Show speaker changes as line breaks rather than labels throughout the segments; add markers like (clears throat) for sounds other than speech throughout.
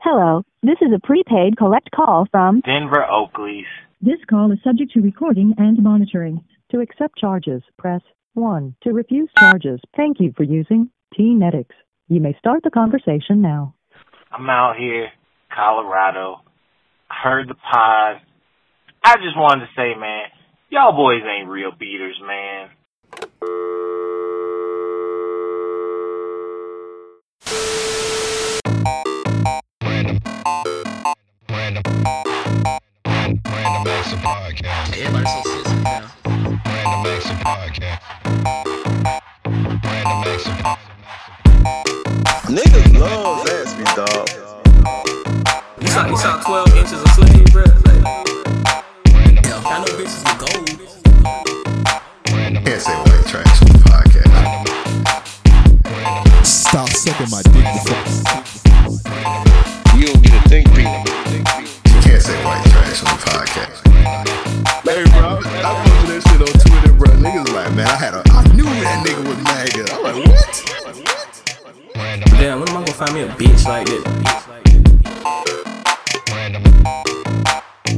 Hello, this is a prepaid collect call from.
Denver Oakleys.
This call is subject to recording and monitoring. To accept charges, press 1. To refuse charges, thank you for using T-Netics. You may start the conversation now.
I'm out here, Colorado. I heard the pod. I just wanted to say, man, y'all boys ain't real beaters, man.
Random. Random Acts of Podcast.
Everybody so sensitive now.
Random Acts of Podcast. Random Acts of
Niggas love Zaxby, dog.
You saw, you saw 12 inches of pussy, bro. Like, yo, I know bitches with gold.
Can't say white trash on the podcast.
Stop sucking my dick. you fuck.
You don't get a think piece.
You can't say white trash on the podcast. Hey, bro, I posted that shit on Twitter, bro. Niggas like, man, I had a, I knew that nigga was MAGA. I'm like, what?
Damn, when am I gonna find me a bitch like that?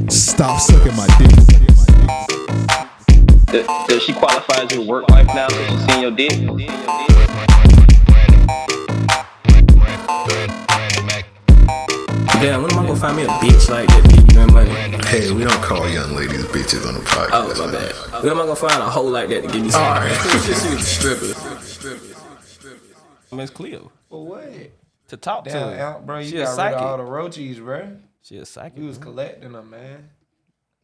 Stop sucking my dick.
Does, does she qualify as your work wife now since she's seen your dick?
Damn, when am I gonna find me a bitch like that? Give you no money.
Hey, we don't call young ladies bitches on the podcast.
Oh, my bad. When am I gonna find a hoe like that to give me some?
All right. (laughs)
Miss Cleo.
For what?
To talk to
Damn,
her.
Al, bro, you
she a
got rid
psychic.
of all the roaches, bro.
She a psychic.
You was collecting them, man.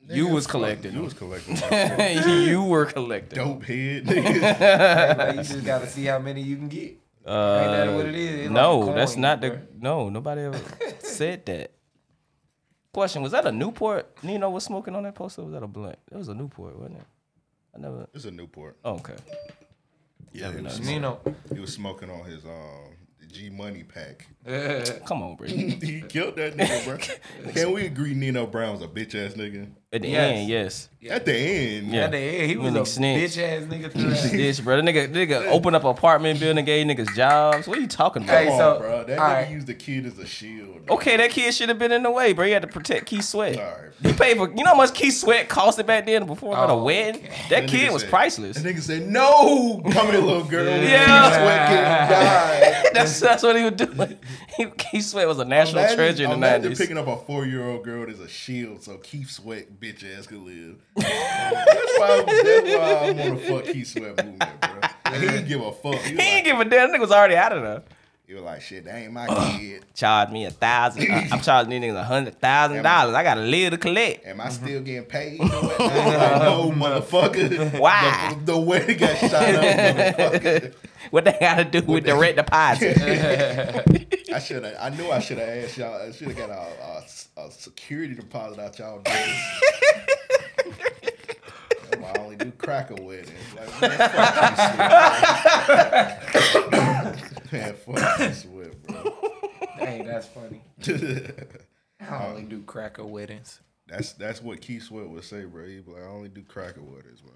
You was collecting.
You was collecting
(laughs) you were collecting.
dope head
(laughs)
niggas.
Like, you just gotta see how many you can get. Ain't that what it is? It's
Uh, no,
like a
that's
coin,
not the.
bro.
No, nobody ever said that. Question: Was that a Newport Nino was smoking on that poster? Or was that a blunt? It was a Newport, wasn't it? I never.
It's a Newport.
Oh, okay.
Yeah, he was,
You know,
he was smoking on his um, G Money pack. (laughs)
Come on, bro.
he killed that nigga, bro. Can we agree Nino Brown's a bitch ass nigga?
At the
Yes.
end, yes.
At the end,
Yeah.
at the end, he was
When
a
he snitched.
bitch ass
(laughs)
nigga. throughout.
This bro, the nigga, nigga, open up an apartment building, gave niggas jobs. What are you talking about?
Hey,
Come on,
so-
bro. That nigga
alright.
used the kid as a shield. dog.
Okay, that kid should have been in the way, bro. He had to protect Key Sweat.
Alright.
He paid for you know how much Key Sweat costed back then before I got a
Oh,
wedding? That,
That
kid
nigga
was
said-
priceless.
(laughs) That nigga said, "No, come here, little
(laughs)
girl.
Yeah.
Sweat kid, die."
That's that's what he was doing. He, Key Sweat was a national
Imagine-
treasure in the
imagine
nineties.
picking up a four-year-old girl that's a shield, so Keith Sweat bitch ass could
(laughs)
live. that's why. That's why I want to fuck Keith Sweat movement, bro. He didn't give a fuck. He was,
He didn't
like,
give a damn. Nigga was already out of there.
he was like, "Shit, that ain't my kid.
Charge me a thousand. I, I'm charging these niggas a hundred thousand dollars. I got to live to collect.
Am I still getting paid? You know
(laughs)
what? no, motherfucker.
Why?
The, the way he got shot up,
(laughs)
motherfucker.
What they got to do with direct deposit?
I should have. I knew I should have asked y'all. I should have got a, a, a security deposit out y'all. Niggas. That's why I only do cracker weddings. Like, man, fuck this shit, bro. man, fuck this whip, bro.
hey, that's funny.
(laughs)
I only do cracker weddings.
That's that's what Keith Sweat would say, bro. He'd be like, I only do cracker weddings, bro.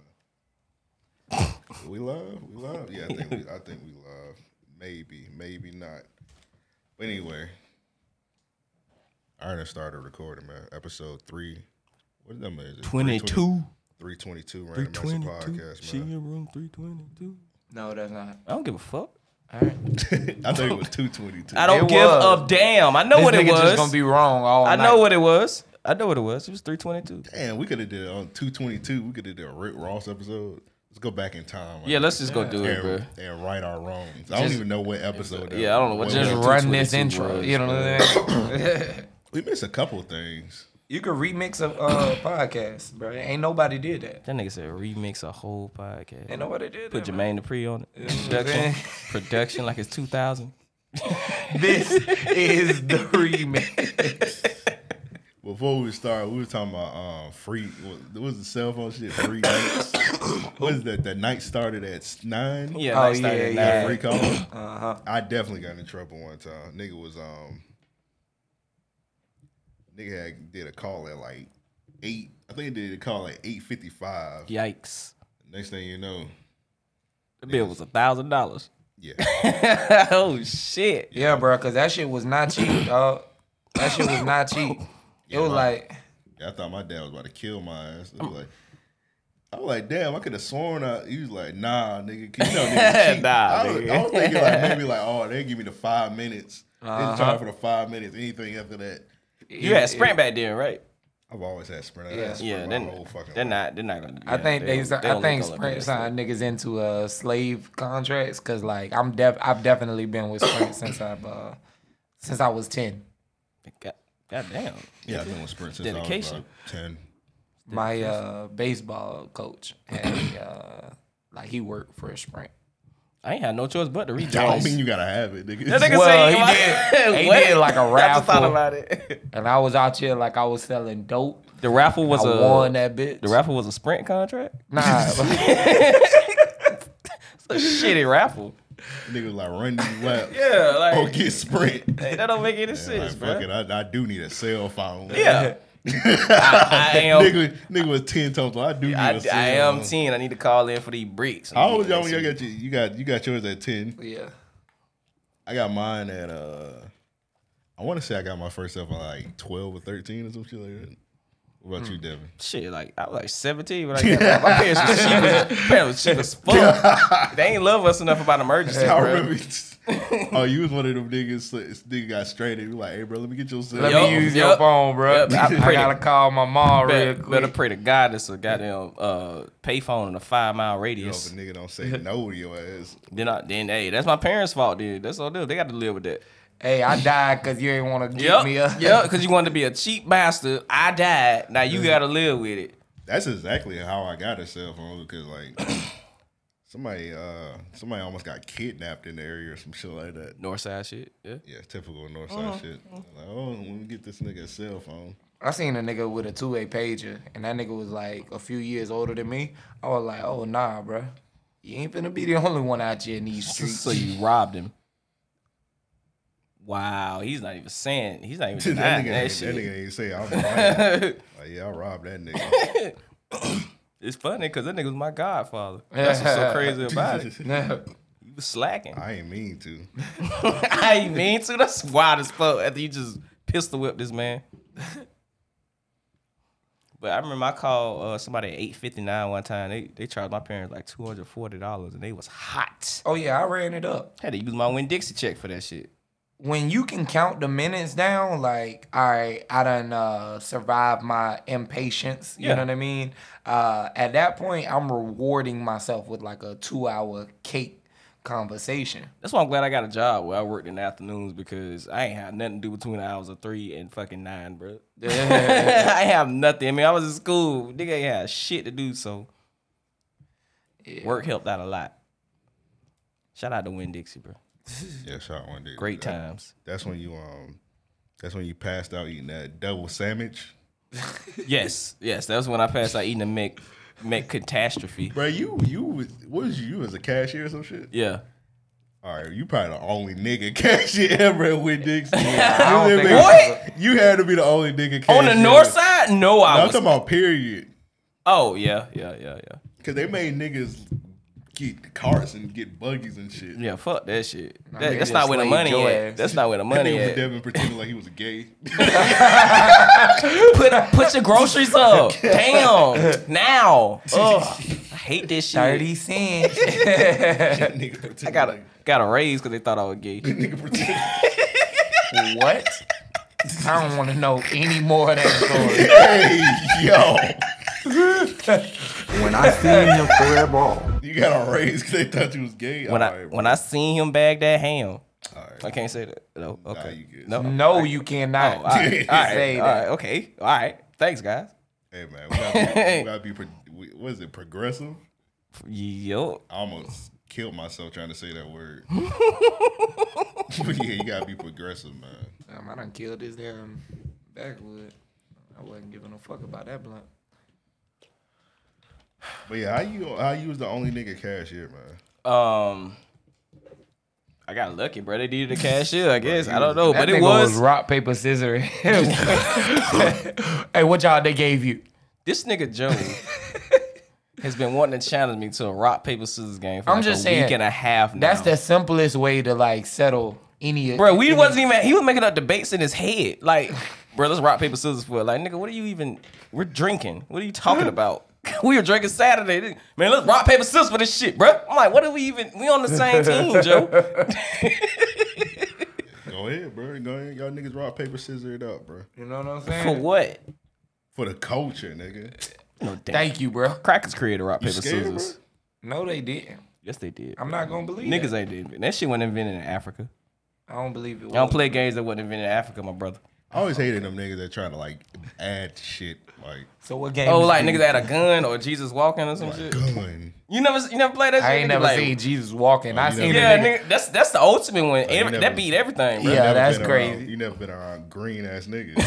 (laughs) We love, we love. Yeah, I think we, I think we love. Maybe, maybe not. But anyway, I already started recording, man. Episode three. What number is it? Three twenty-two. Random Massive podcast, man. (laughs)
room three twenty-two.
No, that's not.
I don't give a fuck.
I think it was two twenty-two.
I don't
It
give
was.
a damn. I know
This
what it
nigga
was.
just gonna be wrong all
I
night.
know what it was. I know what it was. It was 322.
Damn, we could have did it on two twenty-two. We could have did a Rick Ross episode. Let's go back in time.
Yeah, let's just go do it, bro.
and, and right our wrongs. I don't
Just-
even know what episode. that
Yeah, I don't know what-
was.
just
we,
know
Run this
222
intro.
was,
You know what I'm saying?
we missed a couple things.
You could remix a uh, podcast, bro. Ain't nobody did that.
That nigga said remix a whole podcast.
Ain't nobody did
Put
that. man.
Jermaine Dupree on it.
what I'm
Production,
saying?
production like it's 2000. (laughs)
This is the remix.
Before we started, we were talking about um, free. What what was the cell phone shit?
(coughs)
Free nights. what is that? The night started at nine.
Yeah,
Oh,
next time
yeah,
they
That
yeah.
not-
Free call.
Uh-huh.
I definitely got in trouble one time. Nigga was um. Nigga had, did a call at like eight. I think he did a call at eight fifty five.
Yikes.
Next thing you know,
The bill was a thousand dollars.
yeah.
(laughs) Oh shit.
Yeah, bro, because that shit was not cheap, dog. That shit was not cheap. (laughs) it was like
I thought my dad was about to kill my ass.
Oh.
It was like, I was like, damn, I could have sworn I. He was like, nah, nigga, 'cause
(laughs)
you know, nigga, cheap.
Nah,
I, was, I was
nigga. (laughs)
thinking like maybe like, oh, they give me the five minutes. It's
Uh-huh.
time for the five minutes. Anything after that,
You had Sprint back then, right?
I've always had Sprint.
Yeah.
Yeah,
Yeah,
Sprint my
then
whole fucking
they're not. They're not gonna.
I
yeah,
think they,
don't-
I
don't
think
look on
Sprint
that.
signed niggas into uh, slave contracts because like I'm def I've definitely been with Sprint since I've uh, since I was ten.
God, goddamn.
Yeah, I've been with Sprint since
Dedication.
I was about ten.
My uh, baseball coach had uh, like he worked for a Sprint.
I ain't had no choice but to rejoin.
I don't mean you gotta have it,
(laughs)
nigga.
That nigga
Well,
say (laughs)
he
like-
did. He
What?
did like a
I just thought
raffle.
about it. (laughs)
And I was out here like I was selling dope.
The raffle was
I
a
won that bitch.
The raffle was a Sprint contract. (laughs)
Nah,
It's a (laughs) shitty raffle.
(laughs) Nigga was like run
(laughs)
these laps.
Yeah, like-
go get Sprint.
Hey, that don't make any
Yeah,
sense,
like,
bro.
fuck it, I, I do need a cell phone. (laughs)
Yeah. I, I am.
nigga, nigga was ten times. I do need
I,
a cell
I am
phone.
ten. I need to call in for these bricks.
How old was y'all when y'all got you? You got you got yours at ten.
yeah.
I got mine at uh, I want to say I got my first cell phone like twelve or thirteen or some shit like that. What about you, (laughs) Devin?
Shit, like I was like seventeen
(laughs)
when I got that. My parents was cheap as my parents was cheap as fuck. they ain't love us enough about emergency,
I
bro.
remember. oh, you was one of them niggas. Like, this nigga got straight and you like, "Hey, bro, let me get your cell."
Let
Yup,
me use your
yup,
phone, bro.
yup, I
I,
pretty-
gotta call my mom
Better,
real
better
quick.
pray to God it's a goddamn uh, payphone in a five mile
You know,
radius.
if a nigga don't say no to your ass,
Then I then hey, that's my parents' fault, dude. That's all them. They got to live with that.
Hey, I died because you ain't want to give
Yep. (laughs)
me up.
Yep, because you wanted to be a cheap bastard. I died. Now
Mm-hmm.
you gotta live with it.
that's exactly how I got a cell phone because like (coughs) somebody uh somebody almost got kidnapped in the area or some shit like that.
Northside shit. Yeah.
Yeah, typical Northside shit. Like, oh, let me get this nigga a cell phone.
I seen a nigga with a two way pager, and that nigga was like a few years older than me. I was like, oh nah, bro, you ain't finna be the (laughs) only one out here in these streets.
So
(laughs)
you robbed him. Wow, he's not even saying. He's not even
(laughs) that,
denying
nigga,
that,
ain't- that
shit.
nigga ain't
(laughs)
say I'm lying. like, yeah, I robbed that nigga.
It's funny because that nigga was my
(laughs)
godfather. That's what's so crazy about it. You was slacking.
I ain't mean to.
(laughs) I ain't mean to. That's wild as fuck. After you just pistol whipped this man. But I remember I called uh, somebody at eight fifty nine one time. They they charged my parents like two hundred forty dollars, and they was hot.
oh yeah, I ran it up.
Had to use my Win Dixie check for that shit.
When you can count the minutes down, like, all right, I done uh, survived my impatience. You
Yeah.
know what I mean? Uh, at that point, I'm rewarding myself with like a two hour cake conversation.
That's why I'm glad I got a job where I worked in the afternoons because I ain't had nothing to do between the hours of three and fucking nine,
(laughs)
bro. I ain't have nothing. I mean, I was in school. Nigga ain't had shit to do, so
Yeah.
work helped out a lot. Shout out to Win Dixie, bro.
Yeah, shot one dude.
Great
That-
times.
That's when you um, that's when you passed out eating that double sandwich.
Yes, yes. That was when I passed out eating a Mac, Mac catastrophe.
Bro, you you was what was you, you was a cashier or some shit?
Yeah.
All right, you probably the only nigga (laughs) cashier ever with Dixie.
I don't think I
What?
You had to be the only nigga cashier
On the north side? No,
No,
I
I'm
was.
talking about period.
Oh yeah, yeah, yeah, yeah.
Cause they made niggas get carts and get buggies and shit.
Yeah, fuck that shit. That-
nigga
that's
just
not where the
laid
money
your
at.
ass.
That's not where the
That
money
nigga was
at.
Devin pretending like he was
(laughs)
gay. (laughs)
put put your groceries (laughs) up. Damn. (laughs) Now. Ugh. I hate this shit.
30 cents. (laughs)
That nigga pretending
I got a
like-
got a raise because they thought I was gay.
(laughs)
nigga pretending.
what? I don't want to know any more of that story.
hey,
(laughs)
yo,
When I seen him throw that ball,
you got a raise because they thought you was gay.
When
All
I
right, bro.
when I seen him bag that ham.
All right.
I can't say that. No. Okay.
you good.
No.
No, you
Oh, (laughs)
cannot
all right. All right.
say
All
that.
right. Okay. All right. Thanks, guys.
Hey man, we gotta
(laughs)
be, we gotta be pro- we- what is it? Progressive.
Yo.
I almost killed myself trying to say that
(laughs)
word. (laughs) yeah, you gotta be progressive, man.
Um, I done killed this damn backwood. I wasn't giving a fuck about that blunt.
But yeah, how you how you was the only nigga cashier, man.
Um. I got lucky, bro. They needed a cashier, I guess. I don't know,
That
but it
nigga
was,
rock paper scissors. (laughs) hey, what y'all they gave you?
this nigga Joe
(laughs)
has been wanting to challenge me to a rock paper scissors game for
I'm
like
just
a
saying,
week and a half now.
That's the simplest way to like settle any.
Bro, we
any-
wasn't even. He was making up debates in his head. Like, bro, let's rock paper scissors for it. Like, nigga, what are you even? We're drinking. What are you
(laughs)
talking about? we were drinking Saturday. Man, let's rock paper scissors for this shit, bro. I'm like, what are we even? We on the same team,
(laughs)
Joe.
Go ahead, bro. Go ahead. Y'all niggas rock, paper, scissors it up, bro.
You know what I'm saying?
For what?
For the culture, nigga.
No, damn.
Thank you, bro.
Crackers created rock
You
paper
scared, bro?
scissors.
No, they didn't.
Yes, they did.
I'm
bro.
not gonna believe
Niggas ain't
that.
did that shit. wasn't invented in Africa.
I don't believe
I
it. Was.
don't play games that wasn't invented in Africa, my brother.
I always hated them niggas that try to like add shit like
So what game?
oh,
is
like
it?
niggas had a gun or Jesus walking or some shit.
gun.
You never, you never played that. shit?
Oh I ain't
Nigga,
never
like,
seen Jesus walking. I
you
seen
Yeah,
a nigga.
nigga, that's that's the ultimate one.
you
Every-
never-
that beat everything, bro.
You
Yeah,
never
that's
been
crazy.
Around, you never been around green ass niggas.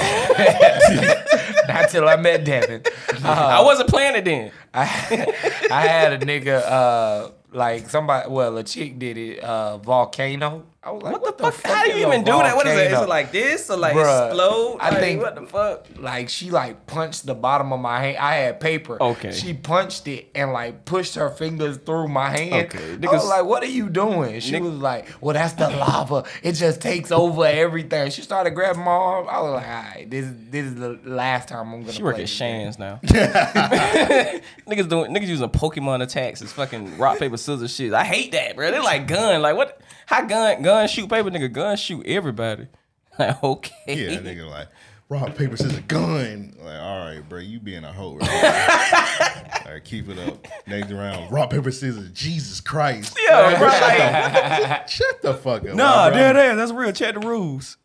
(laughs)
(laughs) Not till I met Devin. Uh,
I wasn't playing it then.
(laughs) I had a nigga, uh, like somebody, well, a chick did it, uh, Volcano. I was like,
What,
what,
the, fuck? How do
is
you
a
even do that? What is that? Is
volcano?
it like this or like
Bruh,
explode?
I
Like,
think-
what the fuck?
like she like punched the bottom of my hand. I had paper.
Okay.
She punched it and like pushed her fingers through my hand.
Okay,
I was
niggas-
like, "What are you doing?" She
Nig-
was like, "Well, that's the lava. It just takes over everything." She started grabbing my arm. I was like, "All right, this this is the last time I'm gonna."
She
play
work at
this game."
Shans now. (laughs) niggas doing niggas using Pokemon attacks as fucking rock paper scissors shit. I hate that, bro. They like gun. Like what? How gun gun shoot paper nigga? Gun shoot everybody. (laughs) Like okay.
yeah, that nigga like rock, paper, scissors, gun. Like, all right, bro, you being a hoe. Right?
(laughs)
all right, keep it up. Next round, rock, paper, scissors. Jesus Christ.
Yeah, bro, like,
Shut the fuck up.
nah,
bro.
there, there. That's real. Check the rules.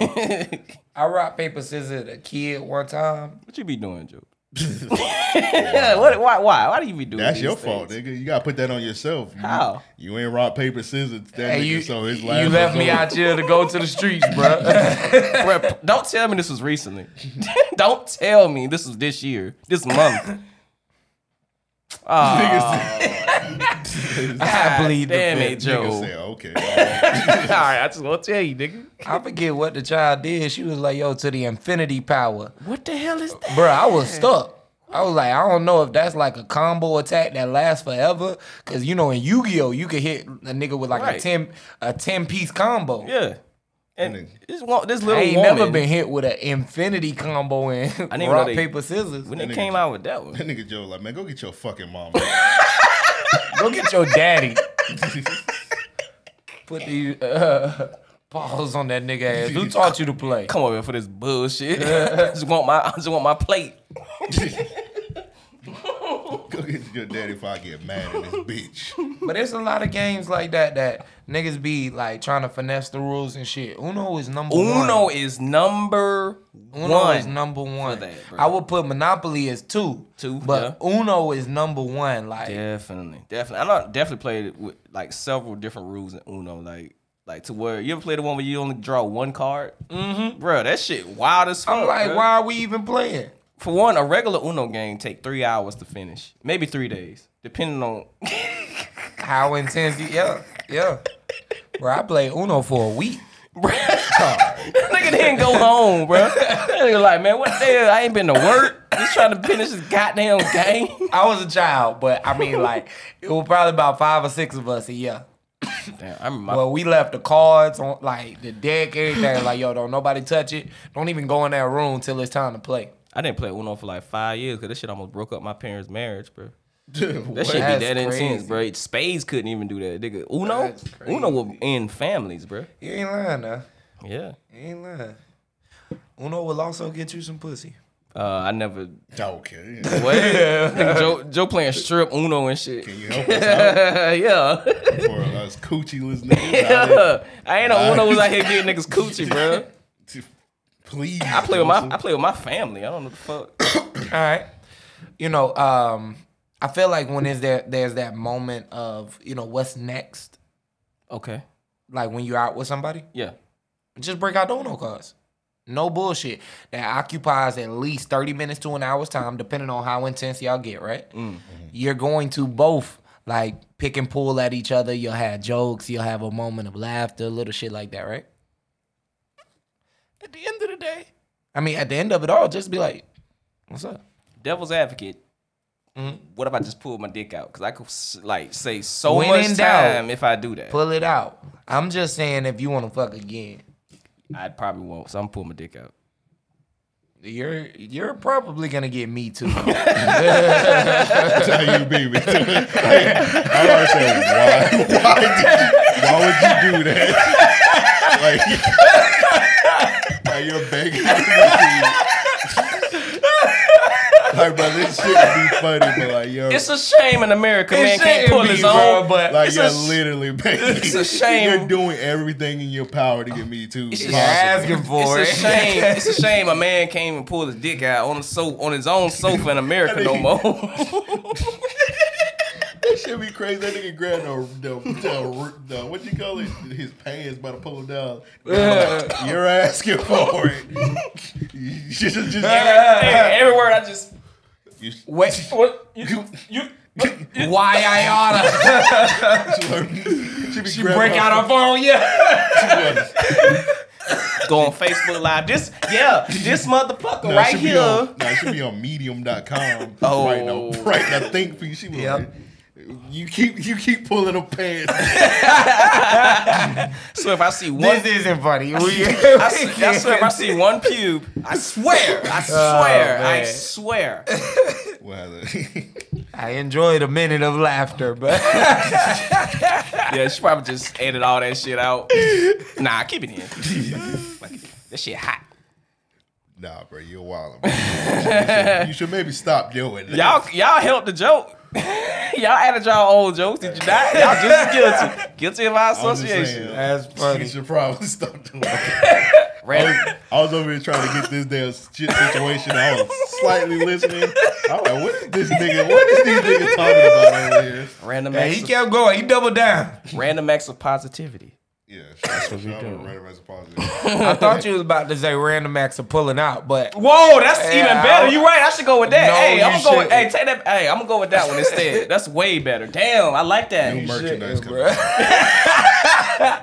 I rock paper scissors at a kid one time.
What you be doing,
(laughs)
Joe? yeah, (laughs) what? Why? Why? Why do you be doing?
That's
these
your
things?
fault, nigga. You gotta put that on yourself. You,
How?
You ain't rock, paper, scissors. That
Hey,
nigga,
you,
so his
you
last
left me
resort. (laughs)
out here to go to the streets, bro.
Bro, p- don't tell me this was recently. (laughs) don't tell me this was this year, this (laughs) month.
(laughs) I believe the
Damn
fifth.
it,
Nigga
Joe.
said, okay. all right.
All right, I just want to tell you, nigga.
I forget what the child did. She was like, yo, to the infinity power.
What the hell is that?
Bruh, I was stuck. I was like, I don't know if that's like a combo attack that lasts forever. Cause you know in Yu-Gi-Oh, you could hit a nigga with like a
Right.
10 a 10 piece combo.
Yeah, and
Nigga.
this wa- this
I
little
ain't
woman
never been hit with an infinity combo in
even know
rock,
they-
paper, scissors.
when
That
it
nigga-
came out with that
That
one. (laughs)
nigga Joe like, man, go get your fucking mama. (laughs)
Go get your daddy. Put the uh, (laughs) balls on that nigga ass. (laughs) Who taught you to play?
Come over here for this (laughs) bullshit. I just want my, I just want my plate.
go get your daddy before I get mad at this bitch.
But there's a lot of games like that that niggas be like trying to finesse the rules and shit. Uno is number one.
Uno is number
Uno
one.
is number one.
that, bro.
I would put Monopoly as two.
Two,
But Uno is number one. Like
Definitely, definitely. I know, definitely played it with like several different rules in Uno, like like to where you ever play the one where you only draw one card, mm-hmm. bro. That shit wild as fuck.
I'm like,
bruh.
why are we even playing?
For one, a regular Uno game take three hours to finish, maybe three days, depending (laughs) on.
How intense you yeah, yeah. Bro, I played Uno for a week.
nigga didn't go home, bro. That nigga like, man, what the hell? I ain't been to work. Just trying to finish this goddamn game.
I was a child, but I
(laughs)
mean like it was probably about five or six of us a year.
Damn, I remember.
Well, we left the cards on like the deck, everything. Like, yo, don't nobody touch it. Don't even go in that room till it's time to play.
I didn't play Uno for like five years because that shit almost broke up my parents' marriage, bro. That shit be
That's
that intense,
crazy.
bro. Spades couldn't even do that, nigga. Uno,
That's crazy.
Uno will end families, bro.
You ain't lying now.
Yeah.
You ain't lying. Uno will also get you some pussy.
Uh, I
(laughs)
never. (laughs)
Okay.
What? Nigga, Joe, Joe playing strip Uno and shit.
Can you help us out
(laughs) yeah. (laughs)
for us coochieless niggas? out there?
yeah. I ain't know Uno was out here getting niggas
(laughs)
coochie, bro.
Please.
I play with my I play with my family. I don't know the fuck.
All right. You know, um, I feel like when is there there's that moment of, you know, what's next?
Okay.
Like when you're out with somebody,
Yeah.
just break out the Uno cards. No bullshit. That occupies at least 30 minutes to an hour's time, depending on how intense y'all get, right? You're going to both like pick and pull at each other. You'll have jokes, you'll have a moment of laughter, little shit like that, right? At the end of the day. I mean, at the end of it all, just be like, what's up?
Devil's advocate.
Mm-hmm.
What if I just pull my dick out? Because I could s- like say so
When
much
in
time
doubt,
if I do that.
Pull it out. I'm just saying if you want to fuck again.
I probably won't. So I'm pulling my dick out.
You're you're probably gonna get me too.
That's how you
(laughs)
be. man. I always say, why, why, did- why would you do that? Like, like you're begging. like, bro, this shit would be funny, but like, yo,
It's a shame in America,
It
man can't
shouldn't
pull
be,
his
bro,
own. But
like
it's
you're
a sh-
literally begging.
it's a shame.
(laughs) You're doing everything in your power to get me too.
It's
possible.
it's a (laughs) shame. It's a shame a man can't even pull his dick out on the so on his own sofa in America no more. (laughs)
That shit be crazy. That nigga grabbed the, the, the, the what you call it? His pants by the pull down. You're asking for it. (laughs) You should just, just
Every- every word I just.
Wait,
what? You, you,
Why
(laughs)
I
oughta? she,
break out her phone, yeah.
Go on Facebook Live. This, yeah, this motherfucker
No, it
right
should be
here.
On, no, it should be on medium.com. oh. Right now, right now, think for you. She was like, you keep you keep pulling her pants.
So if I see one,
this isn't funny.
I, see,
(laughs)
I, see- I swear, if I see one pube, I swear, I swear, I
man.
swear.
I enjoyed a minute of laughter, but (laughs)
Yeah, she probably just edited all that shit out. (laughs) Nah, keep it in. Keep it in. Fuck it. That shit (laughs) hot.
(laughs) Nah, bro, you're wilding. bro. You should, you should maybe stop doing that.
Y'all, y'all helped the joke. (laughs) y'all added y'all old jokes. Did you not? Y'all just as (laughs) guilty. Guilty of our
I'm just saying,
association.
You should probably stop
(laughs)
doing that. I, was, I was over here trying to get this damn shit situation. I was slightly listening. I was like, what is this nigga? What is these niggas talking about over here?
Random
Hey,
acts.
he kept going. He doubled down.
(laughs) Random acts of positivity.
Yeah, that's what
we
I'm
do.
a random as a
(laughs)
positive.
I thought you was about to say random acts of pulling out, but uh,
Whoa, that's
Yeah,
even
I-
better. You right. I should go with that.
No,
hey, I'm
you
gonna go. With,
shouldn't.
hey, take that. Hey, I'm gonna go with that one (laughs) instead. That's way better. Damn, I like that.
New merchandise coming.
oh,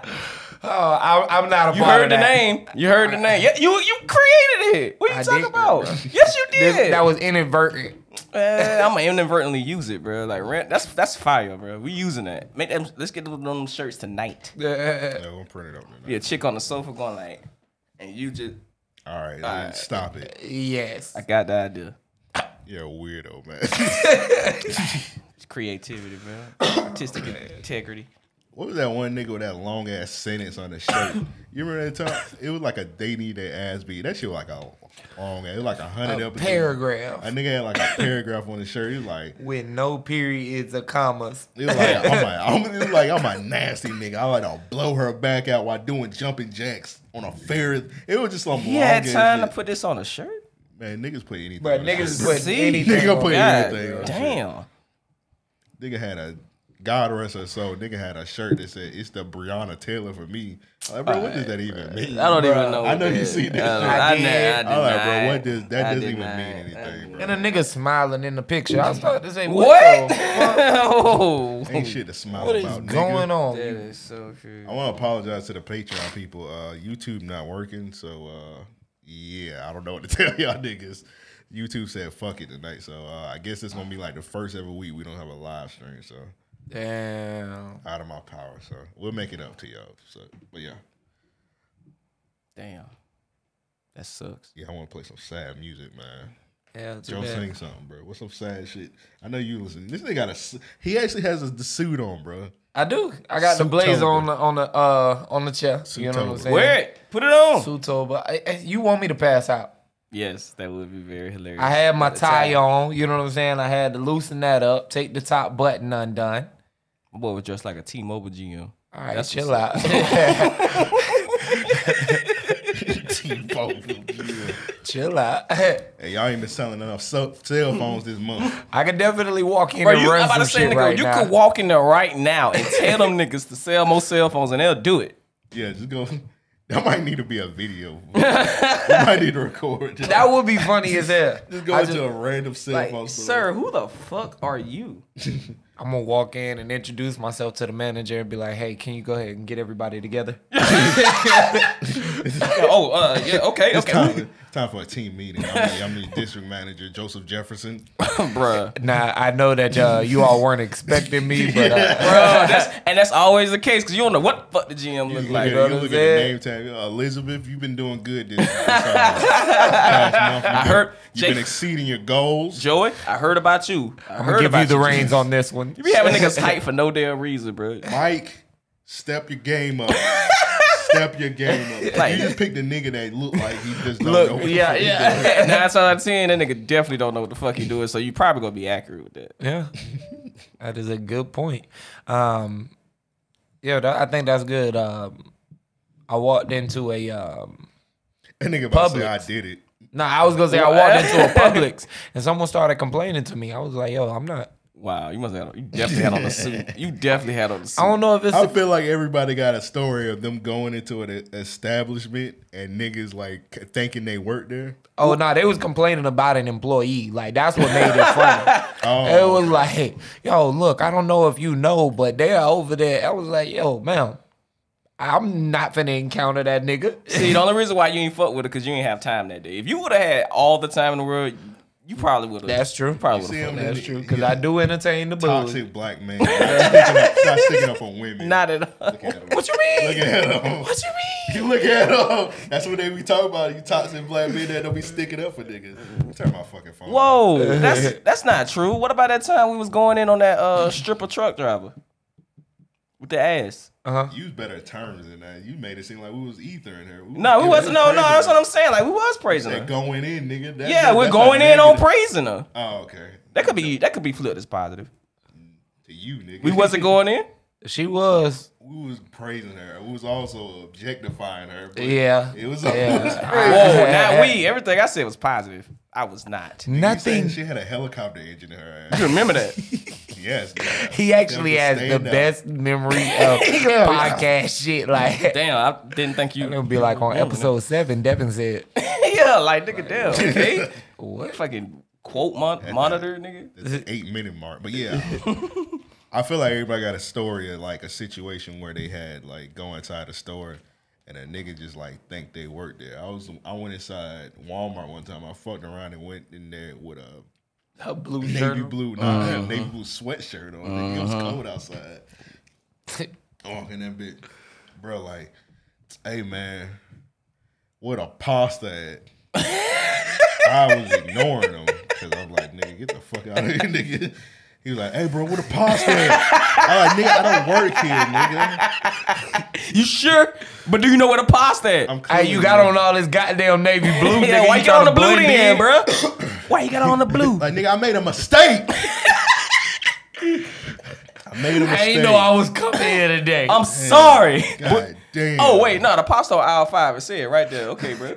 I, I'm not a
You
part
heard
of
the
that.
name. You heard the name. Yeah, you you created it. What you
I
talking
did,
about? Yes, you did.
This- that was inadvertent.
Eh, I'm gonna inadvertently use it, bro. Like rent, that's that's fire, bro. We using that. Make them. Let's get them, them shirts tonight. uh.
Yeah,
we'll print it up. man.
Yeah, chick on the sofa going like, and you just.
All right,
All
then
right.
stop it.
Yes.
I got the idea.
You're a weirdo, man. (laughs)
It's creativity, bro. (coughs) Artistic integrity.
What was that one nigga with that long ass sentence on the shirt? You remember that time? It was like a they need their ass beat. That shit was like a long ass. It was like a hundred
A
episodes.
paragraph.
A nigga had like a paragraph on his shirt. He was like,
With no periods or commas.
It was like I'm
(laughs)
a, I'm, it was like I'm a nasty nigga. I like to blow her back out while doing jumping jacks on a ferris. It was just some
He
long
had
ass
time to
shit.
put this on a shirt.
man. Niggas put anything.
Bruh,
on
niggas
shit.
is putting
See?
anything
Nigga
on
put
God
anything. on shit.
Damn.
Nigga had a God rest her soul. Nigga had a shirt that said "It's the Breonna Taylor for me." I'm Like, bro, what does that even mean?
I don't even know
I
what
know
that
you
is.
see that.
I don't-
shit.
I I did. did. I did
I'm like, bro,
not.
what does that
I
doesn't
did
even
not.
mean anything, bro?
And a nigga smiling in the picture. I was about to say, what?
What? (laughs)
the fuck
oh.
Ain't shit to smile
What is
about. nigga.
going on?
That is (laughs) so true.
I want to apologize to the Patreon people. Uh, YouTube not working, so uh, yeah, I don't know what to (laughs) tell y'all niggas. YouTube said fuck it tonight, so uh, I guess it's gonna be like the first ever week we don't have a live stream, so
Damn.
out of my power. So we'll make it up to y'all. So, but yeah,
Damn. That sucks.
yeah, I want to play some sad music, man.
Hell to
Joe,
that.
sing something, bro. What's some sad shit? I know you listen. This nigga got a. su- He actually has a, the suit on, bro. (laughs)
I do. I got the
Suit
blaze
over.
on the on the uh on the chair. You know what
Suit
I'm
over.
saying?
Wear it. Put it on.
Suto, but I, I- you want me to pass out?
Yes, that would be very hilarious.
I had my
That's
tie
how-
on. You know what I'm saying? I had to loosen that up, take the top button undone.
My boy was dressed like a T-Mobile GM.
All right,
That's
chill out. (laughs)
what's
T-Bone. Yeah.
chill out. (laughs)
Hey, y'all ain't been selling enough so- cell phones this month.
I could definitely walk in
Bro,
and
you, I'm
run
about
some
to say,
shit
nigga,
right
you
now.
could walk in there right now and tell them (laughs) niggas to sell more cell phones, and they'll do it.
Yeah, just go. (laughs) That might need to be a video. (laughs) we might need to record. Just,
that would be funny
(laughs)
as hell.
just go
I
into
just-
a random cell phone
Like,
store.
sir, who the fuck are you?
I'm gonna walk in and introduce myself to the manager and be like, "Hey, can you go ahead and get everybody together?"
oh, uh, yeah, okay,
it's
okay.
time, Time for a team meeting. I mean, I'm the district manager,
(laughs)
Joseph Jefferson.
(laughs)
(laughs)
Bruh.
Nah, I know that uh, you all weren't expecting me,
(laughs)
but
Bro,
uh,
that's, and that's always the case because you don't know what the fuck the GM
You
look
look,
like.
at,
bro.
you look at the
Yeah.
name tag. uh, Elizabeth, you've been doing
(laughs)
good this past month. You've
I
been-
heard-
you've been exceeding your goals.
Joey, I heard about you. I
I'm
heard
gonna give
about
you the reins on this one.
You be having
(laughs)
niggas hype for no damn reason, bro.
Mike, step your
(laughs)
game up. step your game up.
Like-
you just picked a nigga that looked like he just don't know.
Look,
what the
yeah,
fuck he
yeah. (laughs)
doing.
Nine times out of ten, that nigga definitely don't know what the fuck he doing. So you probably gonna be accurate with that.
Yeah, that is a good point. Um, yeah, that, I think that's good. Um, I walked into a. Um,
That nigga about to say,
Publix.
I did it.
no, I was gonna say I walked
(laughs)
into a Publix and someone started complaining to me. I was like, "Yo, I'm not."
Wow, you must have.
(laughs)
You definitely had on the suit. You definitely had on the suit.
I don't know if
(laughs)
it's.
I feel like everybody got a story of them going into an establishment and niggas like thinking they work there.
oh no, they was complaining about an employee. Like that's what made it
(laughs)
funny. It
Oh,
was like, yo, look, I don't know if you know, but they're over there. I was like, yo, ma'am, I'm not finna encounter that nigga.
See, the only reason why you ain't fuck with it because you ain't have time that day. If you would have had all the time in the world, you probably would have.
That's true.
Probably
see
would have.
him
That's
in
true.
the-
Cause I do entertain the
(laughs)
booze.
toxic black man. Stop sticking up, stop sticking up on women.
Not at all.
(laughs) Look at him.
What you mean?
Look
(laughs)
at him.
What you mean?
You look at him. That's what they be talking about. You toxic black men that don't be sticking up for niggas. Turn my fucking phone. off.
Whoa,
(laughs)
that's that's not true. What about that time we was going in on that uh, stripper truck driver with the ass?
Uh huh.
You was better at terms than that. You made it seem like we was ethering her.
No, we wasn't. No, no, that's what I'm
saying.
saying. Like we was praising
That
her.
going in, nigga. That-
Yeah,
that-
we're
that's a
going in on
negative.
praising her.
Oh, okay.
That could be that could be flipped as positive.
To you, nigga. (laughs)
We wasn't going in.
She was.
We was praising her. We was also objectifying her. but
Yeah.
It was.
(laughs) Yeah.
It was (laughs)
(laughs)
I-
Whoa,
crazy.
not we. Everything I said was positive. I was not. You
You saying
Nothing.
She had a helicopter engine in her ass.
remember that?
Yes. nigga.
He actually
Never
has
stayed
the
up.
best
(laughs)
memory of podcast shit. Like,
(laughs)
and
Damn, I didn't think you.
(laughs) it'll be like on episode seven. Devin said,
(laughs) yeah, like nigga,
(laughs)
damn. Okay,
"What?
fucking quote mon- monitor, nigga.
That's the eight minute mark. But
(laughs)
yeah. I feel like everybody got a story of like a situation where they had like go inside a store and a nigga just like think they worked there. I was I went inside Walmart one time. I fucked around and went in there with a
A blue
navy
journal.
blue, nah, I had a (laughs) navy blue sweatshirt on. nigga. It was cold
(laughs)
outside. I'm walking that bitch, bro. Like, hey man, what a pasta
(laughs)
at? I was ignoring him because I'm like, nigga, get the fuck out of here, (laughs) nigga. He was like, hey bro, what a pasta at? I'm like, nigga, I don't work here, nigga.
You sure? But do you know where the pasta at?
I'm
Hey, you
clean,
got
nigga."
on all this goddamn navy
(laughs)
blue.
yeah,
nigga.
why you got on the
tryna
blue
blend
then,
in?
bro? Why you got on the blue?
Like, nigga, I made a mistake. (laughs) I made a mistake.
I ain't know I was coming here today.
(laughs) I'm sorry.
God damn.
Oh wait, no, the pasta on aisle five. It said right there. Okay, bro.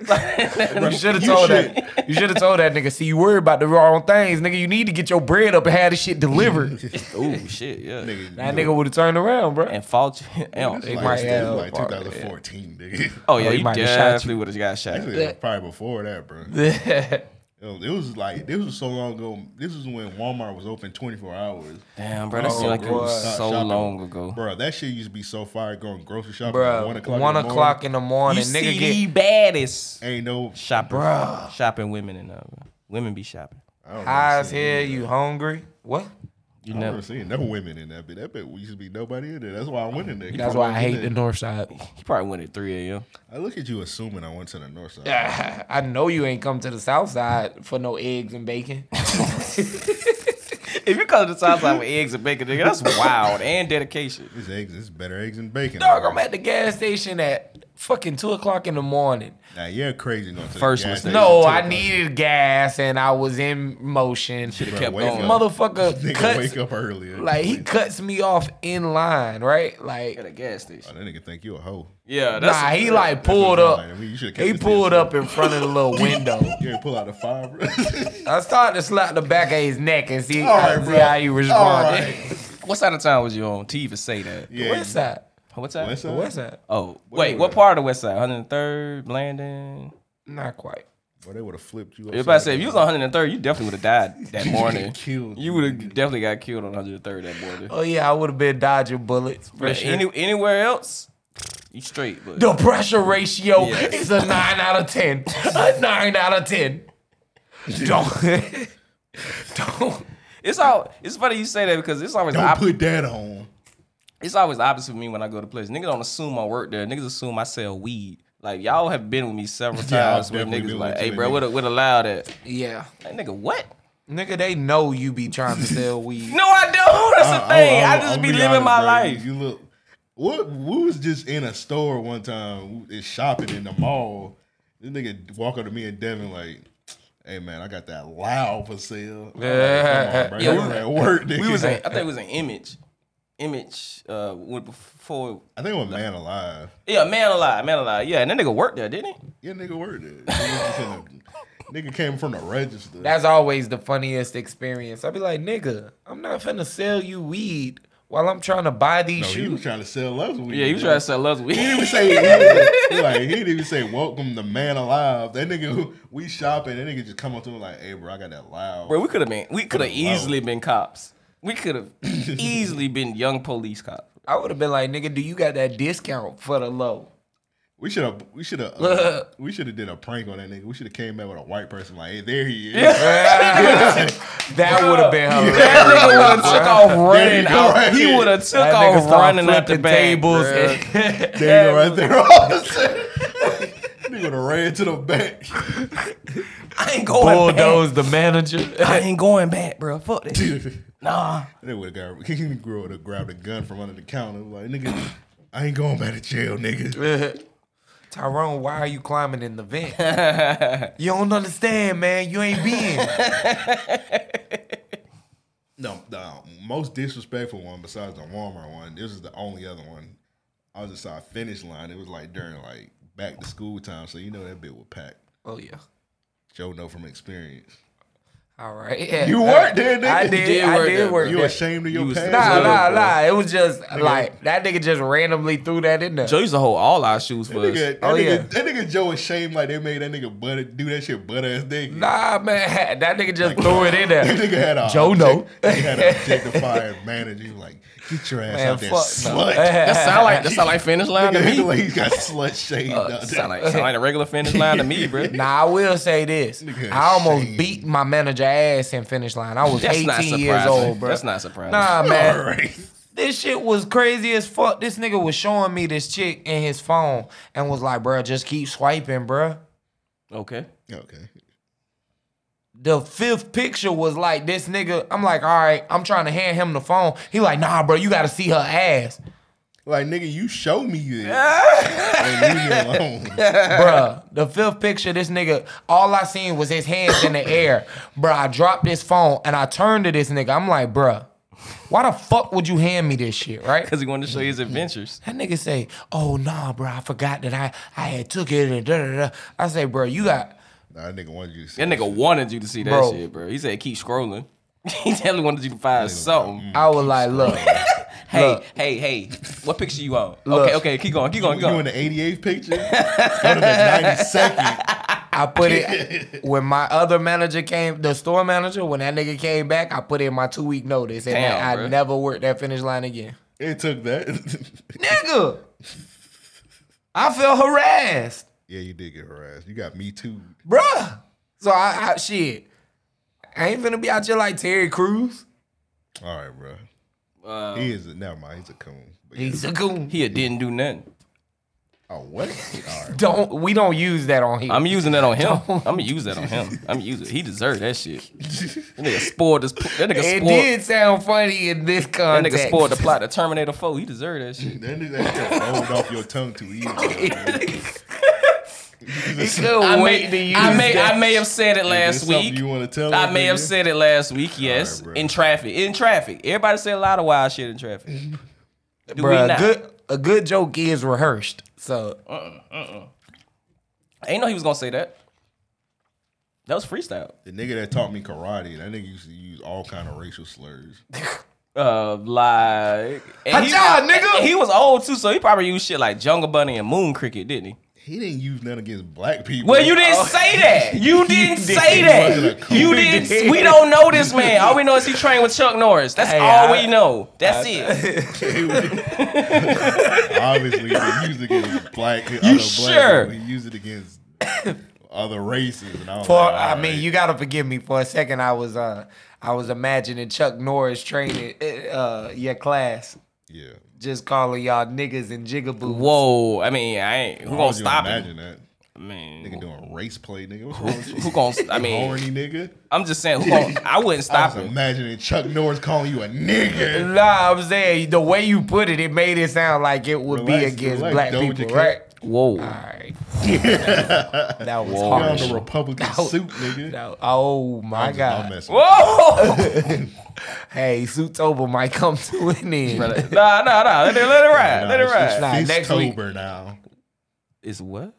You should have told that. You should have told that nigga. See, you worry about the wrong things, nigga. You need to get your bread up and have this shit delivered.
(laughs) oh (laughs) shit, yeah.
Nigga,
that
you know,
nigga would have turned around, bro.
And fault. Oh, and-
They
like,
might
this
have-
was like 2014,
(laughs)
nigga.
Oh yeah,
Oh, he
you
might have shot
definitely would have got shot.
Actually, it was probably before that,
(laughs)
bro. It was, it was like this was so long ago. This was when Walmart was open 24 hours,
Damn, bro, that
Oh,
seemed like it
God.
was so
Shopping.
long ago.
bro. That shit used to be so fire going grocery shopping. at
Bro,
one o'clock.
one
in the
o'clock
morning.
in the morning,
you
nigga
see
get
the baddest
Ain't no.
shopping, shopping women in there. bro. Women be shopping.
I don't
high
remember
as
seeing-
hell. You hungry? What?
You
I don't
never.
remember seeing no women in that bit. That bit used to be nobody in there. That's why I went in there.
That's
Come
why
on
I
in
hate the
there.
North Side.
He probably went at 3 a.m.
I look at you assuming I went to the north side.
(laughs) I know you ain't come to the South Side for no eggs and (laughs) bacon.
If you come to the south side with eggs and bacon, nigga, that's wild and dedication.
These eggs, it's better eggs and bacon.
Dog, I'm at the gas station at fucking two o'clock in the morning.
Now you're crazy going to the
First
gas
mistake.
station
No,
too,
I
bro.
needed gas and I was in motion.
Should've
Bro,
kept
wake
going.
up. (laughs)
Motherfucker
Nigga,
cuts
wake up earlier.
(laughs) like he cuts me off in line, right?
At
Like
a gas
Oh,
station.
that nigga think you a hoe.
Yeah, that's
nah, he like
That's what
pulled up.
I'm saying. I mean, you should've kept
he
this nigga
pulled
straight. (laughs)
up in front of the little window.
You ain't pull out the fire, bro.
I started to slap the back of his neck and see,
All right,
see
bro.
how he
All
responded.
right.
(laughs)
What side of town was you on? To even say that.
(laughs) Yeah,
West
you-
side.
What side?
West
The
Side?
west side.
Oh,
Where
wait,
you
what
at?
part of West Side? 103rd, Blandon.
Not quite.
Boy, they would have flipped you.
If I say if you was on 103rd, you definitely would have died (laughs) that morning.
killed.
You would have definitely got killed on 103rd that morning.
Oh yeah, I would have been dodging bullets for
But
sure.
any, anywhere else, You straight, but
The pressure ratio
Yes.
is a nine out of ten.
(laughs)
A nine out of ten. Don't (laughs)
It's all. It's funny you say that because it's always
Don't
op-
put that on.
It's always the opposite with me when I go to places. Niggas don't assume I work there. Niggas assume I sell weed. Like y'all have been with me several
Yeah, I've
times where
definitely
niggas
been
like,
with
"Hey,
you,
bro,
nigga."
what what allowed that?"
Yeah.
Like, nigga, what? (laughs)
Nigga, they know you be trying to sell weed.
No, I don't. That's the
I-
thing. I,
I'll-
just
I'll
be living
honest,
my
bro.
life.
You, you look. What we was just in a store one time, we is shopping in the mall. This nigga walk up to me and Devin like, "Hey man, I got that loud for sale." I'm like, "Come on, bro.
Yeah,
we were at work.
we
Nigga.
was in- I think it was an image. Image uh what before
I think it was Man Alive.
Yeah, man alive, man alive. Yeah, and that nigga worked there, didn't he?
Yeah, nigga worked there. Nigga, came from the register.
That's always the funniest experience. I'd be like, nigga, I'm not finna sell you weed while I'm trying to buy these
No,
shoes.
he was trying to sell us weed.
Yeah, (laughs) he was trying to sell us weed.
He didn't even say he, was like, he like- he didn't even say welcome to man alive. That nigga we shopping, that nigga just come up to him like, hey bro, I got that loud.
Bro, we could have been we could have easily been cops. We could have easily been young police cops.
I would have been like, nigga, do you got that discount for the low?
We should have we should have we should have did a prank on that nigga. We should have came back with a white person like, hey, there he is.
That would have been hilarious.
That nigga would have took
bruh.
off running
There you go
out.
right
He
there.
would have took
That nigga
off
start
running out the
flipping
bag,
tables.
bruh.
There you go right there. (laughs) nigga would have ran to the back.
(laughs) I ain't
going back.
Bulldoze the manager.
(laughs) I ain't going back, bro. Fuck
(laughs)
that. nah.
They would have got (laughs) he would have grabbed a gun from under the counter. Like, nigga, I ain't going back to jail, nigga.
(laughs) Tyrone, why are you climbing in the vent? you don't understand, man. You ain't being.
No, the most disrespectful one besides the Walmart one. This is the only other one. I was just saw a finish line. It was like during like back to school time, so you know that bit was packed.
(laughs) Oh yeah,
Joe know from experience.
All right.
(laughs)
Yeah.
you worked there, nigga.
I did. I did work.
You
there.
ashamed of your
was-
past?
Nah,
work,
nah,
bro.
nah. It was just
Nigga.
like that nigga just randomly threw that in there.
Joe used to hold all our shoes for us.
Nigga, that,
Oh,
nigga, that nigga Joe ashamed like they made that nigga butter do that shit butter ass nigga.
Nah, man. (laughs) That nigga just threw it in
(laughs)
there.
That nigga had a
Joe know.
He had an
(laughs)
objectified manager. He was like, get your ass
Man,
out there,
fuck no.
slut.
(laughs) That
sound like- that sound like finish line to
Nigga,
me.
like he got slut shaved.
Uh,
out there.
sound
(laughs)
like- sound like a regular finish line to (laughs) me, bro.
Nah, I will say this. I almost beat my manager ass in finish line. I was
That's not
18 years
surprising.
old, bro.
That's not surprising.
Nah, man.
All right.
This shit was crazy as fuck. This nigga was showing me this chick in his phone and was like, bro, just keep swiping, bro.
Okay.
Okay.
The fifth picture was like this nigga. I'm like, all right, I'm trying to hand him the phone. He like, nah, bro, you gotta see her ass.
Like, nigga, you show
(laughs)
me this. Like, leave me alone.
Bruh, the fifth picture, this nigga, all I seen was his hands
(coughs)
in the air. Bruh, I dropped this phone and I turned to this nigga. I'm like, bruh, why the fuck would you hand me this shit, right?
Because he wanted to show you (laughs) his adventures.
That nigga say, oh, nah, bruh, I forgot that I, I had took it and da da da. I say, bruh, you got,
Nah, that nigga wanted you to see
That nigga wanted you to see that
Bro.
shit, bro. He said keep scrolling. (laughs) he definitely wanted you to find something.
I was like, look.
Hey,
look.
hey, hey. What picture you on?
Look.
okay, okay, keep going, keep going, keep
You
going.
in the
(laughs)
88th picture? Go to the
I
(laughs)
put it when my other manager came, the store manager, when that nigga came back, I put in my two week notice and
Damn,
I
bruh.
never worked that finish line again.
92nd. It took
(laughs)
that. (laughs)
Nigga, I feel harassed.
yeah, you did get harassed. You got me too.
bruh. So I, I shit. I ain't finna be out here like Terry Crews.
All right, bro.
Uh,
he is a, never mind. He's a coon. But
He's a coon.
He a didn't do nothing. (laughs)
Oh what? All right.
Don't we don't use that on here.
I'm using that on
(laughs)
him. I'm gonna use that on him. I'm gonna use it. He deserved that shit. That
(laughs)
nigga spoiled this. That nigga
It
spoiled.
did sound funny in this
that
context.
nigga spoiled
(laughs)
the plot of Terminator 4. He deserved that shit.
That nigga that shit rolled off your tongue too
(laughs)
easy.
I
couldn't wait
may,
to use
I may,
that.
I may have said it
Is
last
this
week.
something you wanna tell
I
us,
may have
nigga?
said it last week. Yes, in traffic. In traffic. Everybody said a lot of wild shit in traffic. Do we
Bruh,
not?
good a good joke is rehearsed. So
Uh-uh, uh-uh. I ain't know he was gonna say that. That was freestyle.
The nigga that taught me karate, that nigga used to use all kind of racial slurs.
Uh, like,
Hacha,
nigga. He was old too, so he probably used shit like Jungle Bunny and Moon Cricket, didn't he?
He didn't use none against black people.
Well, you didn't say that. You didn't say that. You didn't. We don't know this man. All we know is he trained with Chuck Norris. That's
Hey,
all
I-
we know. That's
I-
it.
Obviously, he used
(laughs)
it against black. You
sure?
He used it against other races. And I was
For
like,
I mean, you gotta forgive me for a second. I was uh I was imagining Chuck Norris training uh your class.
Yeah.
Just calling y'all niggas and jigaboos.
Whoa! I mean, I ain't. Who
Why
gonna
would you
stop
imagine
him?
that?
I mean,
nigga doing race play, nigga. What's wrong with you?
Who gonna? I mean,
horny nigga.
I'm just saying. Who gonna, I wouldn't stop
I was
him.
imagining Chuck Norris calling you a
(laughs)
nigga.
Nah, I'm saying the way you put it, it made it sound like it would be
Relax,
against
relax,
black
Doja
people,
Cat.
right?
Whoa. All
right.
that
was
Put on
harsh.
(laughs)
the Republican suit, nigga.
Oh my
I'm just- I'm
god.
messing with
Whoa! hey, suits over might come to an end. nah,
nah, nah. Let it, let it ride. let it ride.
Nah, next week.
October now.
Is what?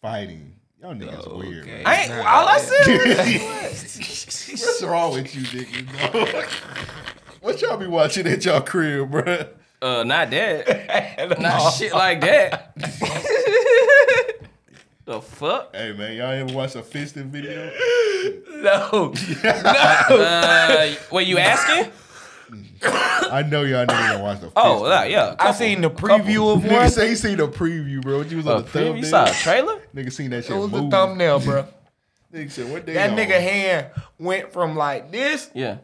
Fighting. Y'all
Oh,
niggas weird. Man.
I ain't- all I
said. What's wrong with you, (laughs) niggas? dog? what y'all be watching at y'all crib, bruh?
Uh, not that. not shit like that. (laughs) the fuck?
Hey man, y'all ever watch a fisting video?
(laughs)
no.
Uh, wait, you asking?
I know y'all niggas don't watch the.
Oh,
fisting
nah,
video.
yeah. a (laughs) couple.
seen the preview of one.
Nigga say he seen the preview, bro. You was
A
on
Uh,
the
preview?
thumbnail.
You saw a trailer?
Nigga seen that shit.
It was a
move. (laughs)
thumbnail, bro.
Nigga said, what day?
That
y'all
nigga
on?
hand went from like this
Yeah.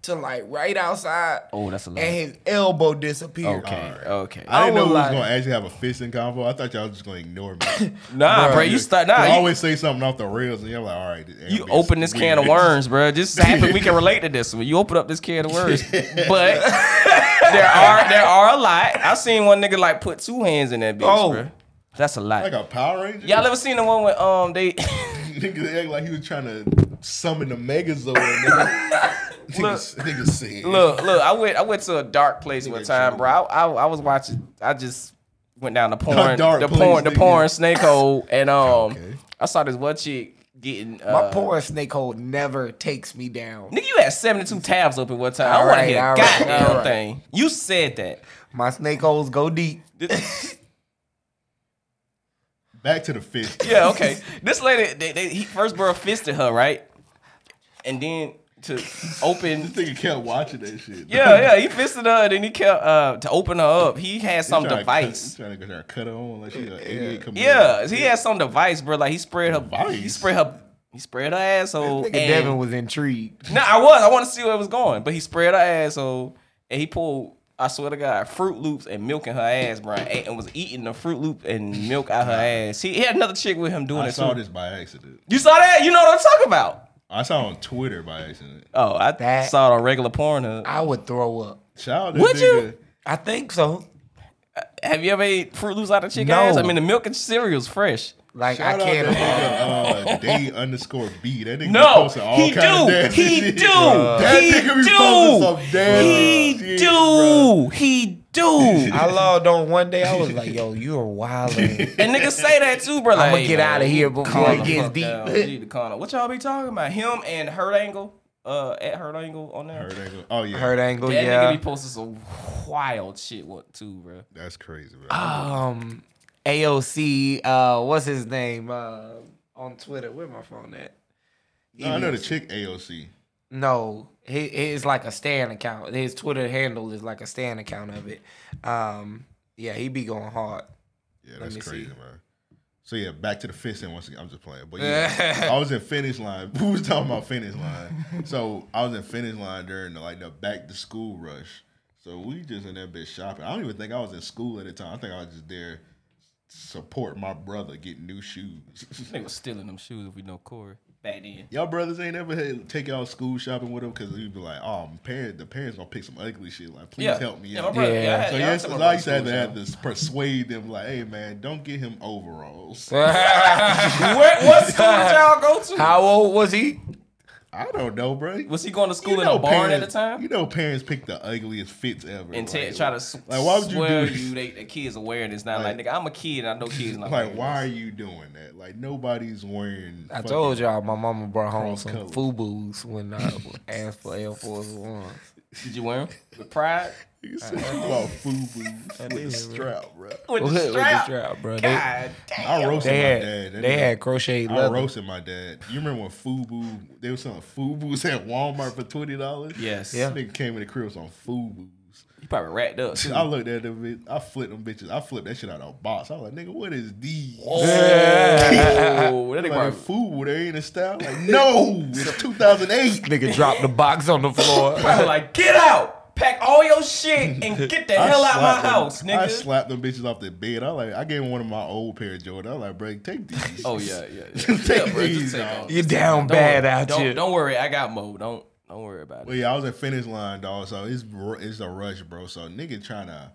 to like right outside,
Oh, that's a
and
lot.
his elbow disappeared.
Okay. Uh, Okay.
I didn't
I
know we was
would like-
gonna actually have a fisting convo. I thought y'all was just gonna ignore me.
Nah, (laughs) bro, you start- nah,
you
you-
always say something off the rails, and you're like, all right.
You open this can of worms, bro. Just happy we can relate to this one. You open up this
(laughs)
can of worms, but there are there are a lot. I seen one nigga like put two hands in that bitch,
Oh.
bro. That's a lot.
Like a Power Ranger.
Y'all ever seen the one with um they (laughs)
Nigga act like he was trying to summon the Megazord.
(laughs)
Nigga, nigga, nigga said,
look look? I went I went to a dark place one time, bro. I, I I was watching. I just went down the porn
dark
the
place,
porn the
nigga.
porn snake hole,
(laughs)
and um I saw this one chick getting uh,
My porn snake hole never takes me down.
Nigga, you had seventy two tabs open one time. I want to
Alright,
hear a
alright,
goddamn
alright.
thing. You said that.
My snake holes go deep. (laughs)
back to the fist.
Yeah, okay. This lady, they, they, he first bro fisted her, right? And then to
(laughs)
open.
This nigga kept watching that shit. (laughs)
Yeah, yeah, he fisted her, and then he kept uh, to open her up. He had some device.
Trying to get her cut her on like she an idiot. Come
Yeah, he had some device, bro. Like he spread her, he spread her, he spread her asshole.
Nigga
and-
Devin was intrigued.
No, I was. I want to see where it was going, but he spread her asshole and he pulled. I swear to God, Fruit Loops and milk in her ass, bro, and ate- and was eating the Fruit Loop and milk out her ass. He, he had another chick with him doing
I
it
saw
too.
this by accident.
You saw that? You know what I'm talking about?
I saw it on Twitter by accident.
Oh, I
That-
saw it on regular Uh, Pornhub.
I would throw up.
Shout
Would you?
I think so.
Have you ever ate Fruit Loops out of chicken
No.
ass? I mean, the milk and cereal's fresh.
Like
Shout out
I can't.
that nigga, uh, (laughs) day underscore B. That nigga
No,
be posting all
he
kind of
do.
nasty
He
shit,
do.
bro. That
He
nigga be
do.
posting some nasty
He
shit,
do.
bro.
He
(laughs)
do.
I logged on one day. I was like, "Yo, you
(laughs)
are wilding."
And niggas say that too, bro.
I'ma
Like,
get
man,
outta here
we
before
calm
it
the
gets
fuck
deep.
down. We need to calm down. What y'all be talking about? Him and Hurt Angle? Uh, at Hurt Angle on there?
Hurt Angle. Oh yeah.
(laughs) Hurt Angle,
That
yeah.
nigga be (laughs) posting some wild shit what, too, bro.
That's crazy, bro.
Ah,
Um, AOC. Uh, what's his name? Uh, on Twitter. Where my phone at?
No, I know the chick AOC.
No, he it's like a Stan account. His Twitter handle is like a Stan account of it. Um, yeah, he be
(laughs)
going hard.
Yeah,
Let
that's
me
crazy,
see.
man. So yeah, back to the fisting once again. I'm just playing,
(laughs)
but yeah, I was in finish line. (laughs) Who was talking about finish line? So I was in finish line during the, like the back to school rush. So we just in that bitch shopping. I don't even think I was in school at the time. I think I was just there support my brother get new shoes.
This nigga was stealing them shoes if we know Corey. Back then.
(laughs) Y'all brothers ain't ever had, take out school shopping with them because you'd be like, oh, my parent, the parents gonna pick some ugly shit. Like, please
Yeah.
help me
Yeah, my
out.
brother- yeah, I had-
so
yeah, I
yes,
took
I,
my
I used to
brother
have
to
to
school
have to persuade them, like, hey man, don't get him overalls.
Where- what school did y'all go to?
How old was he?
I don't know, bro.
Was he going to school in a barn at the time?
You know, parents pick the ugliest fits ever.
And te-
like,
try to s-
like, why would you
swear
do?
you they, the kids are wearing this now. Like, nigga, I'm a kid. I know kids not
like,
wearing
why are you doing that? Like, nobody's wearing.
I told y'all my mama brought home
cross
some
(laughs)
colors.
FUBUs when I asked for Air Force One.
Did you wear them? With pride?
You said you bought
(laughs)
FUBU with a strap, bro.
With
With
the
the
strap.
strap, bro. They-
God
I
damn.
roasted
They
my
had-
dad. That
they
nigga-
had crocheted
I
leather. (laughs)
roasted my dad. You remember when FUBU? They were selling FUBUs at Walmart for twenty dollars.
Yes.
Yeah. Nigga came in the crib with some FUBUs.
You probably racked up.
(laughs)
too.
I looked at them. bitch- I flipped them bitches. I flipped that shit out of the box. I was like, nigga, what is these?
Oh, that nigga
like
probably
FUBU, they ain't in style. Like, no,
(laughs)
it's two thousand eight. (laughs)
Nigga dropped the box on the floor.
Probably like, get out, pack all your shit,
(laughs)
and get the hell out my
slapped them-
house,
I
nigga.
slapped them bitches off the bed. I like I gave him one of my old pair of Jordan. I was like, bro, take these.
Oh yeah,
(laughs)
yeah. yeah.
Take
yeah bro,
these
just take
off.
off.
You down
Don't
bad
worry.
out
don't,
here.
Don't worry, I got Mo. Don't don't worry about
Well,
it.
yeah, I was at finish line, dog. So it's ru- it's a rush, bro. So nigga trying to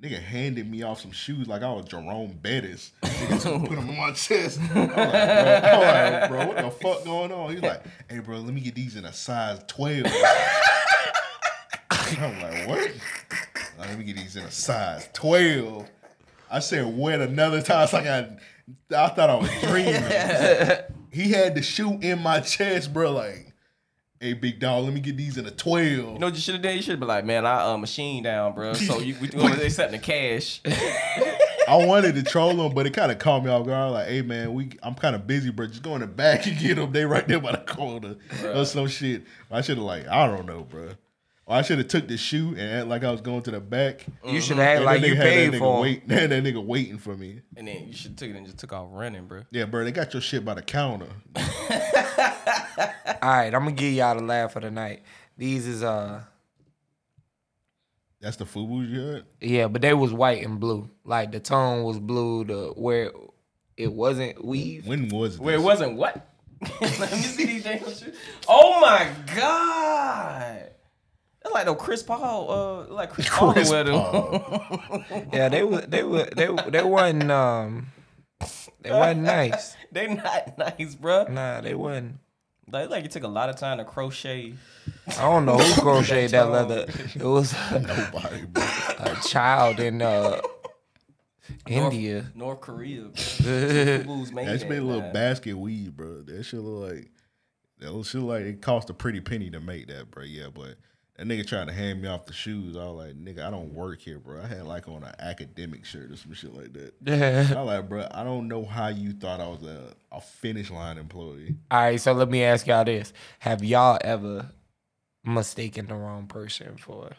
nigga handed me off some shoes like I was Jerome Bettis. Nigga took- put them on my chest. I'm like, bro, I'm like, bro, what the fuck going on? He's like, hey, bro, let me get these in a size twelve. I'm like, (laughs) what? Like, let me get these in a size twelve. I said, wet another time. It's like I, I thought I
(laughs)
was dreaming. he had the shoe in my chest, bro. Like, hey, big dog, let me get these in a twelve.
You know what you should have done? You should have been like, man, I uh, machine down, bro. So you,
(laughs)
we only accepting the cash.
I wanted to troll him, but it kind of caught me off guard. I'm Like, hey man, we I'm kind of busy, bro. Just go in the back and get them. They right there by the corner or some shit. I should have like, I don't know, bro. Or I should have took the shoe and act like I was going to the back.
You shoulda
Mm-hmm.
act
And
like
that
you
nigga had
paid
that nigga
for 'em.
Wait, (laughs) had that nigga waiting for me.
And then you should took it and just took off running, bro.
Yeah, bro, they got your shit by the counter.
All right, I'm gonna give y'all the laugh of the night. These is uh
That's the FUBUs you had.
yeah, but they was white and blue. Like the tone was blue. The where it wasn't weave.
When was this?
Where it wasn't what? (laughs) Let me see these James shoes. Oh my god. That's like no Chris Paul, uh like Chris, Paul
Chris
wear them.
Yeah, they was they were they they wasn't um they wasn't nice.
(laughs) they not nice, bro.
Nah, they wasn't.
Like, like it took a lot of time to crochet.
I don't
(laughs)
know who crocheted that
That
leather. It was a,
Nobody, bro.
child in uh
(laughs)
India.
North Korea. bro.
yeah,
Fubu's made
That should be a
that,
little
man.
basket weave, bro. That shit look like that little shit like it cost a pretty penny to make that, bro. Yeah, but that nigga tried to hand me off the shoes. I was like, nigga, I don't work here, bro. I had like on an academic shirt or some shit like that. I was like, bro, I don't know how you thought I was a, a finish line employee.
All right, so let me ask y'all this: Have y'all ever mistaken the wrong person for,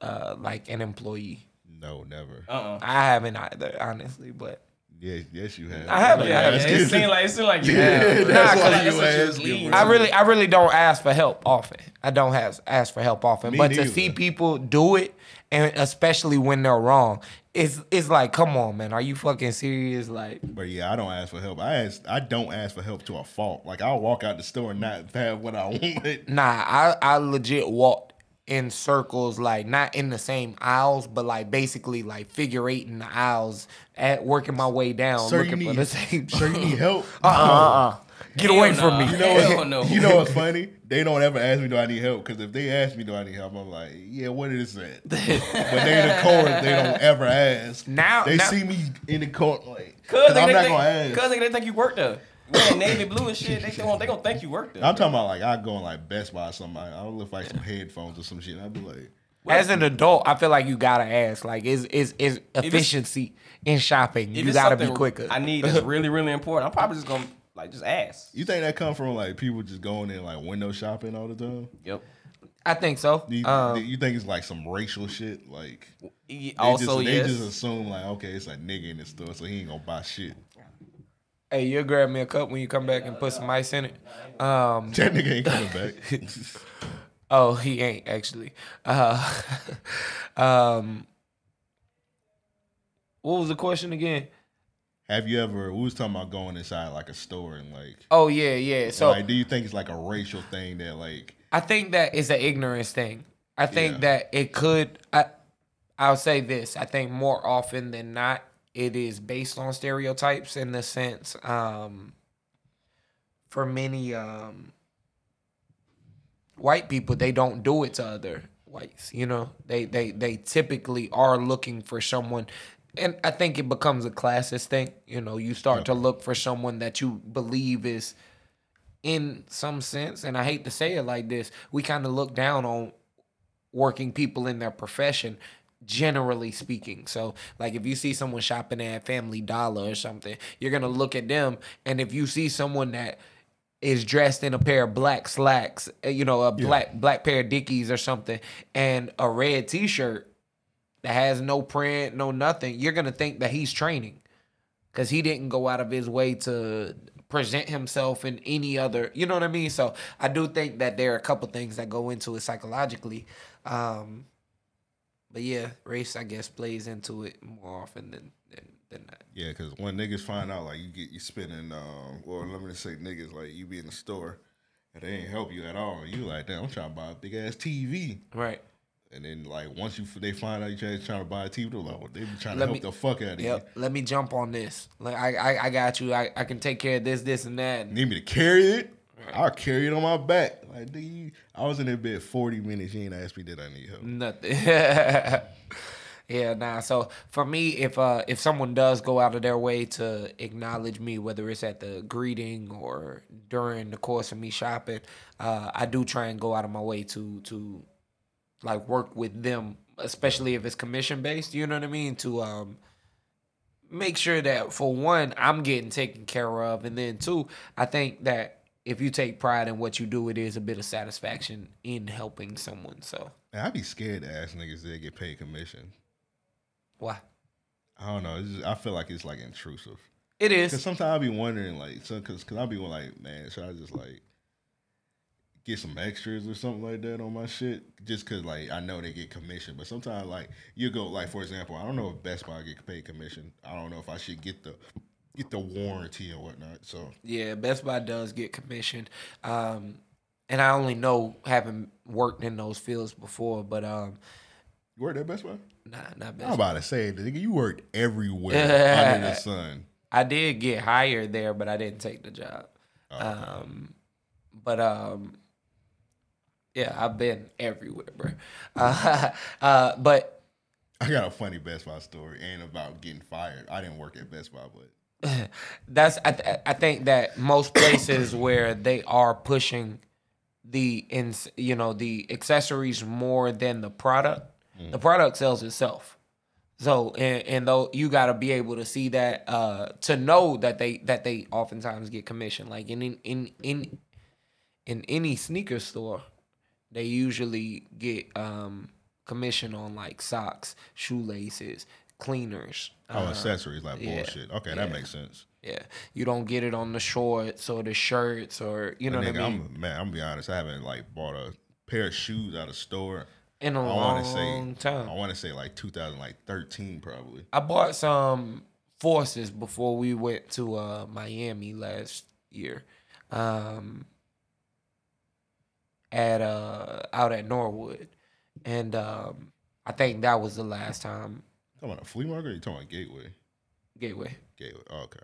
uh, like an employee?
No, never.
Uh-uh.
I haven't either, honestly. But
yes, yes, you have.
I haven't,
Yeah,
I
yeah,
haven't.
it seemed like it seemed like you
Yeah,
have, bro.
that's why
Like,
you
what you was
asking,
leading
bro.
I
to.
really, I really don't ask for help often. I don't have ask for help often,
Me
but to
neither.
see people do it, and especially when they're wrong, it's it's like, come on, man, are you fucking serious? Like,
But yeah, I don't ask for help. I ask, I don't ask for help to a fault. Like I'll walk out the store and not have what I (laughs) want.
Nah, I, I legit walked in circles, like not in the same aisles, but like basically like figure eight in the aisles, at working my way down,
Sir, you
looking for
need,
the same.
sir, you need help.
uh uh uh uh. (laughs) Get away from me.
You
know
Hell
what-
no.
You know what's funny? They don't ever ask me do I need help because if they ask me do I need help, I'm like, yeah, what is that?
(laughs)
but they in the court, they don't ever ask.
Now-
they
now-
see me in the court like,
Cause
because
they,
I'm
they
not
think-
gonna ask.
Cause they, they think you worked there. Wearing navy blue and shit. They gonna they gonna think you worked there.
I'm talking about like I go in like Best Buy or something. I don't look like some headphones or some shit. I'd be like,
As an adult, I feel like you gotta ask. Like, is is is
it's-
efficiency in shopping?
If
You
it's
gotta be
something
quicker.
I need that's really really important. I'm probably just gonna like just ask.
you think that come from like people just going in like window shopping all the time?
Yep.
I think so.
Do you, do
Um,
you think it's like some racial shit? Like they
E- Also
just,
yes.
they just assume like okay, it's a nigga in this store, so he ain't gonna buy shit. (laughs)
hey, you'll grab me a cup when you come back and put some ice in it. Um,
That nigga ain't coming
(laughs)
back.
Oh, he ain't actually. Uh, (laughs) um, what was the question again?
Have you ever? We was talking about going inside like a store and like,
Oh yeah, yeah. So
like, do you think it's like a racial thing that like,
I think that is an ignorance thing. I think
Yeah.
that it could. I I'll say this. I think more often than not, it is based on stereotypes in the sense. Um, for many um, white people, they don't do it to other whites. You know, they they they typically are looking for someone. And I think it becomes a classist thing. You know, you start to look for someone that you believe is in some sense, and I hate to say it like this, we kind of look down on working people in their profession generally speaking so like if you see someone shopping at family dollar or something you're gonna look at them and if you see someone that is dressed in a pair of black slacks uh, you know a
Yeah.
black black pair of dickies or something and a red t-shirt that has no print no nothing you're gonna think that he's training because he didn't go out of his way to present himself in any other you know what i mean so i do think that there are a couple things that go into it psychologically um but yeah race i guess plays into it more often than than, than not
Yeah, because when niggas find out, like you get you spending, um, well, let me just say niggas, like you be in the store and they ain't help you at all. And you like, damn, I'm trying to buy a big ass TV.
Right.
And then like once you they find out you trying trying to buy a TV, they're like, well, they be trying
Let
to help
me-
the fuck out of
Yep. Let me jump on this. Like I, I, I got you. I, I can take care of this, this, and that.
you. Need me to carry it? I'll carry it on my back. Like, do you? I was in that bed 40 minutes. You ain't asked me did I need help.
Mm. Nothing. (laughs) yeah, nah. So for me, if uh if someone does go out of their way to acknowledge me, whether it's at the greeting or during the course of me shopping, uh, I do try and go out of my way to to like work with them, especially if it's commission based. You know what I mean? To um make sure that for one, I'm getting taken care of, and then two, I think that if you take pride in what you do, it is a bit of satisfaction in helping someone. So.
And I'd be scared to ask niggas they get paid commission.
Why?
I don't know. It's just, I feel like it's like intrusive.
It is.
Cause sometimes I'll be wondering, like, so, cause, cause I'll be like, man, should I just like get some extras or something like that on my shit? Just cause like I know they get commission. But sometimes like you go, like for example, I don't know if Best Buy get paid commission. I don't know if I should get the get the warranty or whatnot. So
Yeah, Best Buy does get commissioned. Um, and I only know having worked in those fields before, but um,
you worked at Best Buy?
Nah, not Best
I'm about to say, nigga, you worked everywhere under the sun.
I did get hired there, but I didn't take the job. Um, but um, yeah, I've been everywhere, bro. Uh, (laughs) uh, but
I got a funny Best Buy story and about getting fired. I didn't work at Best Buy, but
that's I, th- I think that most places (coughs) where they are pushing the in you know the accessories more than the product the product sells itself so and, and though you got to be able to see that uh to know that they that they oftentimes get commission like in in in in, in any sneaker store they usually get um commission on like socks shoelaces cleaners
Oh, accessories, like bullshit. Okay, that makes sense.
Uh, yeah you don't get it on the shorts or the shirts or you know
But
what i mean
I'm, man, I'm gonna be honest. I haven't like bought a pair of shoes out of store
In a
I wanna
long
say,
time.
I want to say like 2013 probably.
I bought some forces before we went to uh, Miami last year. Um, at uh out at Norwood, and um, I think that was the last time
Talking about a flea market? Or you talking about Gateway?
Gateway.
Gateway. Oh, okay.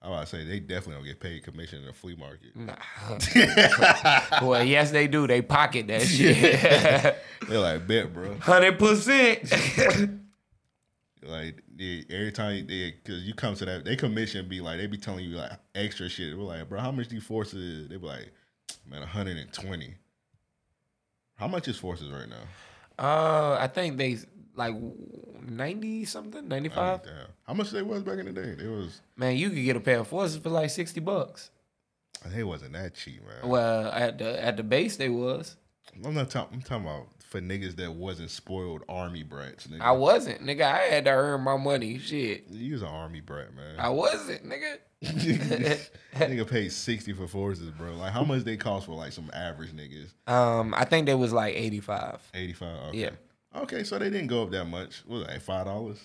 I about to say they definitely don't get paid commission in a flea market. (laughs)
Nah. well, yes, they do. They
(laughs)
pocket that shit. (laughs)
They're like bet, bro.
Hundred percent.
(laughs) Like they, every time they, cause you come to that, they commission be like they be telling you like extra shit. We're like, bro, how much do you forces? They be like, man, 120. How much is forces right now?
Uh, I think they like ninety something, ninety five.
How much they was back in the day? They was
man, you could get a pair of forces for like sixty bucks.
They wasn't that cheap, man.
Well, at the at the base they was.
I'm not talking. I'm talking about for niggas that wasn't spoiled army brats. Nigga.
I wasn't, nigga. I had to earn my money. Shit,
You was an army brat, man. (laughs)
I wasn't, nigga.
nigga paid sixty for forces, bro. Like how much they cost for like some average niggas?
(laughs)
uh,
um, I think they was like eighty five.
Eighty five. Okay.
Yeah.
Okay, so they didn't go up that much. What was that five dollars?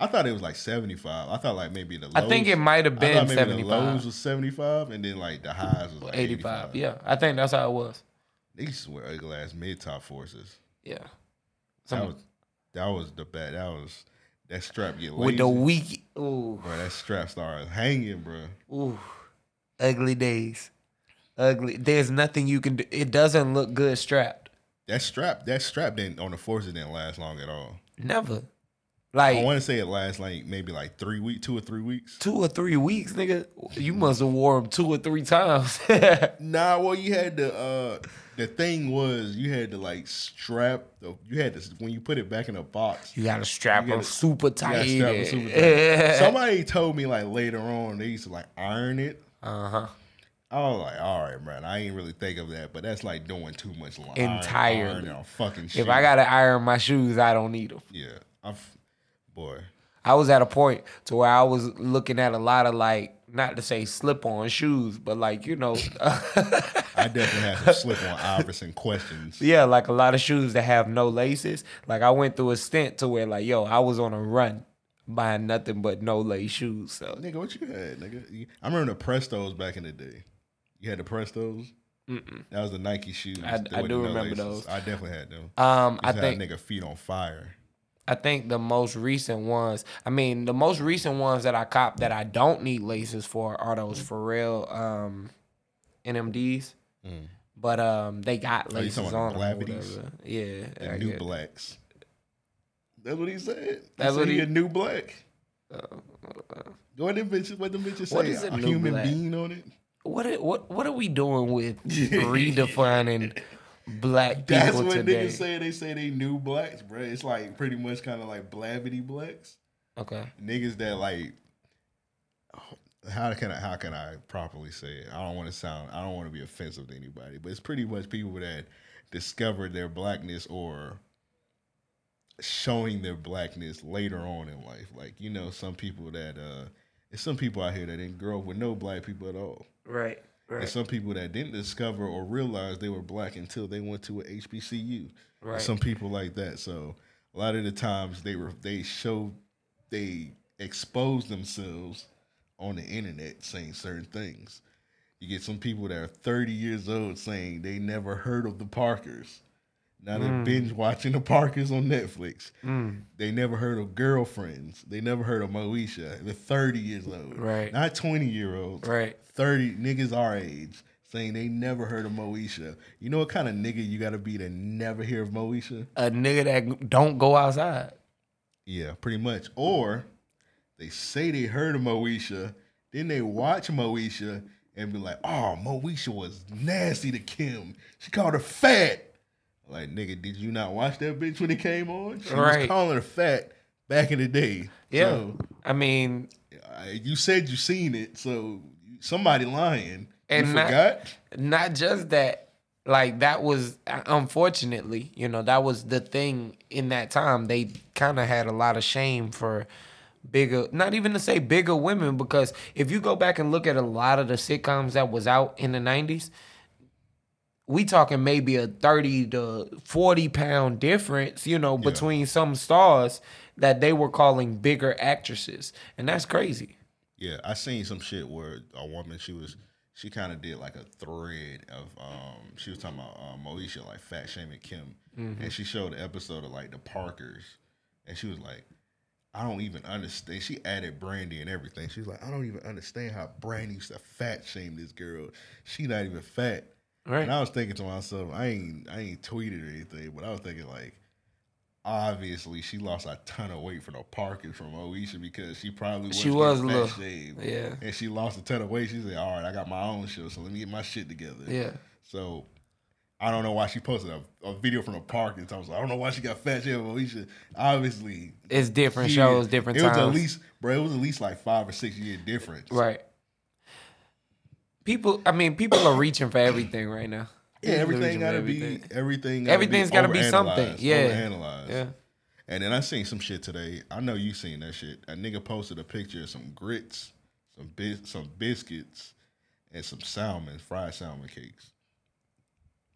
I thought it was like seventy five. I thought like maybe the. Lows,
I think it might have
I thought
been
maybe
75.
The lows was seventy five, and then like the highs was like eighty five.
Yeah, I think that's how it was.
They used to wear ugly ass mid top forces.
Yeah.
that
Some-
was that was the bad. That was that strap get lazy.
With the weak- ooh.
bro. That strap started hanging, bro.
Ooh, ugly days. Ugly. There's nothing you can do. It doesn't look good strapped.
That strap, that strap didn't on the forces didn't last long at all.
Never. Like
I want to say it lasts like maybe like three week, two or three weeks.
Two or three weeks, nigga. You must have wore them two or three times. (laughs)
nah, well, you had to. Uh, the thing was, you had to like strap the. You had to when you put it back in a box.
You got to strap
you gotta-
them super
you gotta
tight.
strap them super
(laughs)
tight. Somebody told me like later on they used to like iron it.
Uh huh.
I was like, all right, man. I ain't really think of that, but that's like doing too much. Like,
Entirely.
fucking.
If I
shoe.
gotta iron my shoes, I don't need them.
yeah, I'm, f- boy.
I was at a point to where I was looking at a lot of like, not to say slip on shoes, but like you know, (laughs)
I definitely had some slip on Iverson questions.
yeah, like a lot of shoes that have no laces. Like I went through a stint to where like, yo, I was on a run buying nothing but no lace shoes. So
Oh, Nigga, what you had, nigga? You- I remember the Prestos back in the day. You had the Prestos.
Mm-mm.
That was the Nike shoes.
I-
They
I
wasn't
do
no
remember those.
I definitely had them.
Um,
Used
I
to
think-
have nigga feet on fire.
I think the most recent ones. I mean, the most recent ones that I cop that I don't need laces for are those Pharrell um, NMDs.
Mm.
But um, they got
Oh, you
laces
talking
on
about
them. or
the Blavities?
whatever. Yeah,
The
I
new
get-
blacks. That's what he said.
That's
That's
what
what he
he-
a new black.
Uh,
What them bitches? What them bitches
What
say?
is a
a
new
human
black?
being on it.
What are, what what are we doing
(laughs)
with redefining black people
That's what
today?
niggas say. They say they new blacks, bro. It's like pretty much kind of like blavity blacks.
Okay.
niggas that like how can I how can I properly say it? I don't want to sound I don't want to be offensive to anybody, but it's pretty much people that discovered their blackness or showing their blackness later on in life. Like, you know, some people that uh there's some people out here that didn't grow up with no black people at all.
Right.
There's some people that didn't discover or realize they were black until they went to a HBCU.
Right.
Some people like that. So a lot of the times they were they show they expose themselves on the internet saying certain things. You get some people that are 30 years old saying they never heard of the Parkers. Now they're
Mm.
binge watching the Parkers on Netflix.
Mm.
They never heard of girlfriends. They never heard of Moesha. They're 30 years old.
Right.
Not 20 year olds.
Right.
30 niggas our age saying they never heard of Moesha. You know what kind of nigga you gotta be to never hear of Moesha?
A nigga that don't go outside.
Yeah, pretty much. Or they say they heard of Moesha, then they watch Moesha and be like, oh, Moesha was nasty to Kim. She called her fat. Like, nigga, did you not watch that bitch when it came on? She
Right.
was calling her fat back in the day.
Yeah.
So,
I mean,
I- you said you seen it, so somebody lying.
and
you
not,
forgot?
not just that. Like that was unfortunately, you know, that was the thing in that time. They kind of had a lot of shame for bigger, not even to say bigger women, because if you go back and look at a lot of the sitcoms that was out in the nineties, we talking maybe a 30 to 40 pound difference, you know, between some stars that they were calling bigger actresses. And that's crazy.
Yeah, I seen some shit where a woman she was she kind of did like a thread of um she was talking about um, Moesha like fat shaming Kim,
Mhm.
and she showed an episode of like the Parkers, and she was like, I don't even understand. She added Brandy and everything. She was like, I don't even understand how Brandy used to fat shame this girl. She not even fat.
Right.
And I was thinking to myself, I ain't I ain't tweeted or anything, but I was thinking like obviously she lost a ton of weight from the parking from Oisha because she probably was
She was
getting
a
fat
little-
shaved.
yeah.
And she lost a ton of weight. She said, All right, I got my own show, so let me get my shit together.
Yeah.
So I don't know why she posted a, a video from the parking. So I was like, I don't know why she got fat shaved Oisha. Obviously
It's different
she-
shows, different
it was
times.
at least bro, it was at least like five or six year difference.
Right. People, I mean, people are reaching for everything right now.
Yeah,
They're
everything
reaching for
gotta
everything.
be everything. Gotta
Everything's
got
gotta
to
be something. Yeah.
overanalyzed.
Yeah.
And then I seen some shit today. I know you seen that shit. A nigga posted a picture of some grits, some bis- some biscuits, and some salmon, fried salmon cakes.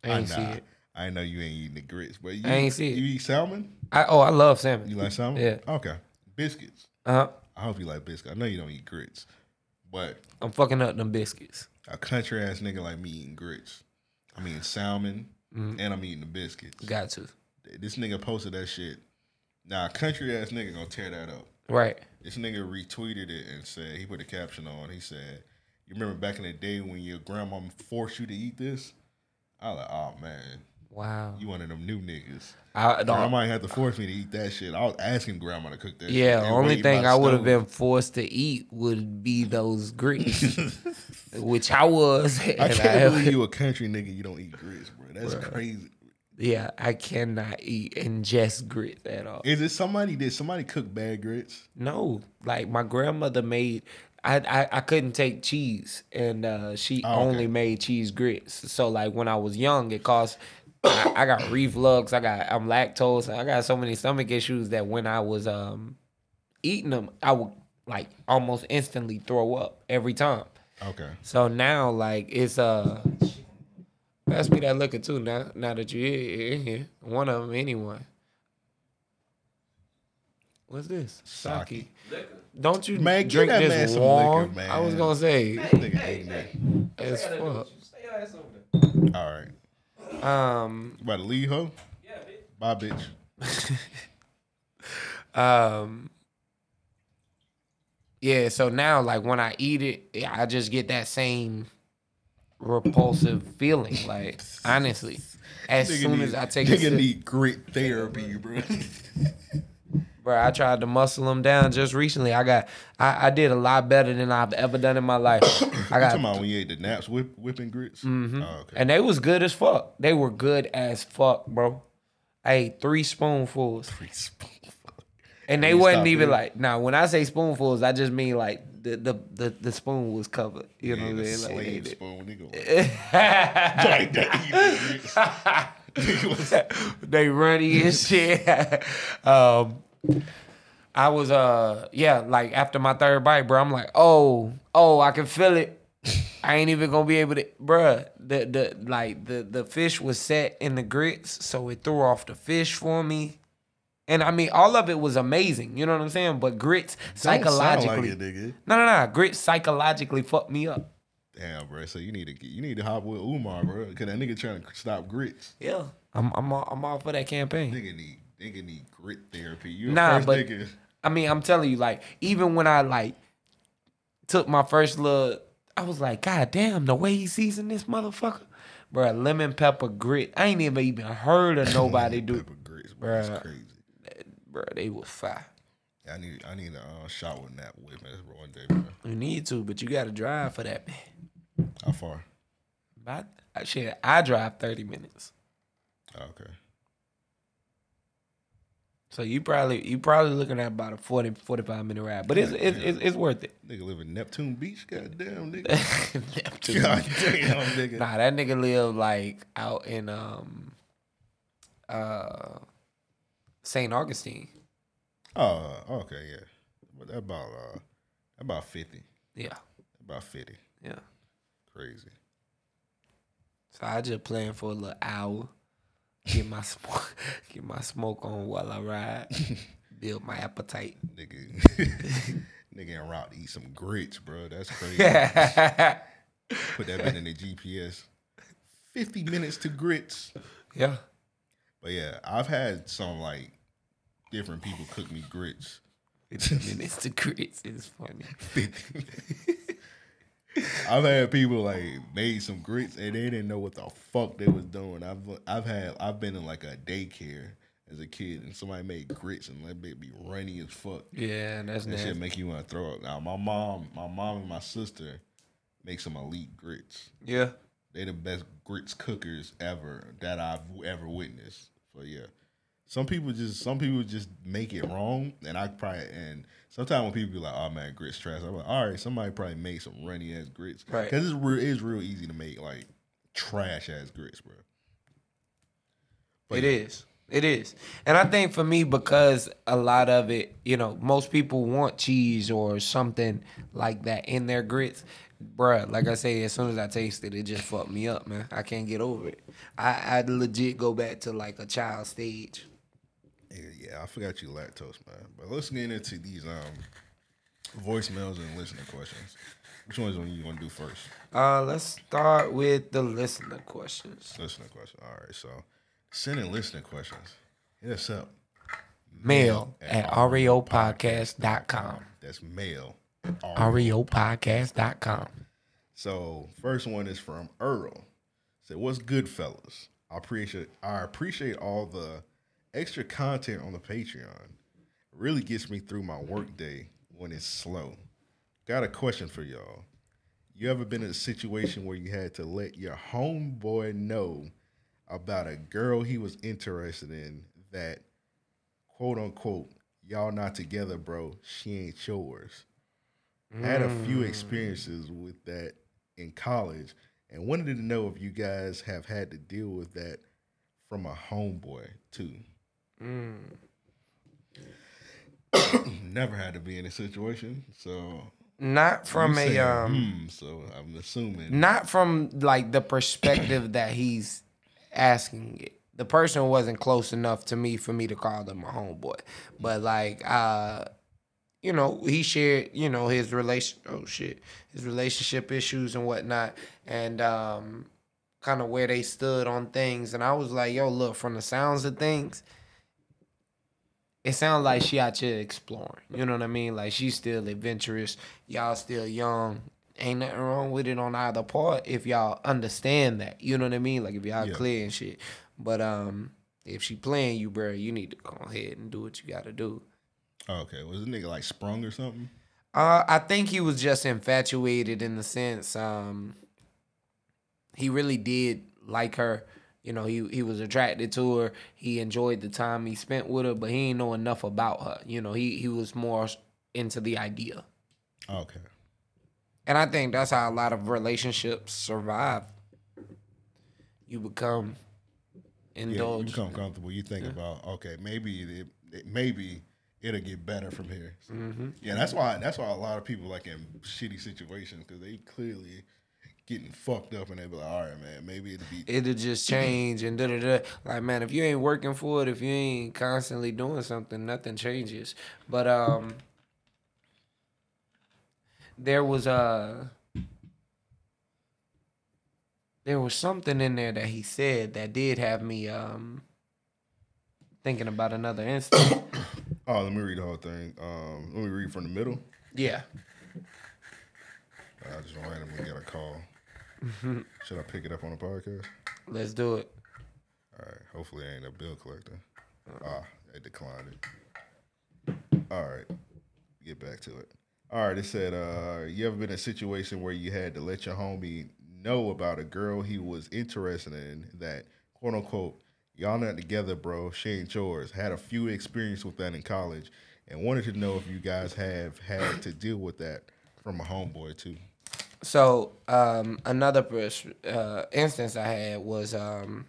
I ain't see it.
I know you ain't eating the grits, but you,
I ain't see it.
You eat salmon?
I, oh, I love salmon.
You like salmon?
Yeah.
Okay. Biscuits.
Uh-huh.
I hope you like biscuits. I know you don't eat grits, but
I'm fucking up them biscuits.
a country ass nigga like me eating grits. I'm eating salmon
Mhm.
and I'm eating the biscuits.
Got to.
This nigga posted that shit. Now, a country ass nigga gonna tear that up.
Right.
This nigga retweeted it and said, he put a caption on. He said, You remember back in the day when your grandma forced you to eat this? I was like, Oh man,
Wow.
You one of them new niggas.
I- no.
Grandma might have to force me to eat that shit. I was asking grandma to cook that.
Yeah,
shit.
the
It
only
weighed my
thing I would have
stomach.
been forced to eat would be those grits,
(laughs)
which I was. and
I can't
(laughs)
believe you a country nigga. You don't eat grits, bro. That's
Bruh.
crazy.
Yeah, I cannot eat ingest grits at all.
Is it somebody? Did somebody cook bad grits?
No, like my grandmother made. I, I, I couldn't take cheese, and uh, she
Oh, okay.
only made cheese grits. So like when I was young, it caused. I, I got reflux. I got I'm lactose. I got so many stomach issues that when I was um eating them, I would like almost instantly throw up every time.
Okay.
So now like it's uh. Pass me that liquor too now. Now that you here, in here, one of them, anyone. What's this? Sake. Don't you
Man, give
drink
that man
this
some
warm?
liquor, man.
I was gonna say.
That nigga ain't nothing.
As fuck.
All right.
Um.
You about to leave, huh? Yeah, bitch. Bye, bitch.
Um. Yeah. So now, like when I eat it, yeah, I just get that same repulsive feeling. Like honestly, as
Nigga
soon
need-
as I take a
nigga
sip,
need grit therapy, bro. (laughs)
Bro, I tried to muscle them down just recently. I got, I, I did a lot better than I've ever done in
(coughs)
my life. I
You
got,
talking about when you ate the naps whip, whipping grits?
Mhm.
Oh, okay.
and they was good as fuck. They were good as fuck, bro. I ate three spoonfuls. Three spoonfuls. And they
You
wasn't
stop
even
there?
like, nah. When I say spoonfuls, I just mean like the the the, the spoon was covered. (laughs) You know what
Yeah, the
I mean? Like, they
slave
did.
spoon, (laughs)
(laughs)
nigga. Like that.
(laughs) they runny and shit. (laughs) um, I was uh yeah, like after my third bite, bro, I'm like, oh, oh, I can feel it. I ain't even gonna be able to, bruh. The the like the the fish was set in the grits, so it threw off the fish for me. And I mean, all of it was amazing. You know what I'm saying? But grits
Don't sound like
psychologically,
it, nigga.
no, no, no, grits psychologically fucked me up.
Damn, bro. So you need to you need to hop with Umar, bro, because that nigga trying to stop grits.
Yeah, I'm I'm all, I'm all for that campaign.
Nigga need nigga need grit therapy. You
Nah,
nah, first
but-
nigga. (laughs)
I mean, I'm telling you, like, even when I like took my first look, I was like, God damn, the way he seasoned this motherfucker. Bruh, lemon pepper grit. I ain't even even heard of
(laughs)
nobody do.
grits, bro. That's
Bruh,
crazy.
bruh, they was fire.
I need I need a uh, shot with that whip bro, one day, bro.
You need to, but you gotta drive for that, man.
How far?
But I, shit, I drive 30 minutes.
Oh, okay.
So you probably you probably looking at about a 40, 45 minute ride. But it's it's, it's, it's worth it. (laughs)
Nigga live in Neptune Beach, goddamn nigga. (laughs)
Neptune.
God damn, nigga.
Nah, that nigga live like out in um uh St. Augustine.
Oh, okay, yeah. But that about uh about fifty.
Yeah.
About fifty.
Yeah.
Crazy.
So I just plan for a little hour. Get my (laughs) smoke get my smoke on while
(laughs)
I ride. Build my appetite.
Nigga (laughs) Nigga in route to eat some grits, bro. That's
(laughs)
crazy. Put that bit in the GPS. Fifty minutes to grits.
Yeah.
But yeah, I've had some like different people cook me grits.
Minutes to grits is funny.
(laughs) I've had people like made some grits and they didn't know what the fuck they was doing. I've I've had I've been in like a daycare as a kid and somebody made grits and that bit be runny as fuck.
Yeah, that's
that shit
nasty.
make you want to throw up. Now my mom, my mom and my sister make some elite grits.
Yeah.
They the best grits cookers ever that I've ever witnessed. So yeah. Some people just some people just make it wrong, and I probably and sometimes when people be like, "Oh man, grits trash," I'm like, "All right, somebody probably made some runny ass grits because
Right.
it's real it's real easy to make like trash ass grits, bro."
It is. It is. And I think for me, because a lot of it, you know, most people want cheese or something like that in their grits. Bruh, like I say, as soon as I taste it, it just fucked me up, man. I can't get over it. I, I legit go back to like a child stage.
Yeah, yeah, I forgot you lactose, man. But let's get into these um voicemails and listener questions. Which ones are you gonna do first?
Uh, let's start with the listener questions.
Listener question. All right, so send in listener questions. Hit us up.
Mail at E reopodcast.com.
That's mail.
E reopodcast.com.
So first one is from Earl. Said, "What's good, fellas? I appreciate I appreciate all the extra content on the Patreon. It really gets me through my workday when it's slow. Got a question for y'all. You ever been in a situation where you had to let your homeboy know about a girl he was interested in that quote unquote y'all not together, bro. She ain't yours. Had a few
Mm.
experiences with that in college and wanted to know if you guys have had to deal with that from a homeboy too.
Mm.
(coughs) Never had to be in a situation, so
Not
You
from a,
saying,
um,
"Hmm," so I'm assuming
Not from like the perspective (clears throat) that he's asking it. The person wasn't close enough to me for me to call them my homeboy. But like uh you know, he shared, you know, his relation oh shit. His relationship issues and whatnot and um kind of where they stood on things and I was like, yo, look, from the sounds of things, it sounds like she out here exploring. You know what I mean? Like she's still adventurous. Y'all still young. Ain't nothing wrong with it on either part if y'all understand that. You know what I mean? Like if y'all
Yeah.
clear and shit. But um, if she playing you, bro, you need to go ahead and do what you gotta do.
Okay, was the nigga like sprung or something?
Uh, I think he was just infatuated in the sense um, he really did like her. You know, he he was attracted to her. He enjoyed the time he spent with her, but he didn't know enough about her. You know, he he was more into the idea,
Okay.
and I think that's how a lot of relationships survive. You become
Yeah, you
indulged.
become comfortable. You think
Yeah.
about okay, maybe it, it maybe it'll get better from here.
Mhm.
Yeah, that's why that's why a lot of people like in shitty situations because they clearly getting fucked up and they be like, all right, man, maybe it'll be
it'll
Mm-hmm.
just change and da da da. Like man, if you ain't working for it, if you ain't constantly doing something, nothing changes. But um, there was uh, a there was something in there that he said that did have me um thinking about another
(coughs)
instance.
Oh, let me read the whole thing. Um, let me read from the middle.
yeah.
I just randomly got a call.
Mhm.
Should I pick it up on the podcast?
Let's do it.
All right. Hopefully, it ain't a bill collector. Ah, they declined it. All right. Get back to it. All right. It said, uh, you ever been in a situation where you had to let your homie know about a girl he was interested in that, quote unquote, y'all not together, bro. She ain't yours. Had a few experience with that in college and wanted to know if you guys have had to deal with that from a homeboy, too.
So um, another pers- uh, instance I had was um,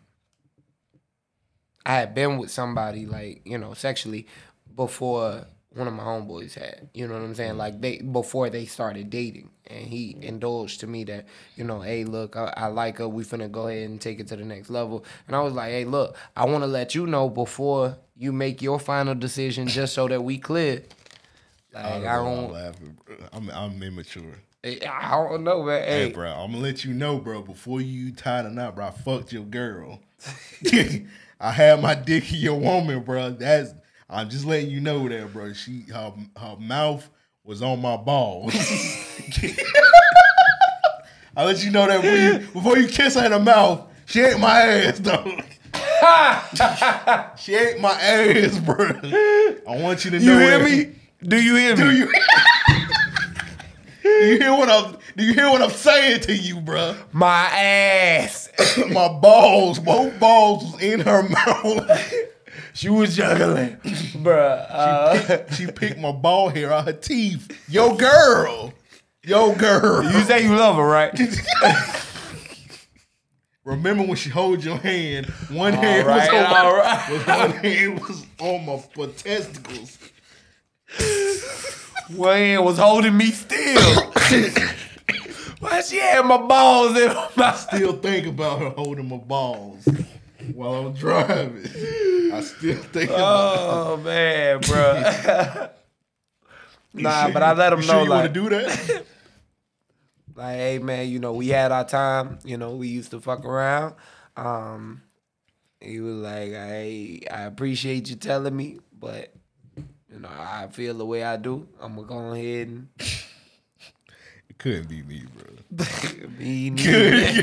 I had been with somebody like you know sexually before one of my homeboys had. You know what I'm saying?
Mm-hmm.
Like they before they started dating, and he indulged to me that you know, hey, look, I, I like her. We finna go ahead and take it to the next level. And I was like, hey, look, I want to let you know before you make your final decision, just so that we clear. Like I
don't
don't.
know why I'm, laughing, bro. I'm, I'm immature.
Hey, I don't know, man.
Hey,
Hey.
bro, I'm gonna let you know, bro. Before you tied or not, bro, I fucked your girl. I had my dick in your woman, bro. That's I'm just letting you know that, bro. She her her mouth was on my balls. I let you know that when you, before you kiss her in the mouth, she ain't my ass, though. she ain't my ass, bro. I want you to know.
You hear
that.
me? Do you hear me?
Do you? Do you hear what I'm? Do you hear what I'm saying to you, bruh?
My ass,
my balls, both balls was in her (laughs) mouth.
she was juggling, bruh. uh.
She, picked, she picked my ball hair out her teeth. Yo, girl, yo, girl.
You say you love her, right?
Remember when she hold your hand? One
All
hand
(laughs) right,
was on
all
my,
right.
was (laughs) one hand was on my p-
(laughs)
testicles.
One hand was holding me still. Why she had my balls in my
still think about her holding my balls while I'm driving. I still think about
Oh man, bruh. (laughs) nah, but I let
You
him
sure
know
you
like,
want to do
(laughs)
that?
like, hey man, you know we had our time. You know we used to fuck around. Um, he was like, hey, I appreciate you telling me, but you know I feel the way I do. I'm gonna go ahead and
It couldn't be me, bro.
(laughs) be (laughs)
Could,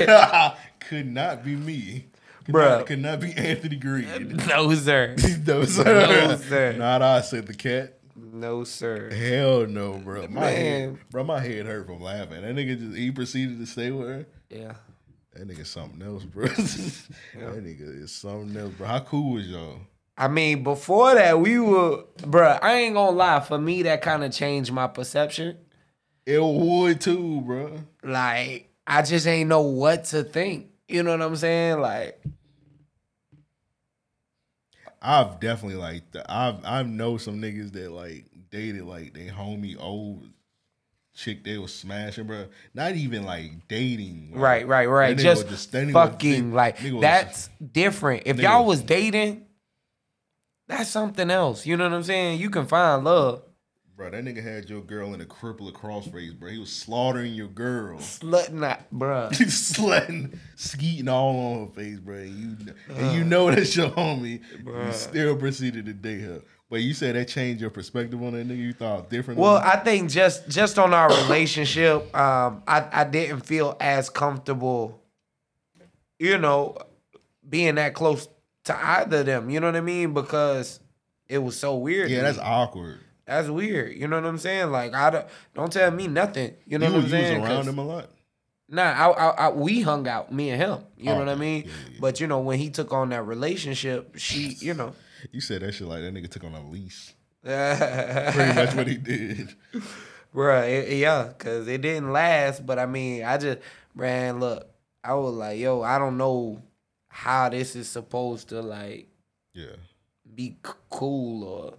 yeah, could not be me. Bruh.
Bruh.
It cannot be Anthony
(laughs)
Green. (laughs)
No, sir.
no, sir.
No, sir.
Not I, said the cat.
No, sir.
Hell no, bro. My head,
Man.
bro, my head hurt from laughing. That nigga just, he proceeded to stay with her.
Yeah.
That nigga something else, bro. (laughs) That nigga is something else, bro. How cool was y'all?
I mean, before that, we were, bruh, I ain't gonna lie. For me, that kind of changed my perception.
It would too, bruh.
Like, I just ain't know what to think. You know what I'm saying? Like,
I've definitely like th- I've I've know some niggas that like dated like they homie old chick they was smashing, bro. Not even like dating. like,
right, right, right.
that nigga
Just,
was that nigga was-
fucking,
nigga-
like,
nigga was-
that's different. If
nigga
y'all
was-
was dating, that's something else. You know what I'm saying? You can find love.
bro. That nigga had your girl in a cripple across face, bro. He was slaughtering your girl. (laughs)
Slut not, bruh.
Slutting, skeeting all on her face, bro. And you, kn- and you know that's your homie. You
Bruh.
still proceeded to date her. But you said that changed your perspective on that nigga. You thought differently.
Well, I think just just on our relationship, um, I I didn't feel as comfortable, you know, being that close to either of them. You know what I mean? Because it was so weird.
yeah,
to
that's
me.
awkward.
that's weird. You know what I'm saying? Like I don't don't tell me nothing. You know
you
what I'm
was
saying?
around
'Cause-
him a lot.
Nah, I, I, I we hung out, me and him. You know what I
Okay.
mean? But you know when he took on that relationship, she, you know,
You said that shit like that nigga took on a lease. Pretty
pretty
much what (laughs) he did.
Bruh, it- it- yeah, cause it didn't last. But I mean, I just man, look, I was like, yo, I don't know how this is supposed to like
Yeah.
be c- cool or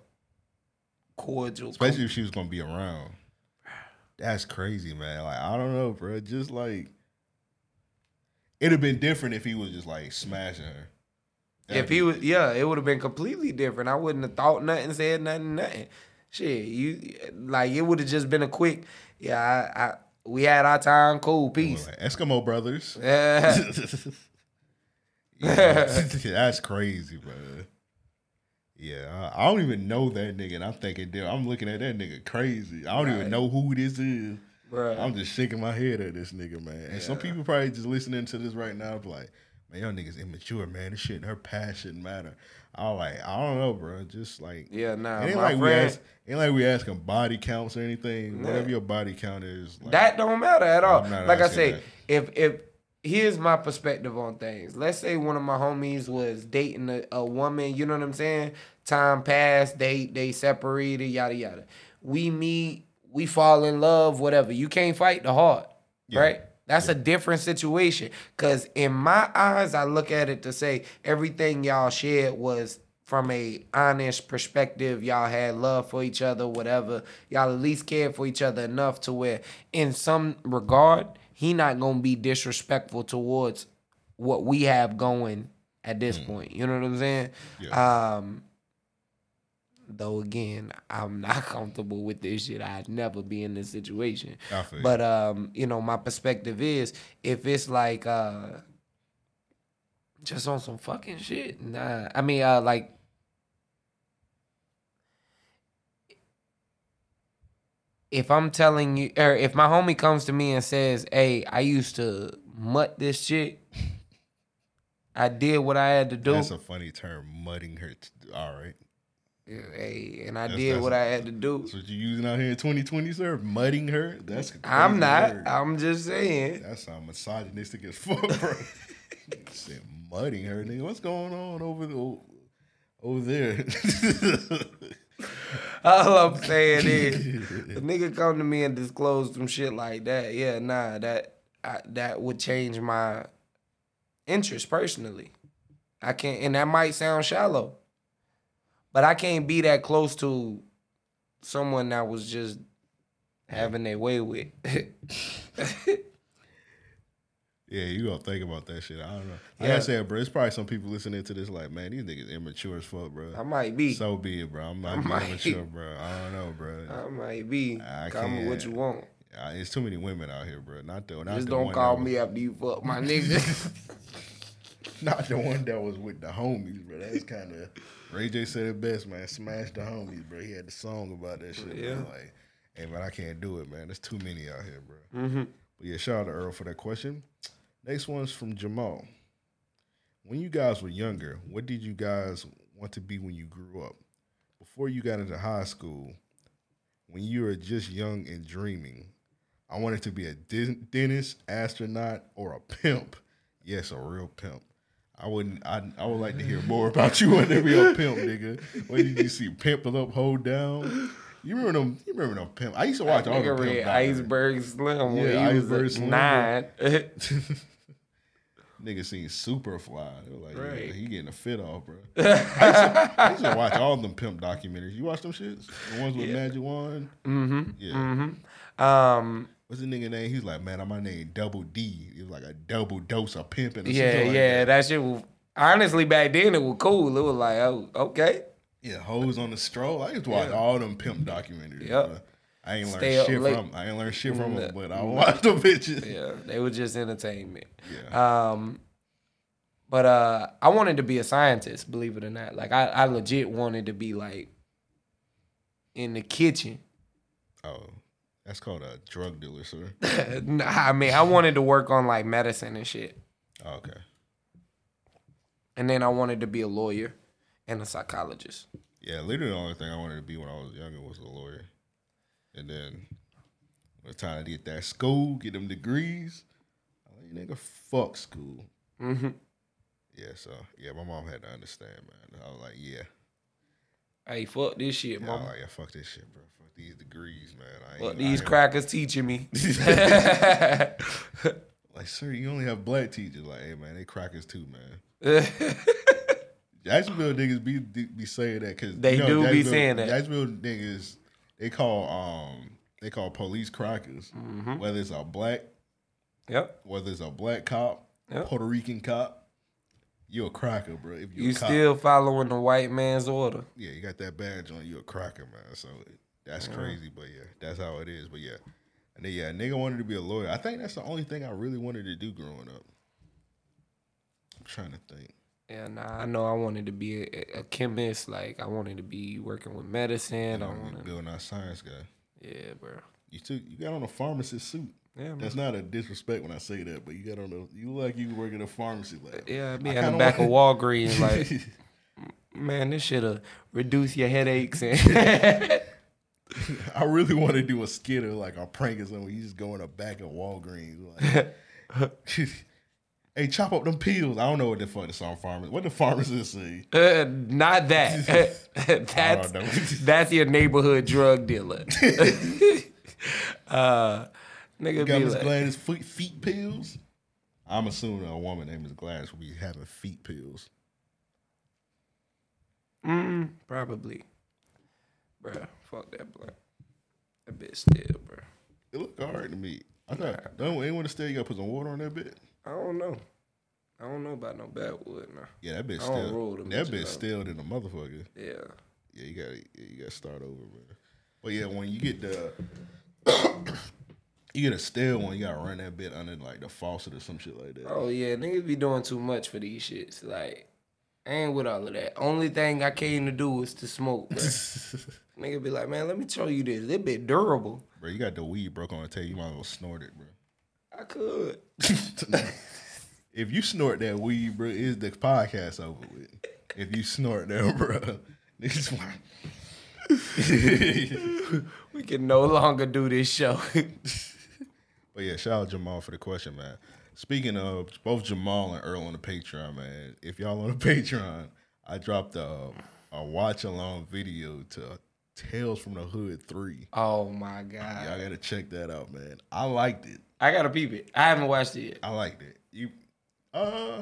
cordial.
Especially if she was gonna be around. That's crazy, man. Like, I don't know, bro. Just like it'd have been different if he was just like smashing her.
if he was, yeah, it would have been completely different. I wouldn't have thought nothing, said nothing, nothing. Shit, you like it would have just been a quick, yeah. I, I we had our time, cool, peace.
Like, Eskimo brothers.
(laughs) Yeah.
(laughs) Yeah. (laughs) That's crazy, bro. Yeah, I, I don't even know that nigga, and I'm thinking, damn, I'm looking at that nigga crazy. I don't even
Right.
know who this is.
Bruh.
I'm just shaking my head at this nigga, man. And some people probably just listening to this right now, be like, man, y'all niggas immature, man. This shit, her passion matter. I like, I don't know, bro. Just like,
Yeah, nah,
It ain't
my
like we
friend-
ask, ain't like we asking body counts or anything.
Nah.
Whatever your body count is, like,
that don't matter at all.
I'm not
Like I
asking
say,
that.
if if here's my perspective on things. Let's say one of my homies was dating a, a woman, you know what I'm saying? Time passed, they they separated, yada yada. We meet, we fall in love, whatever. You can't fight the heart,
Yeah.
right? That's a different situation. Cause in my eyes, I look at it to say everything y'all shared was from a honest perspective. Y'all had love for each other, whatever. Y'all at least cared for each other enough to where in some regard, he not gonna be disrespectful towards what we have going at
Mm.
this point. You know what I'm saying? Um though again, I'm (laughs) not comfortable with this shit. I'd never be in this situation.
I feel you.
But um, you know, my perspective is if it's like uh just on some fucking shit, nah. I mean, uh like if I'm telling you or if my homie comes to me and says, Hey, I used to mutt this
(laughs)
shit, I did what I had to do.
that's a funny term, mudding her. T- all right,
Hey, and I
That's-
did
that's
what
a-
I had to do.
that's what you using out here in 2020, sir. Mudding her. That's a
I'm
crazy
not.
word.
I'm just saying.
That sound misogynistic as fuck,
(laughs)
bro. Said mudding her, nigga. What's going on over the, over there? (laughs)
All I'm saying
(laughs)
is, a nigga come to me and disclose some shit like that. Yeah, nah, that I, that would change my interest personally. I can't, and that might sound shallow, but I can't be that close to someone that was just having their way with. (laughs)
yeah, you gonna think about that shit. I don't know. Like I
Yeah.
said, bro, it's probably some people listening to this like, man, these niggas immature as fuck, bro.
I might be.
So be it, bro. I'm
I
not being
might.
immature, bro. I don't know, bro.
I might be.
I
Call me what
can't.
you want.
I, it's too many women out here, bro. Not the not
Just
the
don't
one
call
that was-
me after you
(laughs)
fuck my nigga.
Not the one that was with the homies, bro. That's kind of Ray J said it best, man. Smash the homies, bro. He had the song about that shit. Yeah.
Yeah.
Like, hey man, I can't do it, man. There's too many out here, bro.
Mhm.
But yeah, shout out to Earl for that question. Next one's from Jamal. When you guys were younger, what did you guys want to be when you grew up? Before you got into high school, when you were just young and dreaming, I wanted to be a den- dentist, astronaut, or a pimp. Yes, a real pimp. I wouldn't. I, I would like to hear more about you wanting to be
(laughs)
a pimp, nigga. What did you see? Pimple up, hold down. You remember them? You remember them pimp? I used to watch all the
Nigga read
pimp. documentaries.
Iceberg Slim when
Yeah,
he
Iceberg
was
Slim.
Slim. nine.
Nigga seen super fly. They were like, yeah,
Right.
he getting a fit off,
(laughs)
bro. I, used to, I used to watch all them pimp documentaries. You watch them shits? The ones with Magic Wand?
Mhm,
Yeah.
Mm-hmm. (laughs) Um,
What's the nigga name? He's like, man, I'm my name Double D. It was like a double dose of pimping. Or
yeah,
something like
yeah, that shit. Was, honestly, back then it was cool. It was like, oh, okay,
Yeah, hoes on the stroll. I used to watch
Yeah.
all them pimp documentaries.
Yep.
bruh. I ain't learned
Stay up
shit
late.
from. I ain't learned shit from
No,
them, but I
no.
watched them bitches.
Yeah, they were just entertainment.
Yeah.
Um, but uh, I wanted to be a scientist, believe it or not. Like I, I legit wanted to be like in the kitchen. (laughs)
Oh, that's called a drug dealer, sir.
Nah, I mean, I wanted to work on like medicine and shit,
Oh, okay.
and then I wanted to be a lawyer and a psychologist.
Yeah, literally the only thing I wanted to be when I was younger was a lawyer. And then by the time to get that school, get them degrees, I like, nigga, fuck school.
Mm-hmm.
Yeah, so yeah, my mom had to understand, man. I was like, yeah,
Hey, fuck this shit,
yeah, I was
mama.
like, yeah, fuck this shit, bro. Fuck these degrees, man. I ain't,
Fuck
I
these
ain't-
crackers
(laughs)
teaching me. (laughs)
Like, sir, you only have black teachers. Like, hey, man, they crackers too, man.
yeah,
Jacksonville niggas be be saying that because
They do be saying that.
Jacksonville niggas they call um they call police crackers
Mm-hmm.
whether it's a black
Yep.
whether it's a black cop
Yep.
Puerto Rican cop you a cracker bro if you,
you
a cop,
still following the white man's order.
yeah you got that badge on you a cracker man so that's
Yeah.
crazy but yeah that's how it is but yeah and then, yeah a nigga wanted to be a lawyer I think that's the only thing I really wanted to do growing up I'm trying to think
Yeah, nah, I know I wanted to be a, a chemist. Like, I wanted to be working with medicine. I
we
wanted,
building our science guy.
yeah, bro.
You took you got on a pharmacist suit.
Yeah,
That's not a disrespect when I say that, but you got on a you look like you work at a pharmacy lab.
Yeah, I
I
be at
kinda
the back of
want-
Walgreens, like,
(laughs)
man, this should reduce your headaches. And
(laughs)
(laughs)
I really want to do a skit or like a prank or something. where You just go in the back of Walgreens, like, (laughs) hey, chop up them pills. I don't know what the fuck the song pharmacist. What the pharmacist say?
uh,
(laughs)
not that. (laughs)
I don't (laughs) know.
that's that's your neighborhood drug
(laughs)
dealer. (laughs) uh,
You
nigga,
got
be
Miss
like,
Gladys feet, feet pills. I'm assuming a woman named Miss Gladys will be having feet pills.
Mm, probably. Bruh, fuck that blunt. That bitch still, bruh.
It looked hard to me. I thought, don't anyone to stay? You got to put some water on that bit.
I don't know. I don't know about no backwood now.
Yeah, that bitch
I don't roll
still.
them
That
bitches
bitch
out.
still in the motherfucker.
Yeah.
Yeah, you gotta yeah, you gotta start over, man. But yeah, when you get the (coughs) you get a stale one, you gotta run that bit under like the faucet or some shit like that.
Oh yeah, niggas be doing too much for these shits. Like, I ain't with all of that. Only thing I came to do is to smoke, bruh.
(laughs)
Nigga be like, man, let me show you this. It bit durable.
Bro, you got the weed broke on the table, you might as well snort it, bro. (laughs)
I could.
if you snort that weed, bro, is the podcast over with. If you snort that, (laughs) bro. This is (laughs) why
We can no longer do this show. (laughs)
But yeah, shout out Jamal for the question, man. Speaking of both Jamal and Earl on the Patreon, man. If y'all on the (laughs) Patreon, I dropped a, a watch along video to Tales from the Hood three.
oh my god.
Y'all gotta check that out, man. I liked it.
I gotta peep it. I haven't watched it yet.
I liked it. You, uh,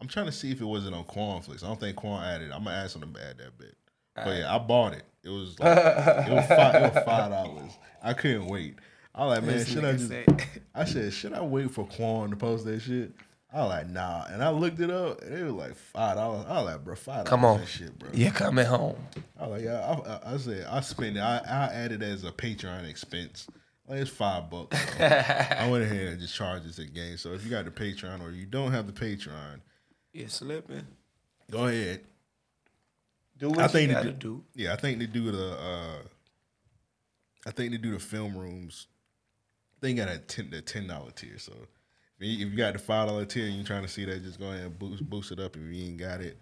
I'm trying to see if it wasn't on Quan Flix. I don't think Quan added. it. I'm gonna ask him to add that bit. But yeah, I bought it. It was like it
(laughs)
was five, it was five dollars. I couldn't wait. I was like, man,
This
should I
nigga
just?
say- (laughs)
I said, should I wait for Quan to post that shit? I was like, nah. And I looked it up, and it was like five dollars. I was like, bro, five dollars.
Come on.
that shit, bro.
You're coming home.
I was like, yeah. I, I, I said, I spent it. I, I added it as a Patreon expense. Like it's five bucks.
(laughs)
bro. I went ahead and just charged this at game. So if you got the Patreon or you don't have the Patreon,
It's slipping.
go ahead.
Do what
I think they
you gotta
do,
do.
Yeah, I think they do the. Uh, I think they do the film rooms. They got a ten the ten dollar tier. So if If you if you got the five dollar tier and you trying to see that, just go ahead and boost boost it up if you ain't got it.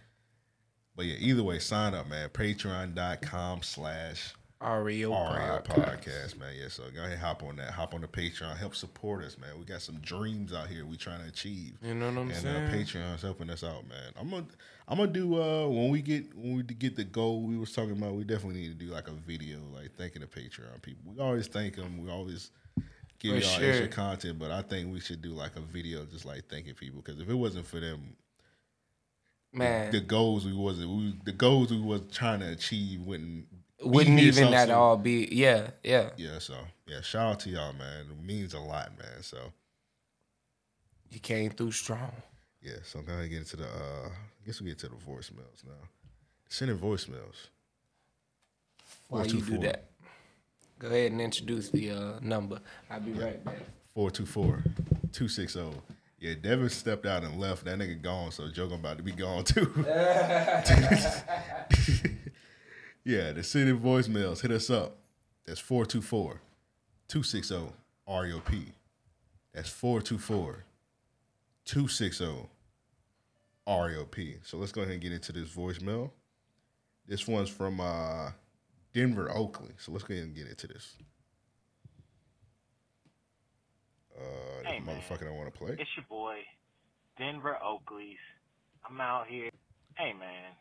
But yeah, either way, sign up, man. Patreon.com slash
REO
REO
E Podcast.
E podcast, man. Yeah, so go ahead and hop on that. Hop on the Patreon. Help support us, man. We got some dreams out here we trying to achieve.
You know what I'm
and,
saying?
Uh, Patreon's helping us out, man. I'm gonna I'm gonna do uh when we get when we get the goal we was talking about, we definitely need to do like a video, like thanking the Patreon people. We always thank them. We always give
For
y'all
sure.
extra content, but I think we should do like a video just like thanking people because if it wasn't for them, the-
Man.
the, goals we wasn't we, the goals we was trying to achieve wouldn't be
Wouldn't
here
even
so
at
soon.
all be- yeah, yeah.
yeah. So yeah, shout out to y'all, man. It means a lot, man. So
you came through strong.
Yeah, so now we get into the. uh I guess we get to the voicemails now. Send in voicemails.
Why you do
424.
that? Go ahead and introduce the uh, number. I'll be right back.
424 260. oh. Yeah, Devin stepped out and left. That nigga gone, so Joe gonna about to be gone too. (laughs) yeah, the city voicemails. Hit us up. That's 424 260 ROP. E That's 424 260 ROP. E So let's go ahead and get into this voicemail. This one's from uh, Denver, Oakley. So let's go ahead and get into this. Uh, this
Hey, man.
motherfucker don't want to play.
It's your boy, Denver Oakleys. I'm out here. Hey, man.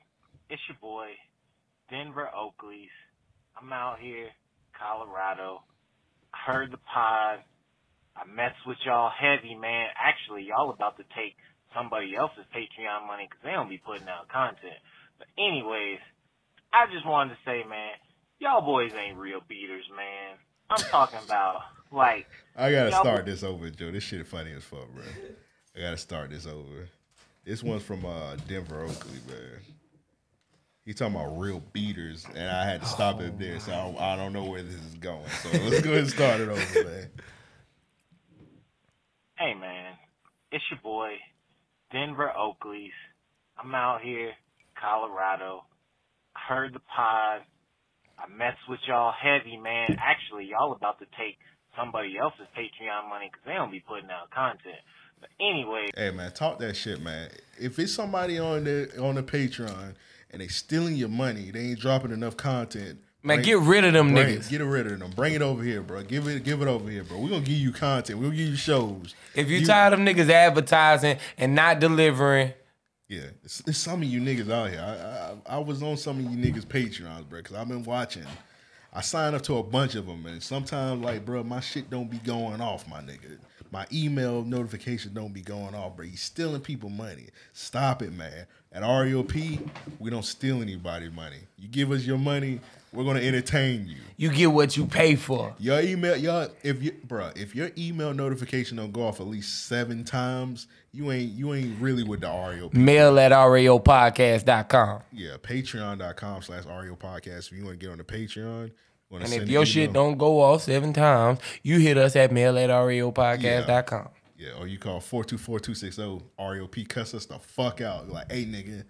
It's your boy, Denver Oakleys. I'm out here, Colorado. I heard the pod. I mess with y'all heavy, man. Actually, y'all about to take somebody else's Patreon money because they don't be putting out content. But anyways, I just wanted to say, man, y'all boys ain't real beaters, man. I'm talking about like
I gotta
y'all
start this over, Joe. This shit funny as fuck, bro. I gotta start this over. This one's from uh, Denver Oakley, man. He talking about real beaters, and I had to stop it there, so I don't, I don't know where this is going. So (laughs) let's go ahead and start it over, man.
Hey man, it's your boy, Denver Oakleys. I'm out here, Colorado. I heard the pod. I mess with y'all heavy, man. Actually, y'all about to take somebody else's Patreon money because they don't be putting out content. But anyway,
Hey man, talk that shit, man. If it's somebody on the on the Patreon and they stealing your money, they ain't dropping enough content.
Man, get rid of them
bring-
niggas.
Get rid of them. Bring it over here, bro. Give it give it over here, bro. We're gonna give you content. We'll give you shows.
If you, tired of niggas advertising and not delivering,
Yeah, it's, it's some of you niggas out here. I, I I was on some of you niggas Patreons, bro, because I've been watching. I signed up to a bunch of them, and sometimes, like, bro, my shit don't be going off, my nigga. My email notification don't be going off, bro. You stealing people money. Stop it, man. At REOP, we don't steal anybody money. You give us your money, we're gonna entertain you.
you get what you pay for.
Your email, y'all. If you, bro, if your email notification don't go off at least seven times, you ain't you ain't really with the E REOP.
Mail at E reopodcast.com.
Yeah, patreon.com slash REO podcast. If you want to get on the Patreon, want
And if your shit don't go off seven times, you hit us at mail at E reopodcast.com.
Yeah, or you call 424-260-REOP, oh, cuss us the fuck out. Like, hey nigga.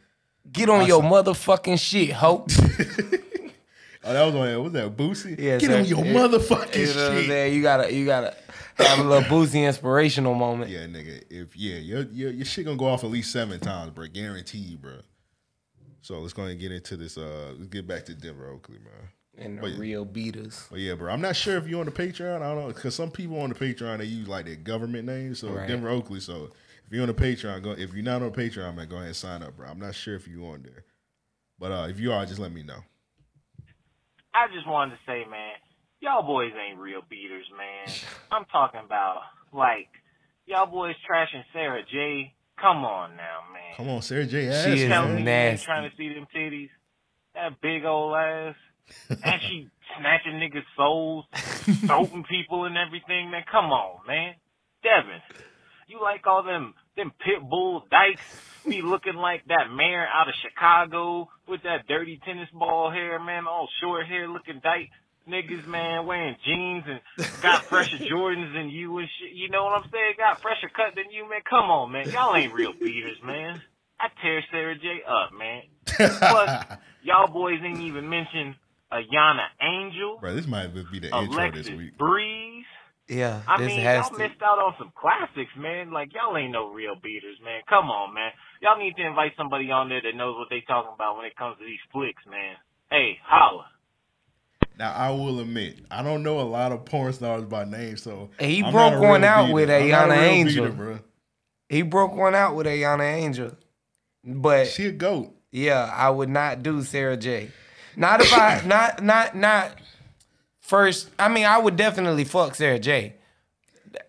Get on
I
your
saw-
motherfucking shit, (laughs) hoe.
Oh, that was on what was that? Boosie?
Yeah,
Get
so-
on your
yeah,
motherfucking
you know what I'm
shit.
saying? You gotta you gotta have a little boozy inspirational moment.
Yeah, nigga. If yeah, your, your your shit gonna go off at least seven times, bro. Guaranteed, bro. So let's go ahead and get into this. Uh, let's get back to Denver, Oakley, man.
And the real beaters.
But yeah, bro. I'm not sure if you on the Patreon. I don't know because some people on the Patreon they use like their government name. So
Right.
Denver, Oakley. So if you're on the Patreon, go. If you're not on Patreon, man, go ahead and sign up, bro. I'm not sure if you on there, but uh, if you are, just let me know.
I just wanted to say, man, y'all boys ain't real beaters, man. I'm talking about like y'all boys trashing Sarah J. Come on now, man.
Come on, Sarah J. Ass,
She is
man.
nasty.
Trying to see them titties, that big old ass, and she (laughs) snatching niggas' souls,
(laughs)
soaking people and everything. Man, come on, man, Devin, you like all them them pit bull dykes? Be looking like that mayor out of Chicago with that dirty tennis ball hair, man, all short hair looking dyke. Niggas, man, wearing jeans and got
(laughs)
fresher Jordans than you and shit. You know what I'm saying? Got fresher cut than you, man. Come on, man. Y'all ain't real beaters, man. I tear Sarah J up, man.
(laughs)
Plus, y'all boys ain't even mention Ayana Angel,
Bro, this might be the intro
Alexis
this week.
Breeze,
Yeah,
I
this
mean,
has
y'all
to.
missed out on some classics, man. Like y'all ain't no real beaters, man. Come on, man. Y'all need to invite somebody on there that knows what they talking about when it comes to these flicks, man. Hey, holla.
Now I will admit, I don't know a lot of porn stars by name, so
He
I'm
broke
not a
one
real
out
beater.
with
I'm not a
Ayana
real
Angel.
beater, bruh.
He broke one out with Ayana Angel, but
she a goat.
Yeah, I would not do Sarah J. Not if (coughs) I not not not first. I mean, I would definitely fuck Sarah J.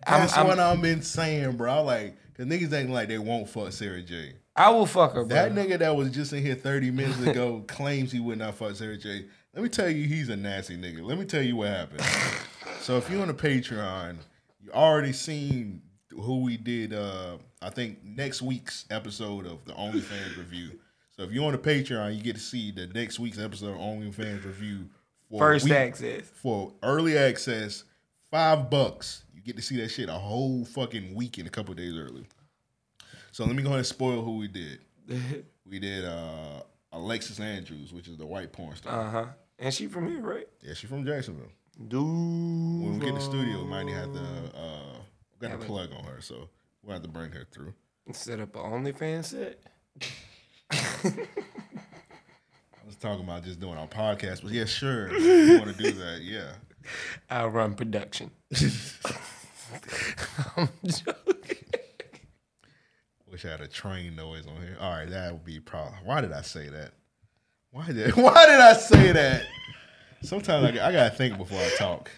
I'm-
That's
I'm-
what I'm been saying, bro. Like, cause niggas acting like they won't fuck Sarah J.
I will fuck her, bro.
That nigga that was just in here 30 minutes
(laughs)
ago claims he would not fuck Sarah J. Let me tell you, he's a nasty nigga. Let me tell you what happened. so if you're on the Patreon, you already seen who we did. Uh, I think next week's episode of the OnlyFans review. So if you're on the Patreon, you get to see the next week's episode of OnlyFans review.
First access.
for early access, five bucks. You get to see that shit a whole fucking weekend, a couple days early. So let me go ahead and spoil who we did. we did uh Alexis Andrews, which is the white porn star.
Uh huh. And she from here, right?
Yeah, she from Jacksonville.
Dude.
When we get in the studio, we might have to uh we got
Have
a
it.
plug on her, so we'll have to bring her through.
Set up an OnlyFans set.
I was talking about just doing our podcast, but yeah,
(laughs)
sure. you wanna do that, yeah.
I'll run (laughs) production. I'm joking.
Wish I had a train noise on here. All right, that would be probably. Why did I say that? Why did (laughs) Why did I say that? Sometimes I, I gotta think before I talk.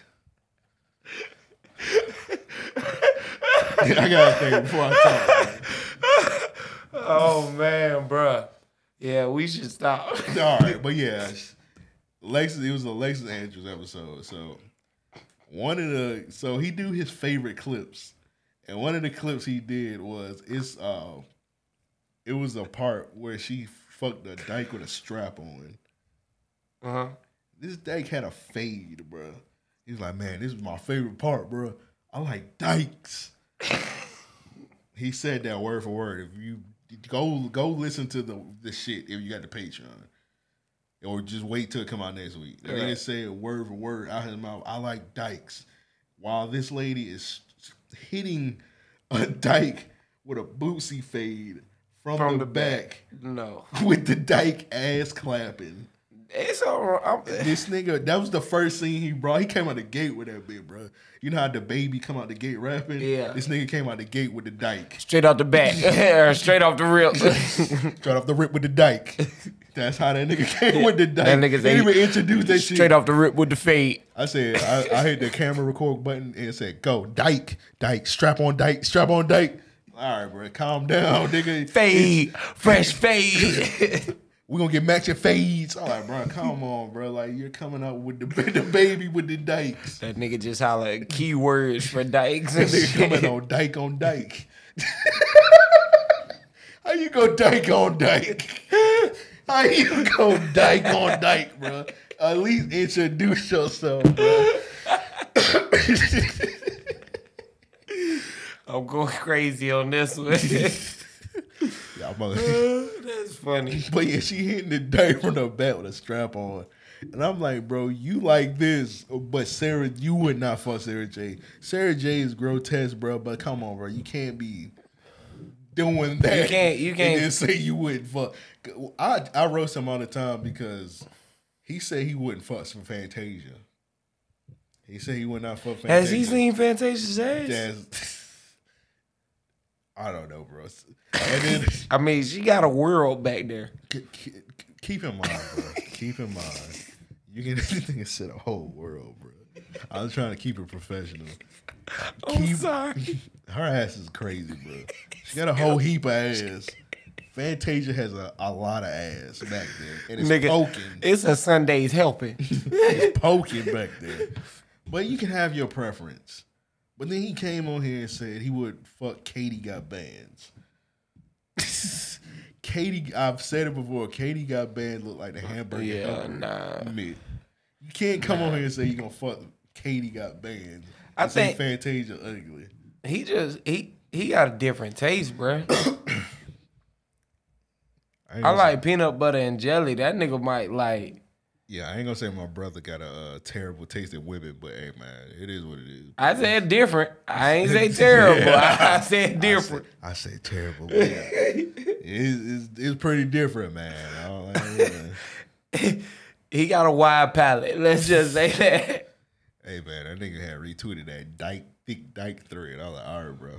(laughs) I gotta think before I talk.
Oh man, bruh. Yeah, we should stop.
(laughs) All right, but yeah, Lexus. It was a Lexus Andrews episode. So one of the so he do his favorite clips, and one of the clips he did was it's uh, it was a part where she fucked a dyke with a strap on.
Uh huh.
This dyke had a fade, bro. He's like, man, this is my favorite part, bro. I like dykes. he said that word for word. If you go go listen to the the shit, if you got the Patreon, or just wait till it come out next week. The nigga
Right.
said word for word out his mouth. I like dykes. While this lady is hitting a (laughs) dyke with a bootsy fade from, the, back,
No.
with the dyke ass clapping.
It's all right. I'm- (laughs)
This nigga, that was the first scene he brought. He came out the gate with that bit, bro. You know how the baby come out the gate rapping?
Yeah.
This nigga came out the gate with the dyke.
Straight off the (laughs) back. Or straight off the rip.
Straight off the rip with the dyke. That's how that nigga (laughs) came with the dyke.
That nigga's
they
a-
even introduced that shit.
Straight off the rip with the fade.
I said, I, I hit the camera record button and it said, go, dyke, dyke, strap on dyke, strap on dyke. All right, bro, calm down, (laughs) nigga.
Fade. Fresh fade.
We're gonna get matching fades. All right, bro, come on, bro. Like, you're coming out with the, (laughs) the baby with the dykes.
That nigga just holler keywords for dykes (laughs)
That
and
(laughs) nigga coming
shit.
on dyke on dyke. (laughs) How you go dyke on dyke? (laughs) How you go dyke on dyke, bro? At least introduce yourself, bro.
(laughs)
(laughs)
I'm going crazy on this one. (laughs)
Y'all mother-
That's funny.
but yeah, she hitting the dyke from the back with a strap on. And I'm like, bro, you like this, but Sarah, you would not fuck Sarah J. Sarah J is grotesque, bro, but come on, bro. You can't be doing that.
You can't- you can't-
And then say you wouldn't fuck. I, I roast him all the time because he said he wouldn't fuck some Fantasia. He said he would not fuck Fantasia.
Has he seen Fantasia's ass?
That's- (laughs) I don't know, bro. And then
I mean, she got a world back there.
K- k- keep in mind, bro. keep in mind, you can (laughs) anything and set a whole world, bro. I was trying to keep it professional. Oh,
I'm (laughs) sorry.
Her ass is crazy, bro. She got a whole heap of ass. Fantasia has a, a lot of ass back there, and it's
Nigga,
poking,
it's a Sunday's helping.
it's poking back there. But you can have your preference. But then he came on here and said he would fuck Katie got bands. (laughs) Katie, I've said it before. Katie got banned. Look like the hamburger.
Yeah,
helper
nah.
mitt. You can't come on here and say you gonna fuck Katie got banned.
I
I say
think-
Fantasia ugly.
He just he he got a different taste, bruh.
ain't
I
gonna (coughs)
like peanut butter and jelly. That nigga might like
Yeah, I ain't gonna say my brother got a uh, terrible taste in women, but hey, man, it is what it is.
I said different. I
(laughs)
ain't say terrible. (laughs) I, I
I
said different.
I say terrible. But yeah. it's, it's, it's pretty different, man. I don't- I don't know, man.
he got a wide palate. Let's just say that.
(laughs)
(laughs)
hey, man, that nigga had retweeted that dyke, thick dyke thread. I was like, all right, bro.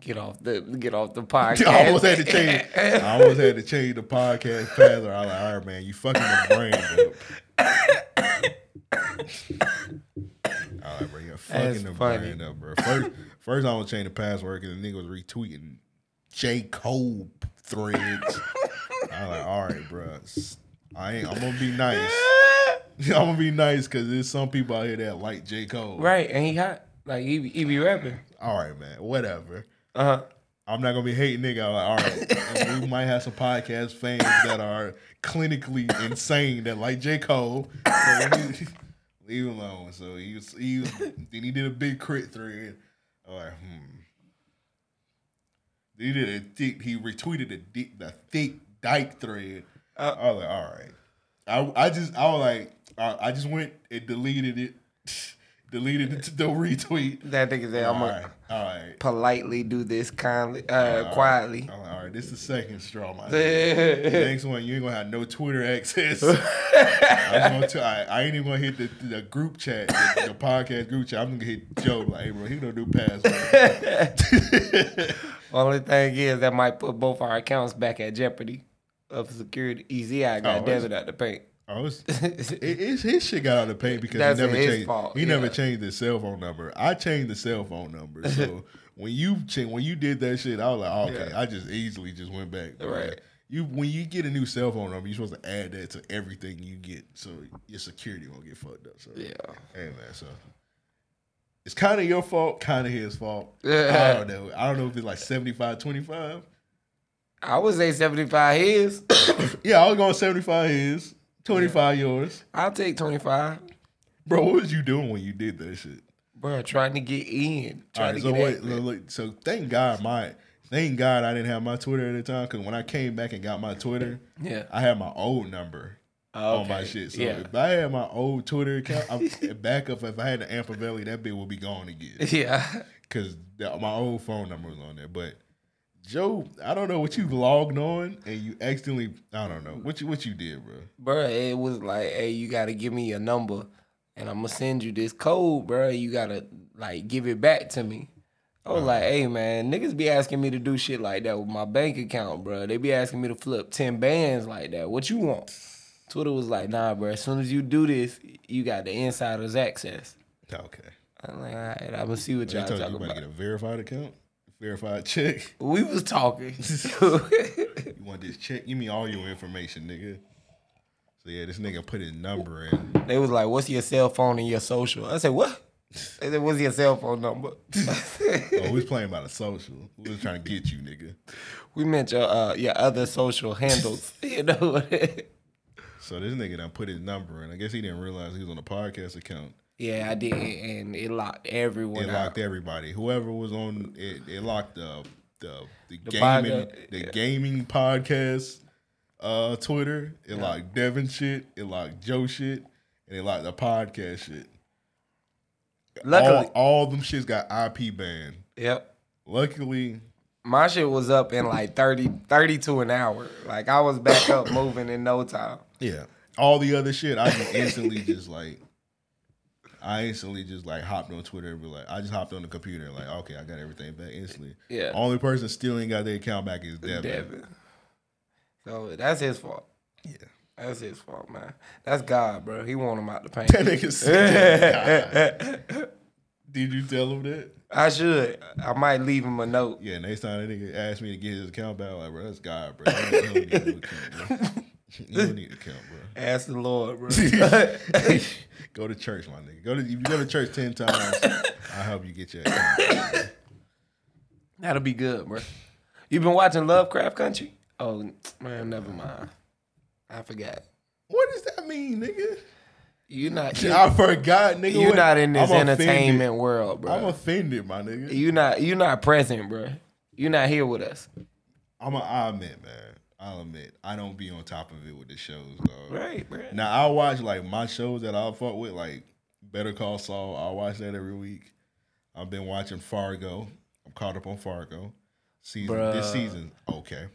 Get off the get off
(laughs)
the podcast.
I almost had to
(laughs)
change. I almost had to change the podcast pattern. I was like, all right, man, you fucking the brain up. All right, bro, you're
That's
fucking the
funny.
brain up, bro. First, first I was change the password because the nigga was retweeting J Cole threads. I was like, all right, bro, I ain't. I'm gonna be nice. (laughs) I'm gonna be nice because there's some people out here that like J Cole.
Right, and he hot. Like he, be- he be rapping.
All right, man, whatever.
Uh huh.
I'm not gonna be hating nigga. I'm like, all right, we might have some podcast fans that are clinically insane that like J Cole. So let me- (laughs) leave him alone. So he was, he was, then he did a big crit thread. I'm like, hmm. Then he did a thick. He retweeted a, di- a thick dyke thread. I was like, all right. I I just I was like, I, I just went and deleted it. (laughs) Deleted the, the retweet.
That nigga said, "I'm
all
gonna
right, all right.
politely do this kindly,
All
uh,
right.
(laughs) quietly."
I'm like, all right, this is the second straw, my nigga. The next one, you ain't gonna have no Twitter access. I, was gonna tell- I- I ain't even gonna hit the, the group chat, the, the podcast group chat. I'm gonna hit Joe like, hey bro, he don't do password.
Only thing is that might put both our accounts back at jeopardy of security. Easy, I
Oh,
got
it's-
Devin out the paint.
I
(laughs)
was, Oh, it, it's his shit got out of paint because
That's
he never
his
changed.
fault,
he never
yeah.
changed his cell phone number. I changed the cell phone number.
(laughs)
So when you cha- when you did that shit, I was like, oh, okay.
Yeah.
I just easily just went back. But,
Right.
like, You when you get a new cell phone number, you're supposed to add that to everything you get, so your security won't get fucked up. So
Yeah.
hey man, so it's kind of your fault, kind of his fault. I
(laughs) Yeah.
don't know. I don't know if it's like 75, 25.
I would say 75 his.
Yeah, I was going 75 his, 25 yours.
I'll take 25.
Bro, what was you doing when you did that shit?
Bro, trying to get in.
All right,
Trying to
so
get
wait,
in.
look, look, so thank God my thank God I didn't have my Twitter at the time because when I came back and got my Twitter,
Yeah.
I had my old number on my
Okay,
shit. So
yeah.
if I had my old Twitter account, I'm (laughs) back up. If I had the Ampavelli, that bit would be gone
(laughs)
again
(laughs) Yeah.
because my old phone number was on there. But Joe, I don't know what you logged on and you accidentally, I don't know what you what you did, bro.
Bro, it was like, hey, you got to give me your number and I'm going to send you this code, bro. You got to, like, give it back to me. I was like, hey, man, niggas be asking me to do shit like that with my bank account, bro. They be asking me to flip 10 bands like that. What you want? Twitter was like, nah, bro, as soon as you do this, you got the insider's access.
Okay,
I'm like, all right, I'm going to see what
I
y'all
told you,
talking
you about to
about.
get a verified account, verified check.
We was talking. (laughs)
You want this check? Give me all your information, nigga. So yeah, this nigga put his number in. Oh,
they was like, what's your cell phone and your social? I said, what? They said, what's your cell phone number? (laughs)
Oh, we was playing about a social. We was trying to get you, nigga.
We meant your uh, your other social (laughs) handles. you know.
So this nigga done put his number in. I guess he didn't realize he was on a podcast account.
yeah, I did, and it locked everyone.
It
out.
locked everybody. Whoever was on it, it locked the the the,
The
gaming
podca-
the
yeah.
gaming podcast uh Twitter. It locked Devin shit. It locked Joe shit, and it locked the podcast shit.
Luckily,
all, all them shits got IP banned.
yep.
Luckily,
My shit was up in like 30, 32 an hour. Like I was back (coughs) up moving in no time.
Yeah. All the other shit, I just instantly just like, I instantly just like hopped on Twitter and be like, I just hopped on the computer and like, okay, I got everything back instantly.
Yeah.
Only person still ain't got their account back is Devin.
Devin. So that's his fault.
Yeah.
That's his fault, man. That's God, bro. He want him out the paint.
(laughs) That
(laughs)
nigga (laughs) said, Did you tell him that?
I should. I might leave him a note.
Yeah. Next time that nigga asked me to get his account back, I'm like, bro, that's God, bro. You don't need no account, (laughs) bro. You don't need an account, bro.
Ask the Lord, (laughs) bro.
go to church, my nigga. Go to if you go to church ten times, I help you get your account. (laughs)
That'll be good, bro. You been watching Lovecraft Country? Oh man, never mind. I forgot.
What does that mean, nigga?
You're
(laughs)
not. You,
I forgot, nigga.
you're
What-
not in this
I'm offended.
entertainment world,
I'm
bro.
offended, my nigga.
you not. You're not present, bro. You're not here with us.
I'm an odd man, man. I'll admit, I don't be on top of it with the shows, dog.
Right, right.
Now I watch like my shows that I fuck with, like Better Call Saul. I watch that every week. I've been watching Fargo. I'm caught up on Fargo. Season this
Bruh.
season, okay.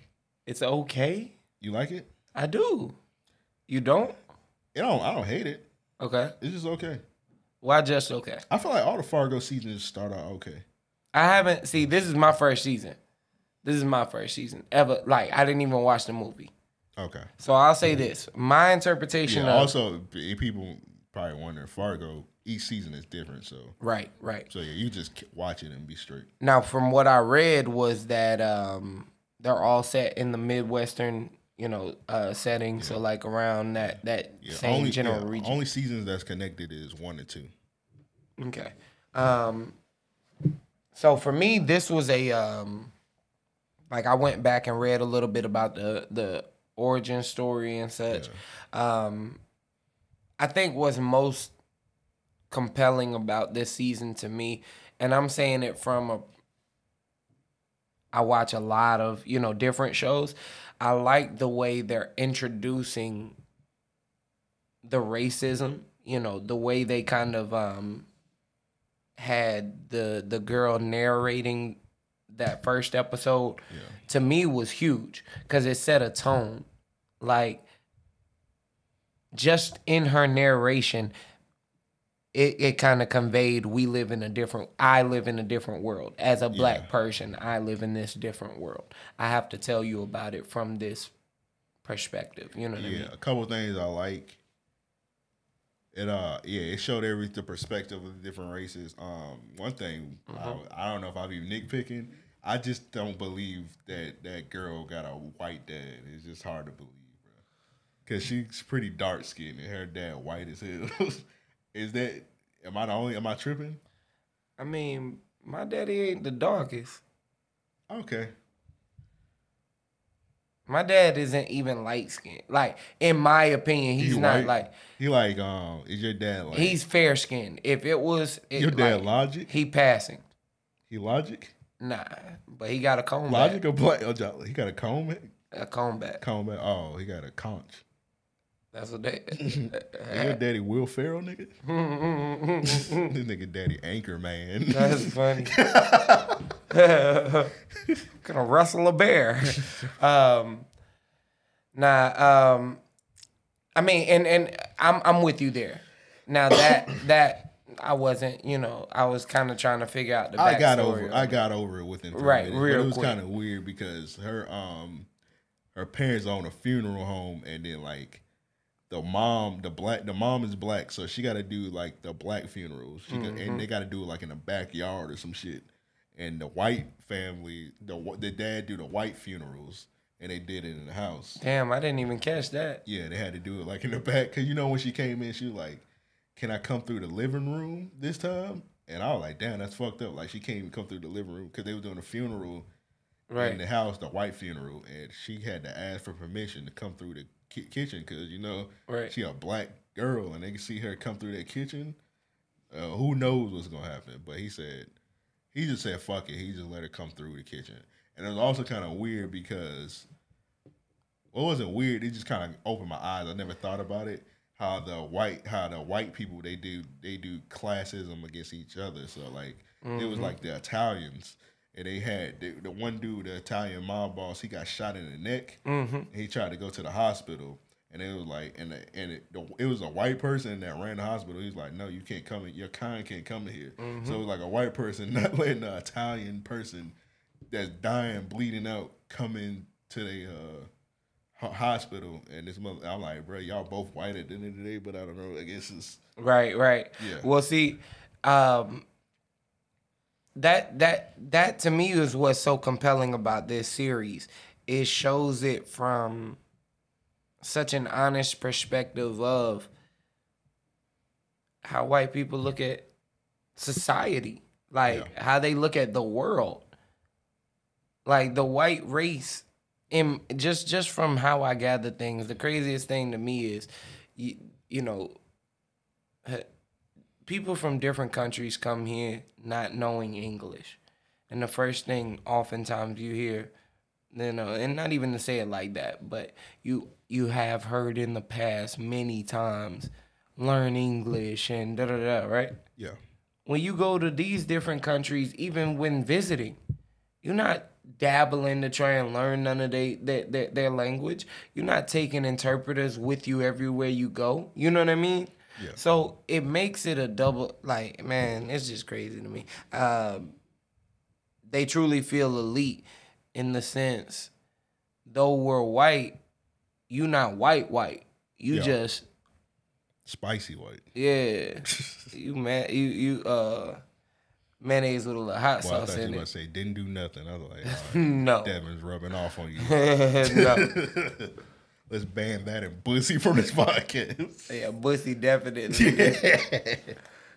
It's okay.
You like it?
I do. You don't?
You don't. I don't hate it.
Okay.
It's just okay.
Why just okay?
I feel like all the Fargo seasons start out okay.
I haven't see this is my first season. This is my first season ever. Like I didn't even watch the movie.
Okay.
So I'll say this. My interpretation
Mm. Yeah,
of
also, b- people probably wonder Fargo. Each season is different, so
Right, right.
So yeah, you just k- watch it and be straight.
Now, from what I read was that um, they're all set in the midwestern, you know, uh, setting. So like around that that
Yeah,
same
only,
general
yeah,
region.
Only seasons that's connected is one and two.
Okay. Um so for me this was a um like I went back and read a little bit about the the origin story and such. Um I think what's most compelling about this season to me and I'm saying it from a I watch a lot of, you know, different shows. I like the way they're introducing the racism, you know, the way they kind of um had the the girl narrating that first episode to me was huge cuz it set a tone like just in her narration it, it kind of conveyed we live in a different i live in a different world as a black person i live in this different world i have to tell you about it from this perspective you know what i
Yeah,
mean
a couple things I like. It uh yeah, it showed every the perspective of the different races. Um, one thing
Mhm.
I, I don't know if I be nitpicking. I just don't believe that that girl got a white dad. It's just hard to believe, bro. Cause she's pretty dark skinned and her dad white as hell. (laughs) Is that am I the only am I tripping?
i mean my daddy ain't the darkest
Okay.
my dad isn't even light skinned like in my opinion he's
He
not
white?
like
He like um is your dad like
he's fair skinned if it was it,
your dad
like,
logic?
he passing
He logic?
nah but he got a comb
Logic
back.
or black? Oh, jo- he got a comb back?
a comb back
Comb back. Oh, he got a conch.
that's what they
Is your daddy Will Ferrell, nigga? (laughs) this nigga daddy anchor man.
That's funny. (laughs) Gonna wrestle a bear. Um, nah. Um, I mean, and and I'm I'm with you there. Now that (coughs) that I wasn't, you know, I was kind of trying to figure out the.
I got
backstory
over.
of
I
it.
got over it within three
Right,
minutes,
real
but it was
quick.
kind of weird because her um her parents own a funeral home, and then like the mom, the black, the mom is black, so she got to do like the black funerals, she got-
Mhm.
and they got to do it like in the backyard or some shit. And the white family, the wh- the dad do the white funerals, and they did it in the house.
Damn, I didn't even catch that.
Yeah, they had to do it like in the back. Cause you know when she came in, she was like, "Can I come through the living room this time?" And I was like, "Damn, that's fucked up." Like she can't even come through the living room because they were doing a funeral
Right.
in the house, the white funeral, and she had to ask for permission to come through the ki- kitchen because you know
Right.
she a black girl, and they can see her come through that kitchen. Uh, who knows what's gonna happen? But he said, he just said, "Fuck it." He just let her come through the kitchen, and it was also kind of weird because well, it wasn't weird. It just kind of opened my eyes. I never thought about it. How the white, how the white people they do they do classism against each other. So like it was
Mhm.
like the Italians, and they had the, the one dude, the Italian mob boss. He got shot in the neck.
Mhm.
He tried to go to the hospital, and it was like, and the, and it, the, it was a white person that ran the hospital. He's like, no, you can't come. in. Your kind can't come in here.
Mhm.
So it was like a white person (laughs) not letting the Italian person that's dying, bleeding out, come in to the uh, ho- hospital. And this mother, I'm like, bro, y'all both white at the end of the day, but I don't know. I guess it's
Right, right.
Yeah.
Well, see, um, that that that to me is what's so compelling about this series. It shows it from such an honest perspective of how white people look at society, like how they look at the world, like the white race. In just just from how I gather things, the craziest thing to me is, you, you know, people from different countries come here not knowing English. And the first thing oftentimes you hear No, no, and not even to say it like that, but you you have heard in the past many times, learn English and da da da, right?
Yeah.
When you go to these different countries, even when visiting, you're not dabbling to try and learn none of they, their, their their language. You're not taking interpreters with you everywhere you go. You know what I mean?
Yeah.
So it makes it a double like man, it's just crazy to me. Um, they truly feel elite in the sense, though we're white, you not white white. You
Yeah.
just
Spicy white.
yeah, you man, you you uh mayonnaise with a little hot
Well, I
sauce
thought you
in
were
it.
gonna say didn't do nothing. I was like, all right,
No.
Devin's rubbing off on you.
(laughs) No.
Let's ban that and bussy from this (laughs) podcast.
Yeah, Bussy definitely.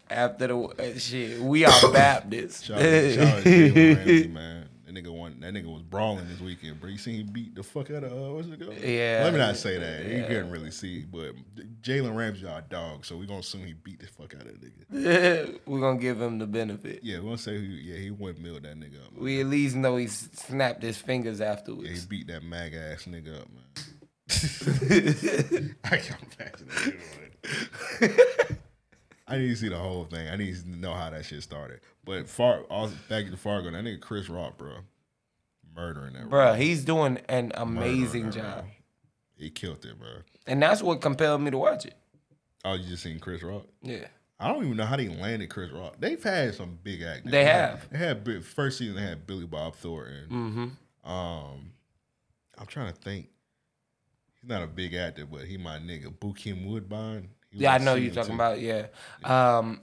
After the uh, shit, we are Baptists.
Shout out, shout out to Jalen
(laughs)
Ramsey, man. That nigga won. That nigga was brawling this weekend, bro. You seen he beat the fuck out of uh, what's it called?
Yeah.
Let me not say that. You
Yeah.
couldn't really see, but Jalen Ramsey our dog, so we gonna assume he beat the fuck out of the nigga.
(laughs) We're gonna give him the benefit.
Yeah, we gonna say he, yeah he went milled that nigga up.
We at least know he s- snapped his fingers afterwards.
Yeah, he beat that mag ass nigga up, man. (laughs) I can't imagine that. dude, man. (laughs) I need to see the whole thing. I need to know how that shit started. But far, all, back to Fargo, that nigga Chris Rock, bro, murdering that.
(laughs) Bruh,
role.
he's doing an
Murdering
amazing
that
job.
role. He killed it, bro.
And that's what compelled me to watch it.
Oh, you just seen Chris Rock?
Yeah.
I don't even know how they landed Chris Rock. They've had some big actors.
They
had-
have.
They had big, first season. They had Billy Bob Thornton.
Mm-hmm.
Um, I'm trying to think. He's not a big actor, but he my nigga. Bukim Woodbine. He
yeah, I
was
know
in
you're talking
too.
about. Yeah. Um,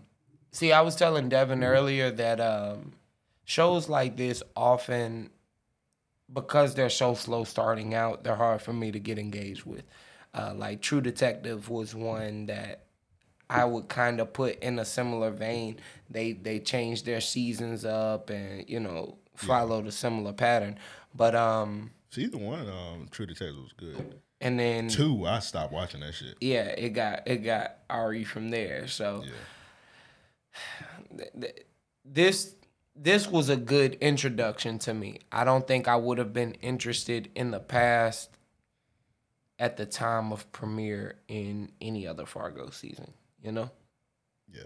see, I was telling Devin earlier that um, shows like this often, because they're so slow starting out, they're hard for me to get engaged with. Uh, like True Detective was one that I would kind of put in a similar vein. They they changed their seasons up and you know followed a similar pattern, but um,
Season one, um, True Detective was good.
and then
Two, I stopped watching that shit.
yeah, it got it got Ari from there. So (sighs) th- th- this this was a good introduction to me. I don't think I would have been interested in the past at the time of premiere in any other Fargo season, you know?
Yeah.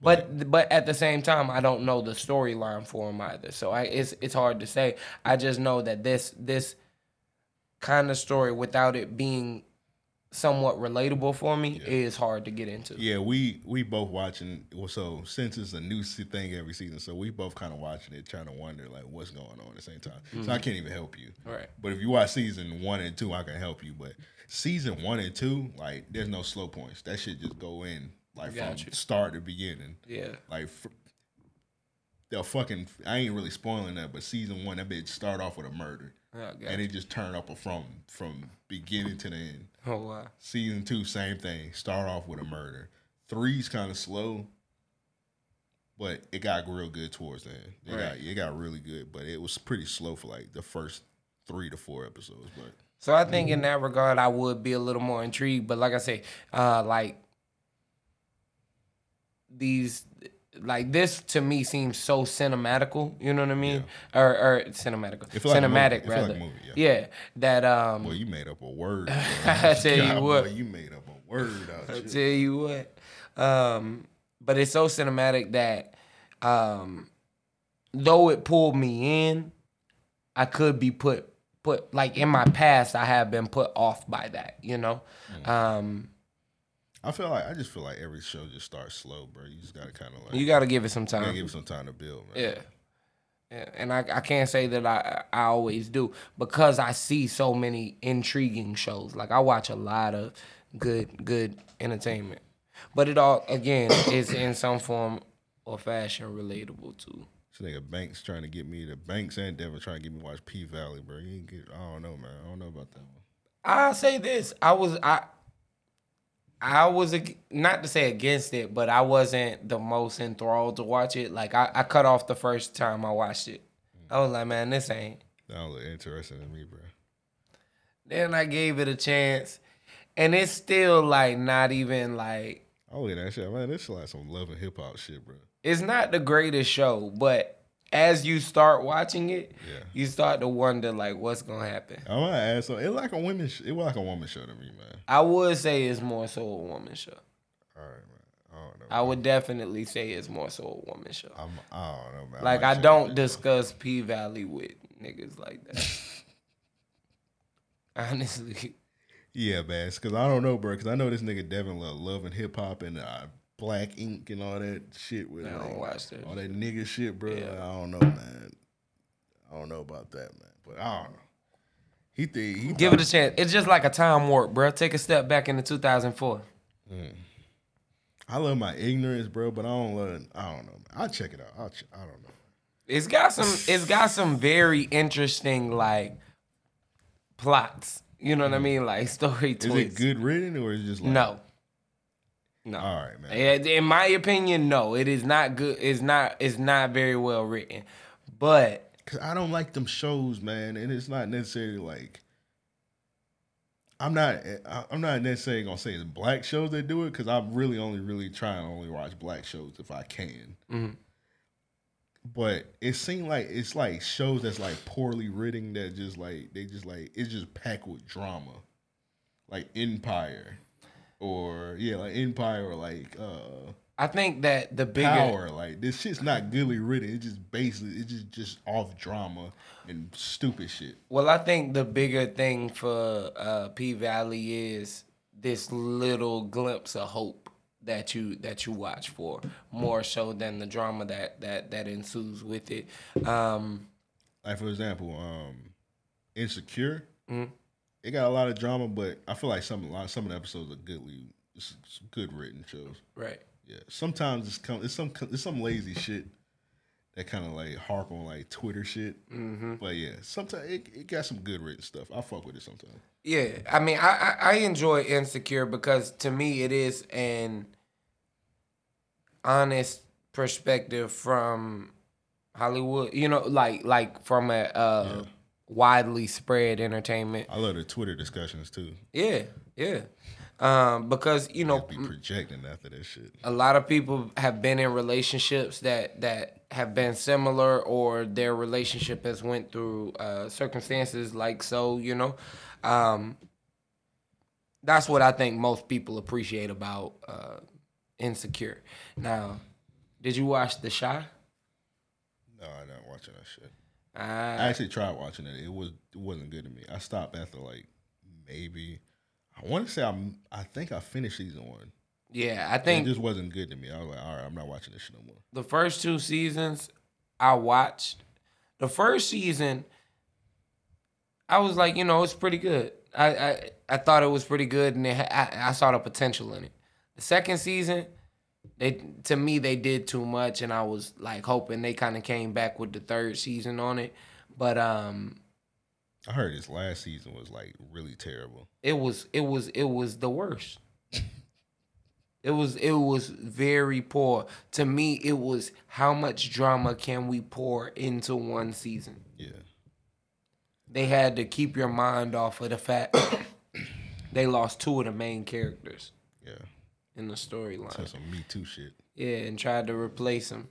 But but at the same time, I don't know the storyline for him either. So I it's it's hard to say. I just know that this this kind of story without it being somewhat relatable for me is hard to get into.
Yeah, we we both watching. Well, so since it's a new se- thing every season, so we both kind of watching it, trying to wonder like what's going on at the same time. So I
Mhm.
can't even help you.
Right.
But if you watch season one and two, I can help you. But season one and two, like there's no slow points. That shit just go in like from
Gotcha.
start to beginning.
Yeah.
Like. Fr- they'll fucking. I ain't really spoiling that, but season one, that bitch start off with a murder,
Oh,
and
gotcha.
it just turn up from from beginning to the end.
Oh wow.
Season two, same thing. Start off with a murder. Three's kind of slow, but it got real good towards the end. It, got,
Right.
it got really good, but it was pretty slow for like the first three to four episodes. But
So I think in
Mm-hmm.
that regard, I would be a little more intrigued. But like I say, uh, like these, like this to me seems so cinematical. You know what I mean? Or, or cinematical,
It feel like a movie. It
cinematic
feel like a
rather.
movie, yeah.
that um.
boy, you made up a word. bro.
(laughs)
(laughs)
I tell you
God,
what.
boy, you made up a word. Out
I
here.
tell you what. Um, but it's so cinematic that um, though it pulled me in, I could be put put like in my past I have been put off by that, you know?
Mm.
Um,
I feel like I just feel like every show just starts slow, bro. You just gotta kind of like
you gotta give it some
you gotta
time.
give it some time to build, man.
Yeah. Yeah, and I, I can't say that I I always do because I see so many intriguing shows. Like I watch a lot of good good entertainment, but it all again is in some form or fashion relatable too.
This nigga Banks trying to get me the Banks and Devin trying to get me to watch P Valley, bro. You ain't get. I don't know, man. I don't know about that one.
I say this. I was I I was ag- not to say against it, but I wasn't the most enthralled to watch it. Like I, I cut off the first time I watched it. I was like, man, this ain't.
That don't look interesting to me, bro.
Then I gave it a chance, and it's still like not even like
I look at that shit, man. This is like some love and hip hop shit, bro.
it's not the greatest show, but as you start watching it, you start to wonder like what's gonna happen.
I'm gonna ask. So it like a women. Sh- it was like a woman show to me, man.
I would say it's more so a woman show.
All right, man.
I would definitely say it's more so a woman show.
I'm, I don't know, man. I
Like
might
I
check
don't discuss P Valley with niggas like that.
(laughs)
Honestly,
Yeah, man. Because I don't know, bro. Because I know this nigga Devin love love and hip hop and uh, Black Ink and all that shit with
I don't
like,
watch that
all that nigga shit, bro. I don't know, man. I don't know about that, man. But I don't know. He think he
give it a chance. It's just like a time warp, bro. Take a step back into 2004.
Mm. I love my ignorance, bro. But I don't love. I don't know. Man. I'll check it out. I'll ch- I don't know.
It's got some. It's got some very interesting like plots. You know what I mean? Like story
Mm. Is
twists.
it good written or is it just like
no. No.
All right, man.
Yeah, In my opinion, no. It is not good. It's not. It's not very well written. But
Cause I don't like them shows, man, and it's not necessarily like I'm not I- I'm not necessarily gonna say it's black shows that do it because I'm really only really trying to only watch black shows if I can.
Mhm.
But it seemed like it's like shows that's like poorly written that just like they just like it's just packed with drama, like Empire, or yeah, like Empire or like uh
I think that the bigger
power. Like this shit's not goodly written. It's just basically it's just just off drama and stupid shit.
Well, I think the bigger thing for uh, P Valley is this little glimpse of hope that you that you watch for more so than the drama that that that ensues with it. Um,
Like for example, um, Insecure. It got a lot of drama, but I feel like some a lot some of the episodes are goodly, it's, it's good written shows.
Right.
Yeah. Sometimes it's come it's some it's some lazy shit that kind of like harp on like Twitter shit.
Mhm.
But yeah, sometimes it, it got some good written stuff. I fuck with it sometimes.
Yeah, I mean, I, I I enjoy Insecure because to me it is an honest perspective from Hollywood. You know, like like from a uh, widely spread entertainment.
I love the Twitter discussions too.
Yeah, yeah, um, because you know
Be projecting after that shit.
a lot of people have been in relationships that that have been similar or their relationship has went through uh, circumstances like so you know um, that's what i think most people appreciate about uh, insecure now did you watch the shy
No, I'm not watching that shit. I
I
actually tried watching it. It was it wasn't good to me. I stopped after like maybe I want to say I'm I think I finished season one.
Yeah, I think-
it just wasn't good to me. I was like, all right, I'm not watching this shit no more.
the first two seasons I watched. The first season, I was like, you know, it's pretty good. I I, I thought it was pretty good, and it, ha- I, I saw the potential in it. The second season, they to me they did too much, and I was like hoping they kind of came back with the third season on it, but um,
I heard this last season was like really terrible.
it was it was it was the worst. (laughs) It was it was very poor. To me, it was how much drama can we pour into one season?
Yeah.
They had to keep your mind off of the fact (coughs) they lost two of the main characters.
Yeah.
In the storyline.
So some Me Too shit.
Yeah, and tried to replace them.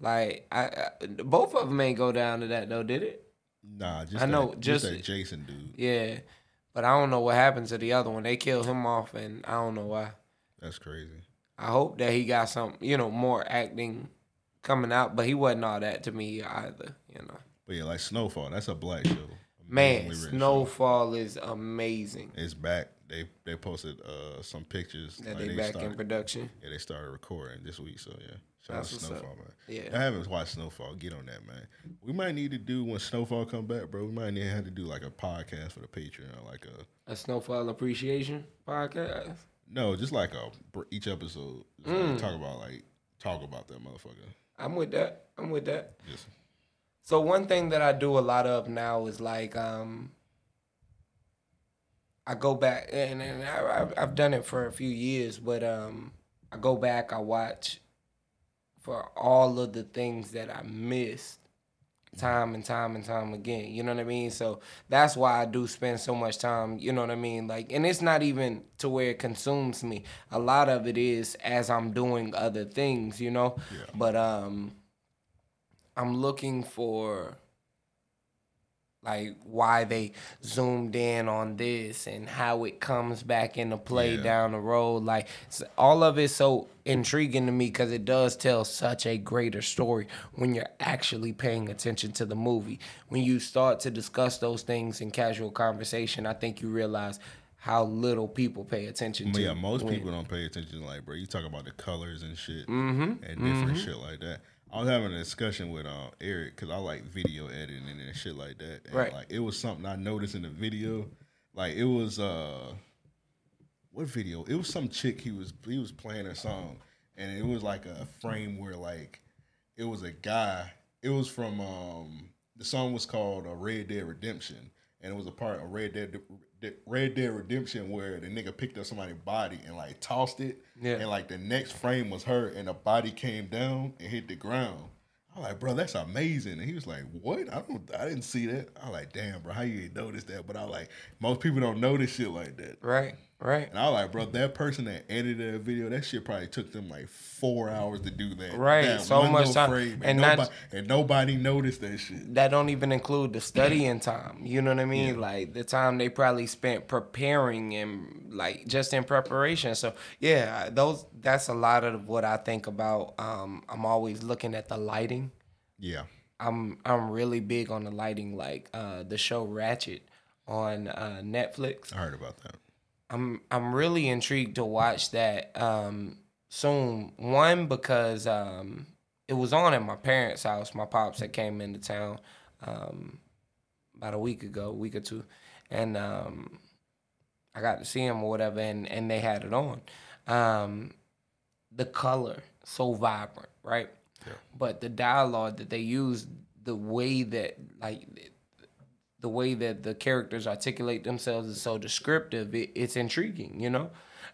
Like I, I both of them ain't go down to that though, did it?
Nah, just
I know
that-
just,
just that Jason dude.
Yeah, but I don't know what happened to the other one. They killed him off, and I don't know why.
That's crazy.
I hope that he got some, you know, more acting coming out, but he wasn't all that to me either. You know,
But yeah, like Snowfall, that's a black show.
man,
Amazingly written show.
Snowfall is amazing.
It's back. They they posted uh some pictures
That they back in production.
Yeah, they started recording this week. So yeah, shout out
That's what's
Snowfall,
up.
man.
Yeah.
If I haven't watched Snowfall. Get on that, man. We might need to do when Snowfall come back, bro. We might need to have to do like a podcast for the Patreon, or like a
A Snowfall appreciation podcast.
no, just like a br- each episode just
Mm.
like talk about like talk about that motherfucker.
I'm with that. I'm with that.
Yes.
So one thing that I do a lot of now is like um I go back and, and I, I've- I've done it for a few years, but um I go back, I watch for all of the things that I missed time and time and time again. You know what I mean? So that's why I do spend so much time, you know what I mean? Like and it's not even to where it consumes me. A lot of it is as I'm doing other things, you know? But um I'm looking for like why they zoomed in on this and how it comes back into play
Yeah.
down the road. Like s- all of it's so intriguing to me because it does tell such a greater story when you're actually paying attention to the movie. When you start to discuss those things in casual conversation, I think you realize how little people pay attention to.
yeah, most
when-
people don't pay attention. Like, bro, you talk about the colors and shit, and
Mhm,
different
mhm.
shit like that. I was having a discussion with um, Eric because I like video editing and shit like that. And,
Right.
Like, it was something I noticed in the video. Like, it was uh, what video? It was some chick he was he was playing a song, and it was like a frame where like it was a guy. It was from um, the song was called uh, Red Dead Redemption, and it was a part of Red Dead Red Dead Redemption where the nigga picked up somebody's body and like tossed it,
Yeah.
and like the next frame was her, and the body came down and hit the ground. I'm like, bro, that's amazing. And he was like, what? I don't, I didn't see that. I'm like, damn, bro, how you ain't notice that? But I like, most people don't notice shit like that.
Right, right.
And I was like, bro, that person that edited that video, that shit probably took them like four hours to do that.
Right,
That
so
one
much
little
time.
frame,
And
and,
not-
nobody, and nobody noticed that shit.
that don't even include the studying time. You know what I mean?
Yeah.
Like the time they probably spent preparing and like just in preparation. So yeah, those that's a lot of what I think about. Um, I'm always looking at the lighting.
Yeah.
I'm I'm really big on the lighting, like uh, the show Ratchet on uh, Netflix.
I heard about that.
I'm I'm really intrigued to watch that um, soon. One because um, it was on at my parents' house. My pops that came into town um, about a week ago, week or two, and um, I got to see him or whatever, and and they had it on. Um, the color so vibrant, right? But the dialogue that they use, the way that like the way that the characters articulate themselves is so descriptive. It, it's intriguing, you know.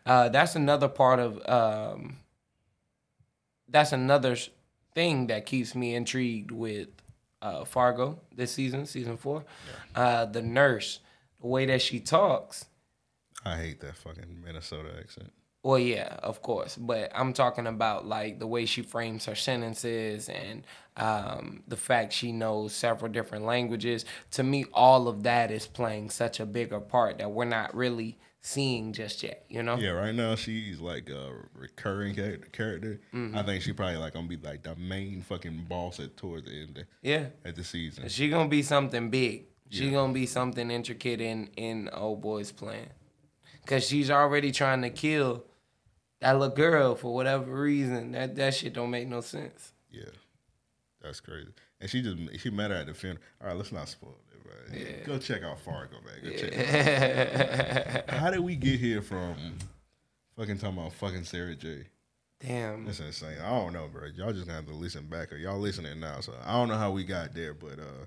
Uh, that's another part of. Um, that's another s- thing that keeps me intrigued with uh, Fargo this season, season four. Uh, the nurse, the way that she talks.
I hate that fucking Minnesota accent.
Well, yeah, of course, but I'm talking about like the way she frames her sentences and um, the fact she knows several different languages. To me, all of that is playing such a bigger part that we're not really seeing just yet. You know?
Yeah, right now she's like a recurring char- character.
Mm-hmm.
I think she probably like gonna be like the main fucking boss at towards the end. Of,
Yeah.
at the season.
She gonna be something big. She
Yeah.
gonna be something intricate in in old boy's plan, cause she's already trying to kill that little girl for whatever reason. That that shit don't make no sense.
Yeah, that's crazy. And she just she met her at the funeral. All right, let's not spoil it, bro.
Yeah.
Go check out Fargo, man. Go check
Yeah.
it out. How did we get
(laughs)
here from fucking talking about fucking Sarah J?
Damn.
that's insane. I don't know, bro. Y'all just gonna have to listen back, or y'all listening now. So I don't know how we got there, but uh,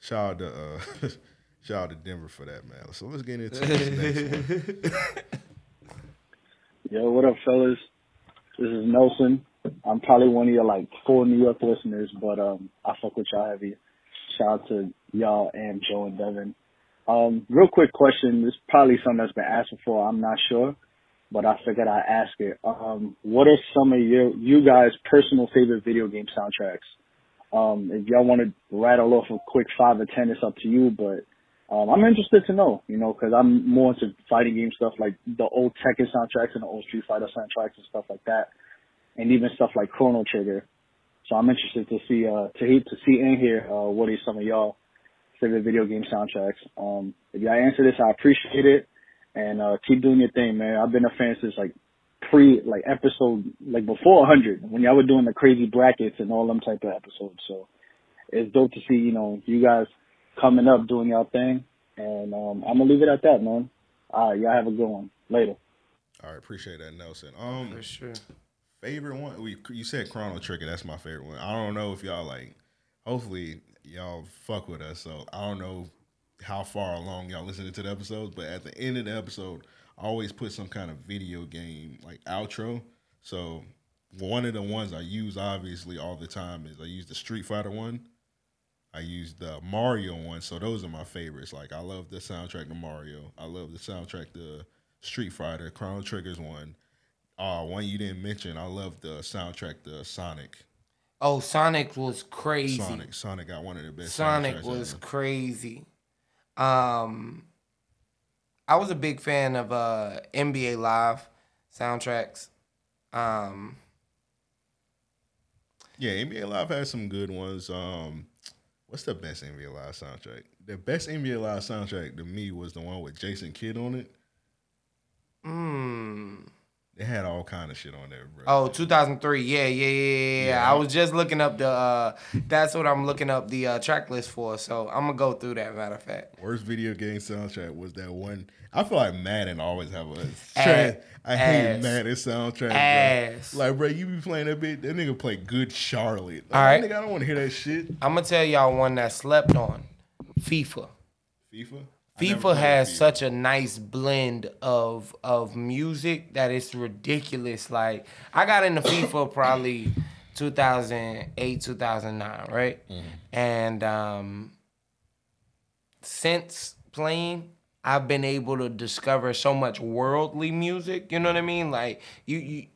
shout out to uh, (laughs) shout out to Denver for that, man. So let's get into this next one.
Yo, what up, fellas? This is Nelson. I'm probably one of your like four New York listeners, but um, I fuck with y'all heavy. Shout out to y'all and Joe and Devin. Um, real quick question. This is probably something that's been asked before. I'm not sure, but I figured I'd ask it. Um, what are some of your you guys' personal favorite video game soundtracks? Um, if y'all want to rattle off a quick five or ten, it's up to you. But um, I'm interested to know, you know, because I'm more into fighting game stuff like the old Tekken soundtracks and the old Street Fighter soundtracks and stuff like that, and even stuff like Chrono Trigger. So I'm interested to see uh, to he- to see in here uh, what are some of y'all favorite video game soundtracks. Um, if y'all answer this, I appreciate it, and uh, keep doing your thing, man. I've been a fan since like pre like episode like before 100 when y'all were doing the crazy brackets and all them type of episodes. So it's dope to see you know you guys coming up doing y'all thing. And um, I'm gonna leave it at that, man. All right, y'all have a good one. Later.
All right, appreciate that, Nelson. Um,
for sure.
Favorite one? We you said Chrono Trigger. That's my favorite one. I don't know if y'all like. Hopefully y'all fuck with us. So I don't know how far along y'all listening to the episodes, but at the end of the episode, I always put some kind of video game like outro. So one of the ones I use obviously all the time is I use the Street Fighter one. I use the Mario one, so those are my favorites. Like I love the soundtrack to Mario. I love the soundtrack to Street Fighter. Chrono Ah, Trigger's one. Uh, one you didn't mention. I love the soundtrack to Sonic.
Oh, Sonic was crazy.
Sonic. Sonic got one of the best.
Sonic
soundtracks
was
ever.
crazy. Um, I was a big fan of uh NBA Live soundtracks. Um,
Yeah, NBA Live has some good ones. Um, what's the best NBA Live soundtrack? The best NBA Live soundtrack to me was the one with Jason Kidd on it.
mm,
It had all kind of shit on there, bro.
oh, 2003. Yeah, yeah, yeah, yeah, yeah.
Yeah.
I was just looking up the. Uh, that's what I'm looking up the uh, track list for. So I'm gonna go through that. Matter of fact.
Worst video game soundtrack was that one. I feel like Madden always have a
Ass.
trash. I hate
Ass.
Madden soundtrack.
Ass.
Bro. Like, bro, you be playing that bit. That nigga play Good Charlotte. Like,
All right.
that Nigga, I don't want to hear that shit.
I'm gonna tell y'all one that slept on FIFA.
FIFA. I never
FIFA
played
has such a nice blend of of music that it's ridiculous. Like I got
(coughs)
into FIFA probably 2008, 2009, right?
Mm-hmm.
And um, since playing, I've been able to discover so much worldly music. You know what I mean? Like you, you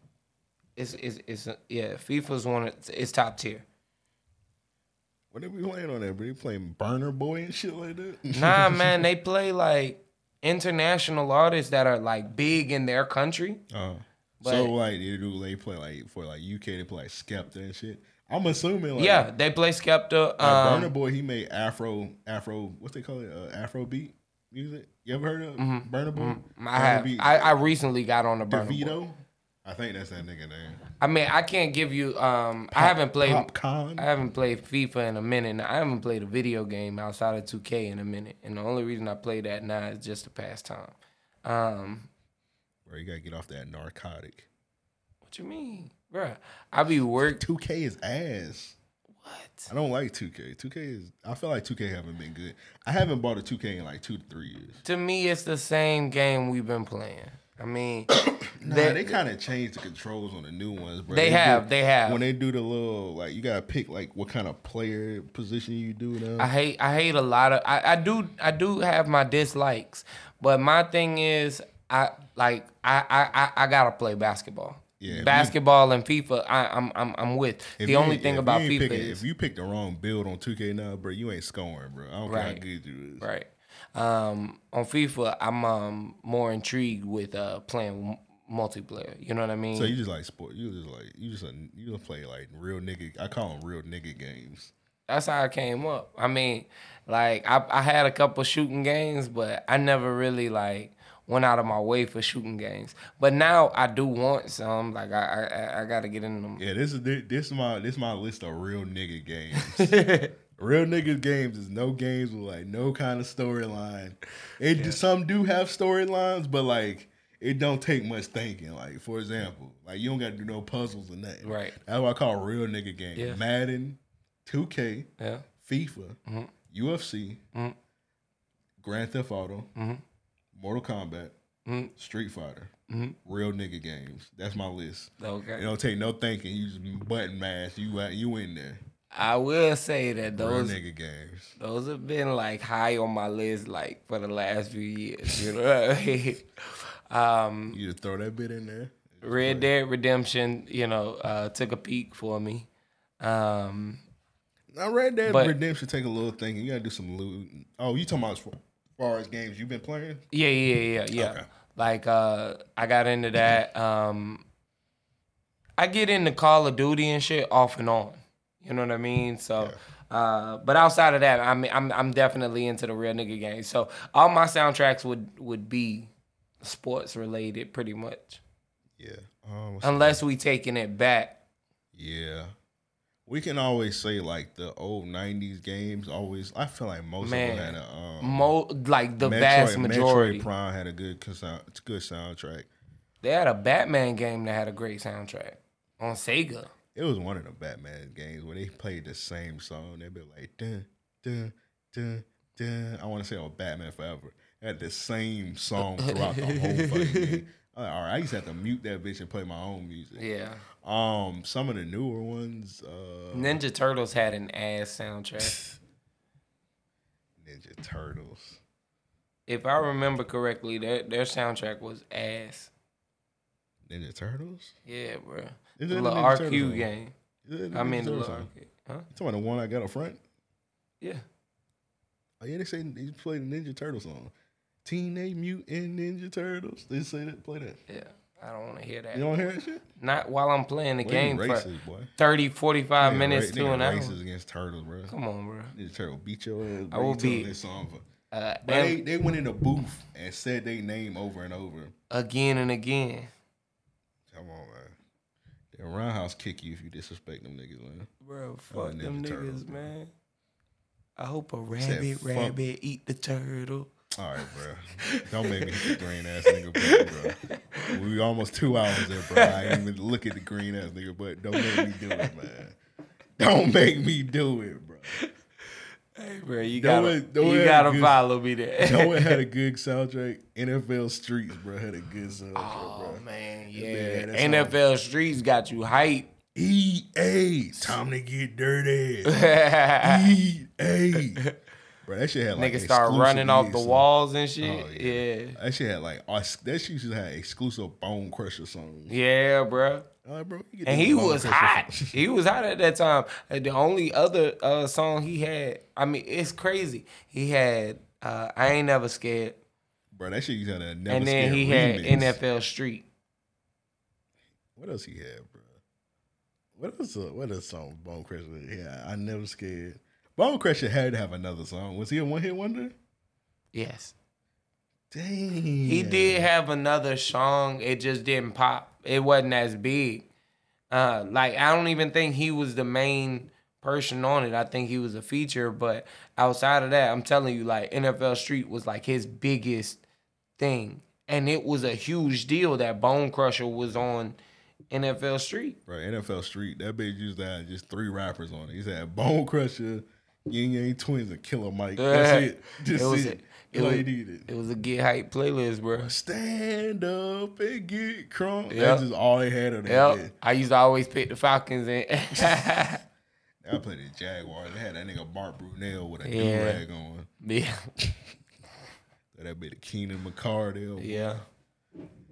it's it's, it's yeah. FIFA's one. of- It's top tier.
What are we playing on there? But they playing Burner Boy and shit like that.
Nah, man, they play like international artists that are like big in their country.
(laughs) Uh,
But-
so like, they do they play like for like UK? They play like Skepta and shit. I'm assuming like
yeah, they play Skepta.
Like
Um,
Burner Boy, he made Afro Afro what they call it uh, Afro beat music. You ever heard of
mhm,
Burner Boy?
mhm. I
Burna
have.
Boy-
I, I recently got on the Burner Boy.
DeVito. I think that's that nigga name.
I mean, I can't give you. Um, I haven't played.
Popcorn.
I haven't played FIFA in a minute. and I haven't played a video game outside of 2K in a minute, and the only reason I play that now is just to pass time. Um,
Bro, you gotta get off that narcotic.
what you mean, bruh? I be work.
2K is ass.
What?
I don't like 2K. 2K is. I feel like 2K haven't been good. I haven't bought a 2K in like two to three years.
To me, it's the same game we've been playing. I mean, (coughs)
Nah,
that-
they, kind of changed the controls on the new ones, bro.
They
do-
have, they have.
When they do the little like, you gotta pick like what kind of player position you do now.
I hate I hate a lot of I, I do I do have my dislikes, but my thing is I like I I, I, I gotta play basketball.
Yeah, if you-
basketball and FIFA I, I'm I'm I'm with.
If
the
you-
only thing
if you
about
ain't
FIFA
picking-
is
if you pick the wrong build on 2K now, bro, you ain't scoring, bro. I don't care how
Right.
good you is.
right. Um, on FIFA I'm um more intrigued with uh playing m- multiplayer. You know what I mean?
So you just like sport. You just like you just a, you just play like real nigga. I call them real nigga games.
that's how I came up. I mean, like I, I had a couple shooting games, but I never really like went out of my way for shooting games. But now I do want some. Like I I- I, I gotta get in them.
Yeah, this is thi- this my this my list of real nigga games. real nigga games is no games with like no kind of storyline. It some do have storylines, but like it don't take much thinking. Like for example, like you don't got to do no puzzles or nothing.
Right.
That's what I call real nigga games.
Yeah.
Madden, 2K,
Yeah.
FIFA,
Mhm.
UFC,
Mhm.
Grand Theft Auto,
Mhm.
Mortal Kombat,
Mhm.
Street Fighter.
Mhm.
Real nigga games. That's my list.
Okay.
It don't take no thinking. You just button mash. You out- you in there.
I will say that
Real
those
nigga games.
those have been like high on my list like for the last few years. You know what I mean? (laughs) um,
You just throw that bit in there.
Red Dead Redemption, you know, uh, took a peek for me. Um,
Now Red Dead
But-
Redemption take a little thinking. You gotta do some looting. Oh, you talking about as far, far as games you've been playing?
Yeah, yeah, yeah, yeah.
Okay.
Like uh I got into that. Um I get into Call of Duty and shit off and on. You know what I mean? So uh but outside of that, I'm I'm I'm definitely into the real nigga game. So all my soundtracks would would be sports related pretty much.
Yeah. Um, what's
Unless we taking it back.
Yeah. We can always say like the old '90s games. Always, I feel like most of them had
Man.
a um,
Mo like the vast majority.
Metroid Prime had a good cons- it's a good soundtrack.
They had a Batman game that had a great soundtrack on Sega.
It was one of the Batman games where they played the same song. They'd be like, dun, dun, dun, dun. I want to say on Batman Forever. They had the same song throughout the whole
(laughs)
fucking game. I'm like, all right, I used to have to mute that bitch and play my own music.
Yeah.
Um, some of the newer ones, uh,
Ninja Turtles had an ass soundtrack.
Ninja Turtles.
if I remember correctly, their their soundtrack was ass.
Ninja Turtles?
Yeah, bro.
Is
The
that
little
Ninja Turtles
RQ
one?
game. I mean,
the
look,
Huh?
okay,
You
huh?
talking about the one I got up front?
Yeah.
Oh yeah, they say they play the Ninja Turtle song. Teenage Mutant Ninja Turtles. They say that. Play that.
Yeah. I don't want to hear that.
You don't hear that shit?
Not while I'm playing the
Boy, you
game
racist,
for
boy.
30, 45
Nigga
minutes
ra-
to
nigga
an hour.
Racist against turtles, bro.
Come on, bro.
Ninja turtle beat your ass.
I
bro. You
will
told
be-
This song for.
uh,
But
am-
they, they went in the booth and said they name over and over.
Again and again.
Come on, man. They'll roundhouse kick you if you disrespect them niggas, man.
Bro,
Oh,
fuck
Ninja
them niggas,
Turtles.
man. I hope a
Said
rabbit,
fuck.
rabbit eat the turtle.
All right, bro. Don't make me hit the green ass nigga button, bro. We almost two hours there, bro. I ain't even look at the green ass nigga button. Don't make me do it, man. Don't make me do it, bro.
Hey, bro, you
That
gotta,
one- that one
you
had
gotta
a good-
follow me there.
That one had a good soundtrack. NFL Streets, bro, had a good soundtrack, bro.
Oh, man,
Man, that's
NFL streets got you hype.
EA, time to get
(laughs)
dirty. EA, bro, that shit had like
Niggas start
exclusive
running off
EA
the
songs.
walls and shit.
Oh,
yeah. yeah,
That shit had like us- that shit used to have exclusive Bone Crusher songs.
bro.
All right, bro. you get
And
this
he
Bone
was
Crusher
hot.
song. (laughs)
he was hot at that time. And the only other uh, song he had, I mean, it's crazy. He had uh, "I Ain't Never Scared,"
Bro, that shit used to have that never
and then
Scared
he
remix.
had "NFL Street."
What else he had, bro? What else? Uh, what else song Bone Crusher? Yeah, I never scared. Bone Crusher had to have another song. Was he a one hit wonder?
Yes,
Dang.
he did have another song. It just didn't pop. It wasn't as big. Uh, like I don't even think he was the main person on it. I think he was a feature, but outside of that, I'm telling you, like NFL Street was like his biggest thing, and it was a huge deal that Bone Crusher was on NFL Street.
Bro, NFL Street. That bitch used to have just three rappers on it. He said Bone Crusher, Yin Yang Twins, and Killer Mike. That's
(laughs)
it. Just
was
it.
It
That's all you
was,
needed.
it was a get hype playlist, bro.
Stand up and get crunk.
Yep.
That's just all they had on that. bitch.
Yep. I used to always pick the Falcons and
I played the Jaguars. They had that nigga Mark Brunell with a
Yeah.
do-rag on.
(laughs) Yeah.
that bit of Keenan McCardell.
Yeah.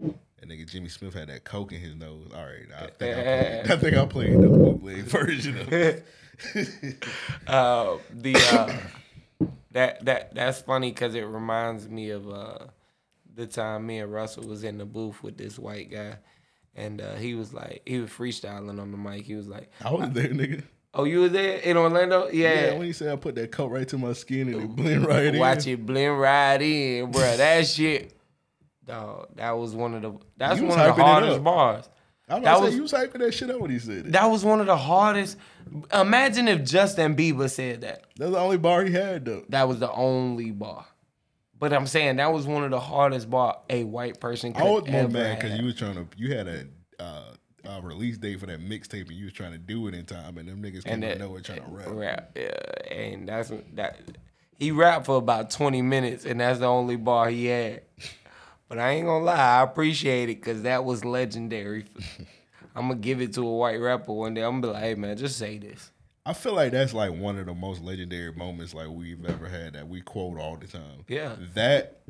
That nigga Jimmy Smith had that coke in his nose. All right, I think I played,
(laughs)
I think I played the bootleg version of it.
uh, the uh, (coughs) that that that's funny because it reminds me of uh, the time me and Russell was in the booth with this white guy, and uh, he was like he was freestyling on the mic. He was like,
I was there, nigga.
"Oh, you was there in Orlando? Yeah."
when he said I put that coke right to my skin and it blend right in.
Watch it blend right in, bruh. That shit, dog. That was one of the that's
You was
one of the
hyping it
hardest
up.
bars.
I'm about
That
to
was
say, you was hyping that shit up when he said it.
that was one of the hardest. Imagine if Justin Bieber said that.
That's the only bar he had though.
That was the only bar. But I'm saying that was one of the hardest bar a white person could
I was more
ever
mad because
have.
you was trying to you had a uh, a release date for that mixtape and you was trying to do it in time and them niggas came
And
out
that- eh,
of nowhere trying to rap.
rap. Yeah, and that's that. He rapped for about 20 minutes, and that's the only bar he had. But I ain't gonna lie, I appreciate it because that was legendary. (laughs) I'm gonna give it to a white rapper one day. I'm gonna be like, hey man, just say this.
I feel like that's like one of the most legendary moments like we've ever had that we quote all the time.
Yeah.
That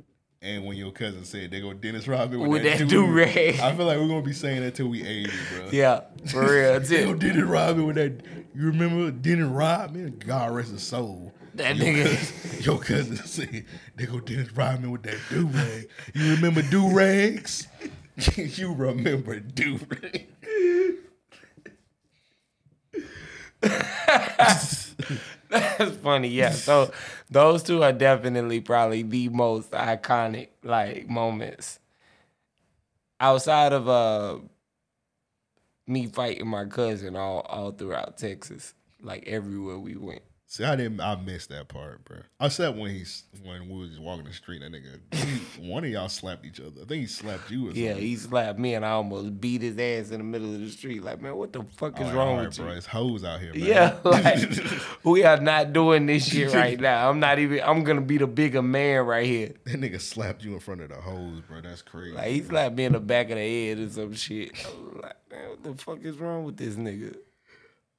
and when your cousin said they go Dennis Rodman with,
With that
dude,
do-rag.
I feel like we're gonna be saying that till we eighty,
(laughs)
bro.
Yeah, for real.
they go Dennis Rodman with that. You remember Dennis Rodman? God rest his soul.
That
Your
nigga-
cousin- your cousin (laughs) said they go Dennis Rodman with that do rag. You remember do rags? (laughs) you remember do rags?
(laughs) That's funny, yeah. So those two are definitely probably the most iconic like moments. Outside of uh me fighting my cousin all all throughout Texas, like everywhere we went.
See, I didn't. I missed that part, bro. Except when he's when we was just walking the street, that nigga, one of y'all slapped each other. I think he slapped you. Or something.
Yeah, he slapped me and I almost beat his ass in the middle of the street. Like, man, what the fuck
All
is
right, Oh, all
wrong
right,
with
bro.
you?
It's hoes out here, man.
Yeah, like (laughs) we are not doing this shit right now. I'm not even. I'm gonna be the bigger man right here.
(laughs) that nigga slapped you in front of the hoes, bro. That's crazy.
Like he slapped me in the back of the head or some shit. (laughs) I was like, man, what the fuck is wrong with this nigga?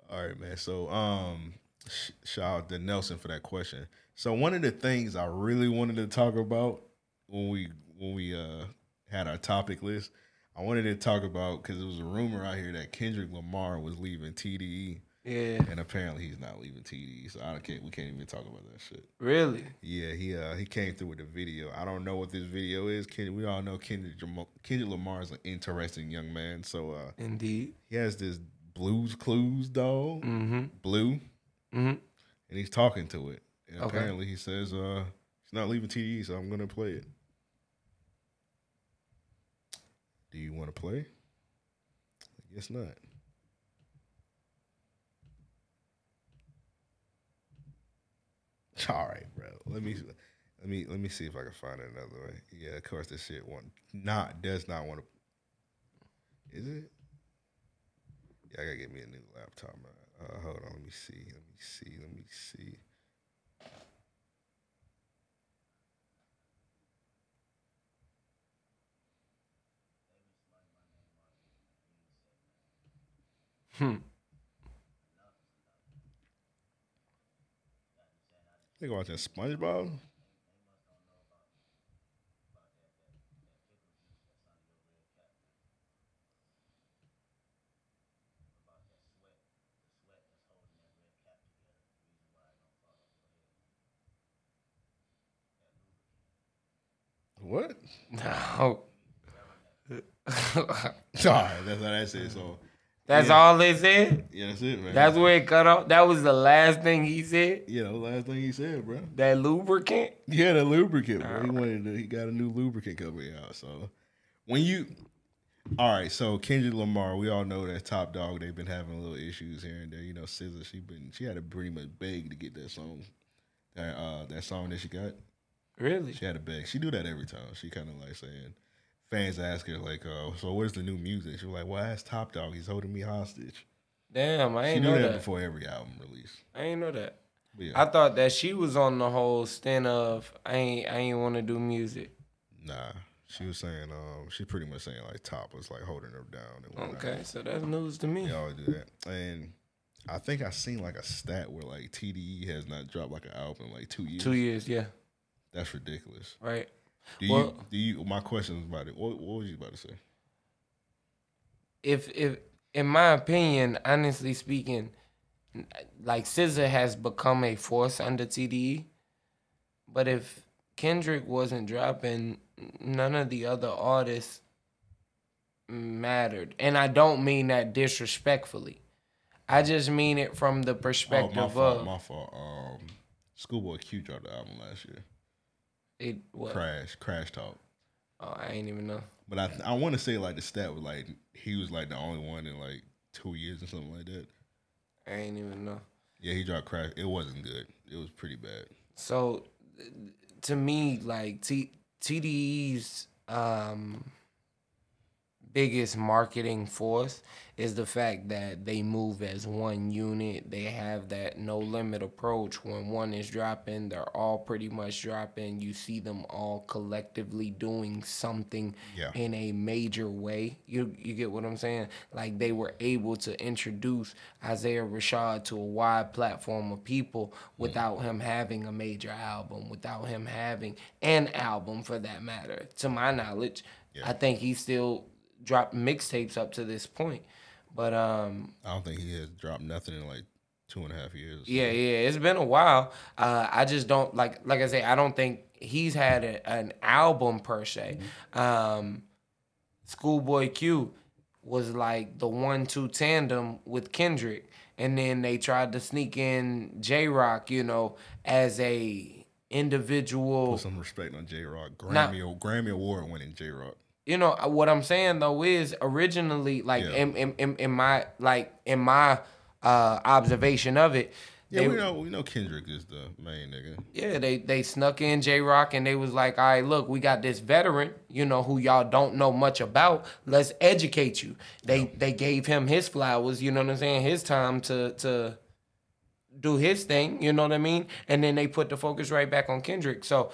All right, man. So, um, sh- shout out to Nelson for that question. So, one of the things I really wanted to talk about when we when we uh had our topic list, I wanted to talk about because it was a rumor out here that Kendrick Lamar was leaving TDE.
Yeah.
And apparently he's not leaving TDE, so I don't can't we can't even talk about that shit.
Really?
Yeah, he uh he came through with a video. I don't know what this video is. Kendrick, we all know Kendrick Jamo- Kendrick Lamar is an interesting young man. So uh
Indeed.
he has this Blues Clues doll,
Mhm.
blue,
Mhm. (sighs)
and he's talking to it. And
Okay.
apparently he says uh he's not leaving TDE, so I'm gonna play it. Do you want to play? I guess not. (laughs) All right, bro. Let me let me let me see if I can find it another way. Yeah, of course this shit want not does not want to. Is it? Yeah, I gotta get me a new laptop. man. Uh, hold on, let me see. Let me see. Let me see.
Hmm.
They watching SpongeBob. What? (laughs)
No.
Sorry, that's all that's it. So
That's
yeah.
all they said.
Yeah, that's it, man.
That's where it cut off. That was the last thing he said.
Yeah, that was the last thing he said, bro.
That lubricant.
Yeah, the lubricant. Bro. He wanted to, he got a new lubricant coming out. So when you all right, so Kendrick Lamar, we all know that Top Dog. They've been having little issues here and there. You know, SZA, she been she had to pretty much beg to get that song, that uh that song that she got.
Really?
She had to beg. She do that every time. She kind of like saying, fans ask her like, uh, so where's the new music? She was like, well, that's Top Dog. He's holding me hostage.
Damn, I
She
ain't
do
know
that
that.
before every album release.
I ain't know that.
Yeah.
I thought that she was on the whole stint of I ain't I ain't want to do music.
Nah, she was saying, um, she pretty much saying like Top was like holding her down. And whatnot.
Okay, so that's news to me.
They always do that, and I think I seen like a stat where like TDE has not dropped like an album in like two years.
Two years, yeah.
That's ridiculous.
Right.
Do you?
Well-
Do you? My question is about it. What, what was you about to say?
If if in my opinion, honestly speaking, n- like SZA has become a force under TDE, but if Kendrick wasn't dropping, none of the other artists mattered, and I don't mean that disrespectfully. I just mean it from the
Oh,
perspective
my fault.
of
My fault. Um, Schoolboy Q dropped the album last year.
it. What?
Crash. Crash Talk.
Oh, I ain't even know.
But I I want to say like the stat was like he was like the only one in like two years or something like that.
I ain't even know.
Yeah, he dropped Crash. It wasn't good. It was pretty bad.
So, th- to me, like T- TDE's um, biggest marketing force is the fact that they move as one unit. They have that no limit approach. When one is dropping, they're all pretty much dropping. You see them all collectively doing something
Yeah.
in a major way. You you get what I'm saying? Like they were able to introduce Isaiah Rashad to a wide platform of people without him having a major album, without him having an album for that matter. To my knowledge, I think he still dropped mixtapes up to this point. But um
I don't think he has dropped nothing in like two and a half years.
yeah, yeah, it's been a while. Uh, I just don't like, like I say, I don't think he's had a, an album per se.
Mm-hmm.
Um, Schoolboy Q was like the one-two tandem with Kendrick, and then they tried to sneak in J Rock, you know, as a individual.
Put some respect on J Rock.
Nah.
Grammy Grammy Award winning J Rock.
you know uh, what I'm saying though is originally like
Yeah.
in, in, in, in my like in my uh, observation of it.
Yeah,
they-
we know we know Kendrick is the main nigga.
Yeah, they they snuck in J Rock and they was like, all right, look, we got this veteran, you know, who y'all don't know much about. Let's educate you. They they gave him his flowers, you know what I'm saying, his time to to do his thing, you know what I mean? And then they put the focus right back on Kendrick. So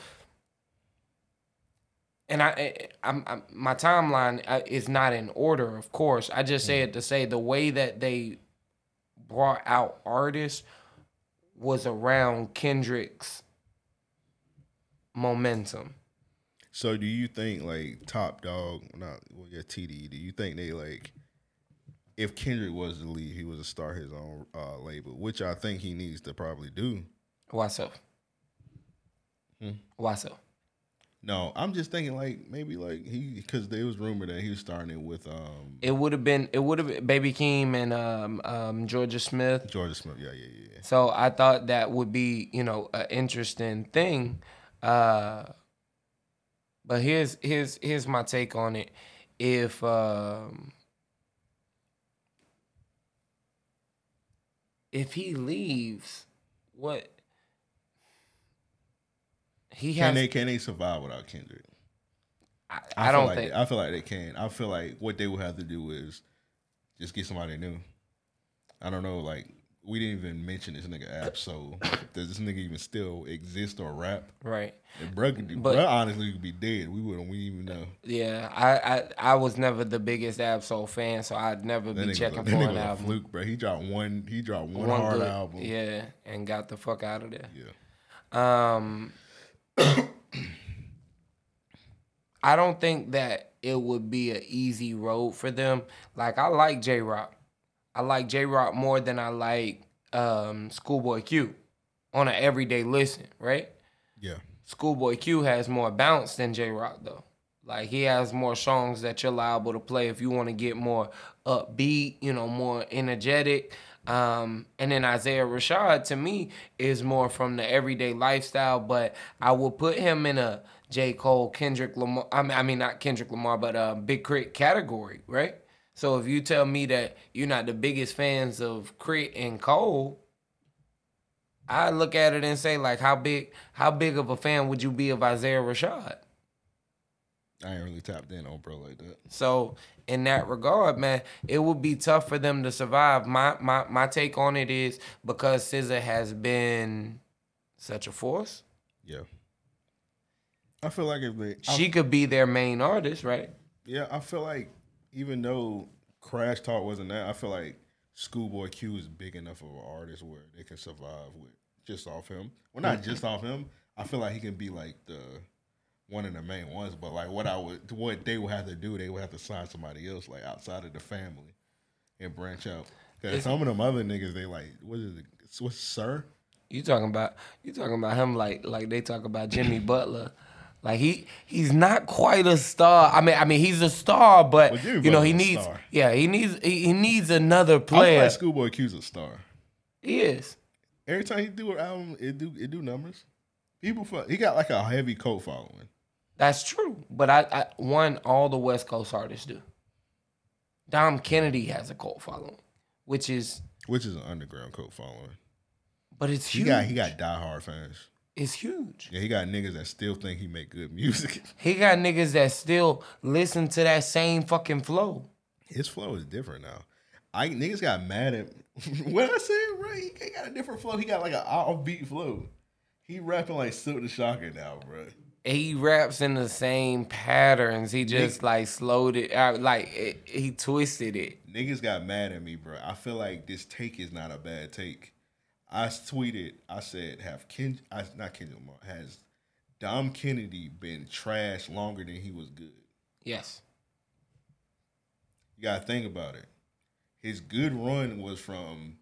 and I, I I'm, I'm my timeline uh, is not in order, of course. I just said to say the way that they brought out artists was around Kendrick's momentum.
So do you think like Top Dog, not well, yeah, TDE? Do you think they like if Kendrick was to leave, he was to start his own uh, label, which I think he needs to probably do.
Why so?
Hmm?
Why so?
No, I'm just thinking like maybe like he because there was rumor that he was starting it with um
It would have been. It would have been Baby Keem and um, um, Georgia Smith.
Georgia Smith. Yeah, yeah, yeah.
So I thought that would be you know an interesting thing. Uh, but here's here's here's my take on it. If um, if he leaves, what he
can
has?
they can they survive without Kendrick?
I,
I,
don't
feel like
think.
they, I feel like they can. I feel like what they would have to do is just get somebody new. I don't know. Like we didn't even mention this nigga app. So does this nigga even still exist or rap?
Right.
And bruh could do.
But-
bruh honestly could be dead. We wouldn't. We even know.
Yeah, I, I I was never the biggest Absol fan, so I'd never
That
be
nigga,
checking
that
for
nigga
an
was a
album.
fluke, bro. He dropped one. He dropped one, hard
good-
album.
Yeah, and got the fuck out of there.
Yeah.
Um, (coughs) I don't think that it would be an easy road for them. Like I like J Rock. I like J Rock more than I like um, Schoolboy Q on an everyday listen, right?
Yeah.
Schoolboy Q has more bounce than J Rock though. Like he has more songs that you're liable to play if you want to get more upbeat, you know, more energetic. Um, and then Isaiah Rashad to me is more from the everyday lifestyle, but I would put him in a J. Cole, Kendrick Lamar. I mean, I mean not Kendrick Lamar, but uh, Big Crit category, right? So if you tell me that you're not the biggest fans of Crit and Cole, I look at it and say like, how big, how big of a fan would you be of Isaiah Rashad?
I ain't really tapped in on bro like that.
So in that regard, man, it would be tough for them to survive. My my my take on it is because Scissor has been such a force.
Yeah. I feel like if they, I-
She could be their main artist, right?
yeah, I feel like even though Crash Talk wasn't that, I feel like Schoolboy Q is big enough of an artist where they can survive with just off him. Well, not just off him. I feel like he can be like the one of the main ones, but like what I would, what they would have to do, they would have to sign somebody else like outside of the family and branch out. Because
It's-
some of them other niggas, they like, what is it? What's sir?
You talking about you talking about him like like they talk
(laughs)
about Jimmy Butler. Like he he's not quite a star. I mean I mean he's a star, but
Well, Jimmy
you know he
Butler's a
needs
star.
yeah, he needs he, he needs another
I feel
player.
like Schoolboy Q's a star.
He is.
Every time he do an album, it do it do numbers. People, fuck, he got like a heavy cult following.
That's true. But I, I one all the West Coast artists do. Dom Kennedy has a cult following, which is
which is an underground cult following.
But it's
he got he got
huge.
diehard fans.
It's huge.
Yeah, he got niggas that still think he make good (laughs) music.
he got niggas that still listen to that same fucking flow.
His flow is different now. I niggas got mad at (laughs) what I said. Right, he got a different flow. He got like an offbeat flow. He rapping like Silk the Shocker now, bro.
He raps in the same patterns. He just like slowed it out, like it, he twisted it.
Niggas got mad at me, bro. I feel like this take is not a bad take. I tweeted, I said, have Ken, I, not Kendrick Lamar, has Dom Kennedy been trash longer than he was good?
Yes.
You gotta think about it. His good run was from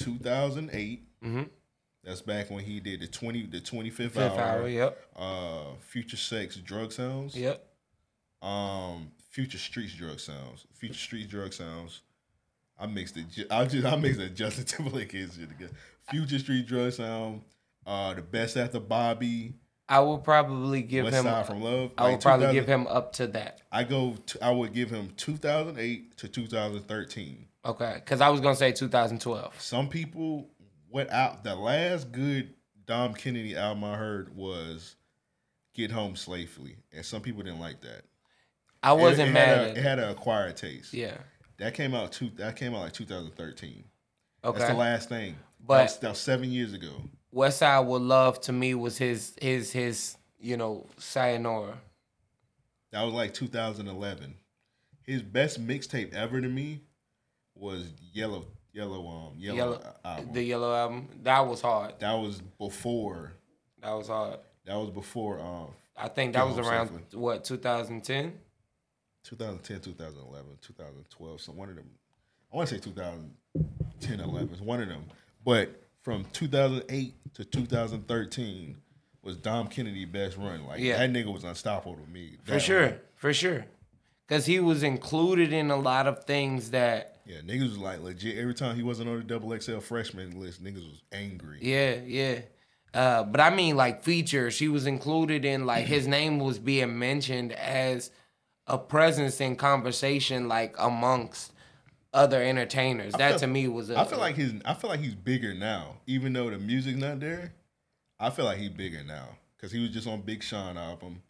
2008.
Mm-hmm.
That's back when he did the 20, the 25th
Fifth
hour.
Hour, yep.
Uh, Future Sex Drug Sounds.
Yep.
Um, Future Streets Drug Sounds. Future Streets Drug Sounds. I mixed it. ju- I just I mixed it (laughs) Justin Timberlake and shit together. Future Street Drug Sound. Uh, the best after Bobby.
I will probably give
West
him.
Side from Love.
I will
Like,
probably
2000
give him up to that.
I go. To, I would give him 2008 to 2013.
Okay, because I was gonna say 2012.
Some people went out. The last good Dom Kennedy album I heard was "Get Home Safely," and some people didn't like that.
I wasn't
it, it Had
mad
a,
at
it had an acquired taste.
Yeah.
that came out two. That came out like 2013. that's
Okay.
the last thing.
But-
that was, that was seven years ago.
Westside with Love to me was his his his you know sayonara.
That was like 2011. His best mixtape ever to me was Yellow, Yellow, um, Yellow,
Yellow-
album.
the Yellow album. That was hard.
That was before.
That was hard.
That was before. Um,
I think that
Yeah,
was
most
around
definitely.
what 2010.
2010, 2011, 2012. So one of them, I want to say 2010, 11 is one of them. But from 2008 to 2013 was Dom Kennedy best run. Like
Yeah.
that nigga was unstoppable to me.
For
That
sure,
run.
for sure, because he was included in a lot of things that.
Yeah, niggas was like legit. Every time he wasn't on the double XL freshman list, niggas was angry.
Yeah, yeah. Uh, but I mean, like features. He was included in like his name was being mentioned as a presence in conversation, like amongst other entertainers.
I
that
feel-
to me was. a
I feel like his. I feel like he's bigger now, even though the music's not there. I feel like he's bigger now because he was just on Big Sean album.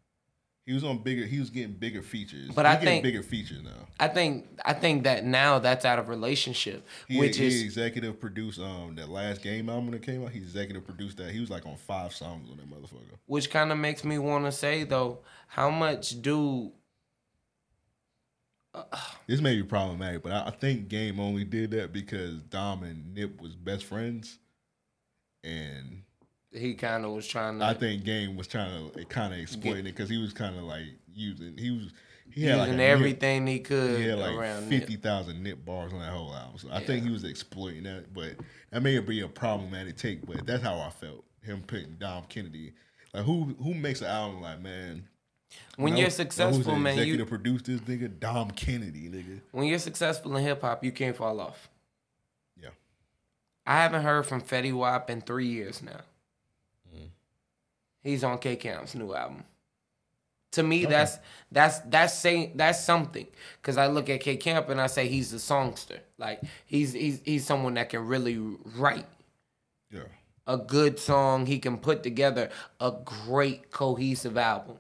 He was on bigger. He was getting bigger features.
But
He
I
getting
think-
bigger features now.
I think I think that now that's out of relationship,
He,
which
he
is
executive produced um that last game album that came out. He executive produced that. He was like on five songs on that motherfucker.
which kind of makes me want to say though, how much do
This may be problematic, but I, I think Game only did that because Dom and Nip was best friends, and
he kind of was trying to?
I think Game was trying to kind of exploit it because he was kind of like using he was he had
Using
like a nip-
everything he could
He had like
around Nip.
fifty thousand nip bars on that whole album, so I
Yeah.
think he was exploiting that. But that may be a problematic take, but that's how I felt him putting Dom Kennedy. Like who who makes an album like man?
When
know- know
you're
who's the
successful, man, you-
executive produced this nigga Dom Kennedy, nigga.
When you're successful in hip hop, you can't fall off.
Yeah.
I haven't heard from Fetty Wap in three years now.
Mhm.
He's on K Camp's new album. To me, that's that's that's saying that's something because I look at K Camp and I say he's a songster. Like he's he's he's someone that can really write
Yeah.
a good song. He can put together a great cohesive album.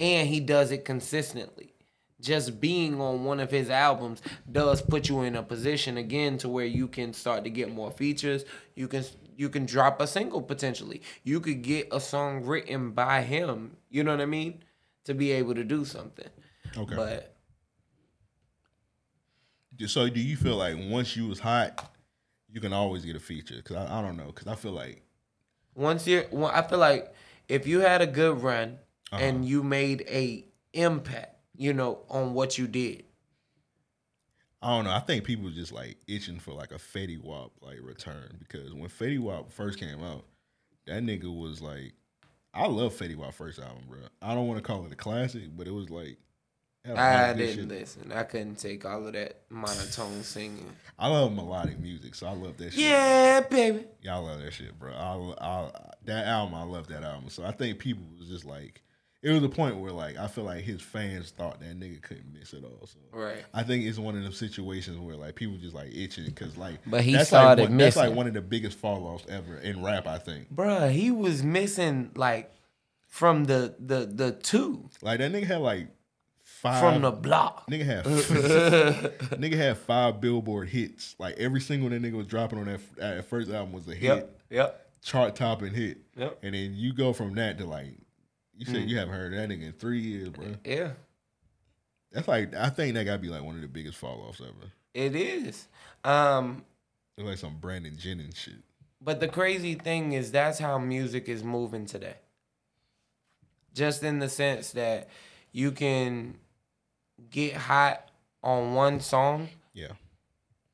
And he does it consistently. Just being on one of his albums does put you in a position again to where you can start to get more features. You can you can drop a single potentially. You could get a song written by him, you know what I mean? To be able to do something.
Okay.
But
So do you feel like once you was hot, you can always get a feature? Because I, I don't know. Because I feel like
once you're well, i feel like if you had a good run and you made a impact you know on what you did
I don't know. I think people just like itching for like a Fetty Wap like return because when Fetty Wap first came out, that nigga was like, I love Fetty Wap first album, bro. I don't want to call it a classic, but it was like, had a lot
i
of good
didn't
shit.
listen i couldn't take all of that monotone singing
I love melodic music, so I love that. shit.
yeah baby
Y'all love that shit, bro. I, I that album, I love that album. So I think people was just like, it was a point where like I feel like his fans thought that nigga couldn't miss it all. So
Right.
I think it's one of those situations where like people just like itching because like,
But he
that's
started
like one, that's like
missing.
one of the biggest fall offs ever in rap. I think
bruh he was missing like from the the the two
like that nigga had like five
From the block.
Nigga
(laughs)
had nigga had five Billboard hits. Like every single that nigga was dropping on that, f- that first album was a hit.
Yep, yep.
Chart topping hit.
Yep.
And then you go from that to like you said
Mm.
you haven't heard that nigga in three years, bro.
yeah
That's like I think that gotta be like one of the biggest fall offs ever.
it is um
It's like some Brandon Jennings shit.
But the crazy thing is that's how music is moving today. Just in the sense that you can get hot on one song
Yeah.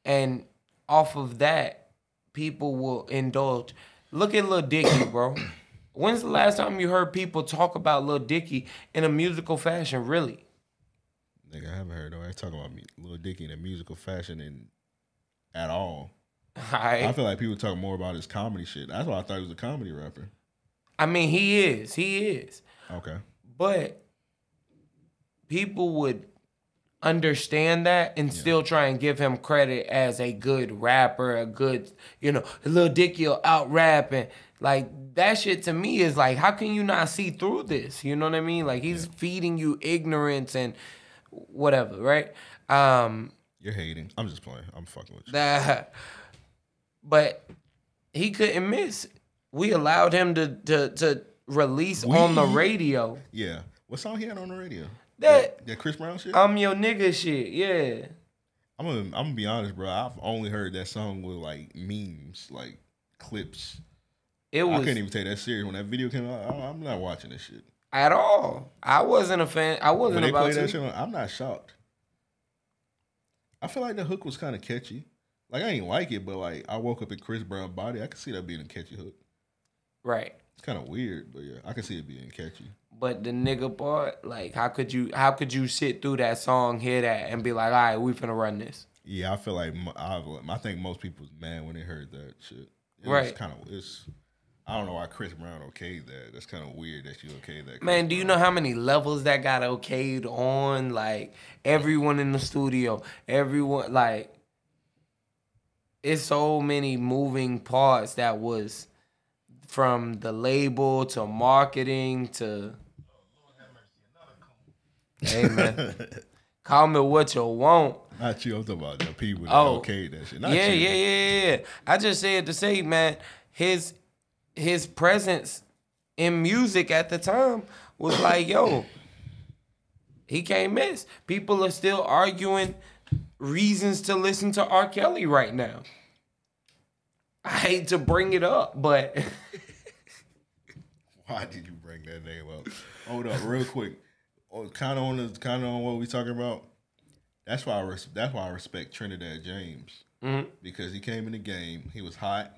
and off of that people will indulge. Look at Lil Dicky, bro. (clears throat) When's the last time you heard people talk about Lil Dicky in a musical fashion, really? (laughs)
Nigga, I haven't heard nobody talking about me Lil Dicky in a musical fashion and at all.
Alright.
I feel like people talk more about his comedy shit. That's why I thought he was a comedy rapper.
I mean, he is. He is.
Okay.
But people would understand that and still try and give him credit as a good rapper, a good, you know, Lil Dicky will out rapping. Like that shit to me is like, how can you not see through this? You know what I mean? Like he's feeding you ignorance and whatever, right? Um
You're hating. I'm just playing. I'm fucking with you.
that, but he couldn't miss. We allowed him to to to release on the
We-
radio.
Yeah. What song he had on the radio?
That-
that, Chris Brown shit.
I'm your nigga shit. Yeah.
I'm gonna, I'm gonna be honest, bro. I've only heard that song with like memes, like clips.
It
I
was-
couldn't even take that serious when that video came out. I, I'm not watching this shit.
at all. I wasn't a fan. I wasn't
When they
about
played
to.
that shit, on- I'm not shocked. I feel like the hook was kind of catchy. Like I ain't like it, but like I woke up in Chris Brown body. I could see that being a catchy hook.
Right.
It's kind of weird, but yeah, I can see it being catchy.
But the nigga part, like, how could you? How could you sit through that song, hear that, and be like, "All right, we finna run this"?
Yeah, I feel like mo- I, I think most people was mad when they heard that shit. It
Right.
Kind of. It's. I don't know why Chris Brown okayed that. That's kind of weird that you okayed that.
Man, do you know how many levels that got okayed on? Like everyone in the studio, everyone like it's so many moving parts that was from the label to marketing to Hey man. Call me what you want.
(laughs) Not you. I'm talking about the people that
Oh.
okayed that shit. Not
Yeah,
you.
yeah, yeah, yeah. I just said to say, man, his his presence in music at the time was like, yo, he can't miss. People are still arguing reasons to listen to R. Kelly right now. I hate to bring it up, but (laughs)
Why did you bring that name up? Hold up, real quick. Kind of on the kind of on what we talking about. That's why I res- that's why I respect Trinidad James
Mhm.
because he came in the game. He was hot.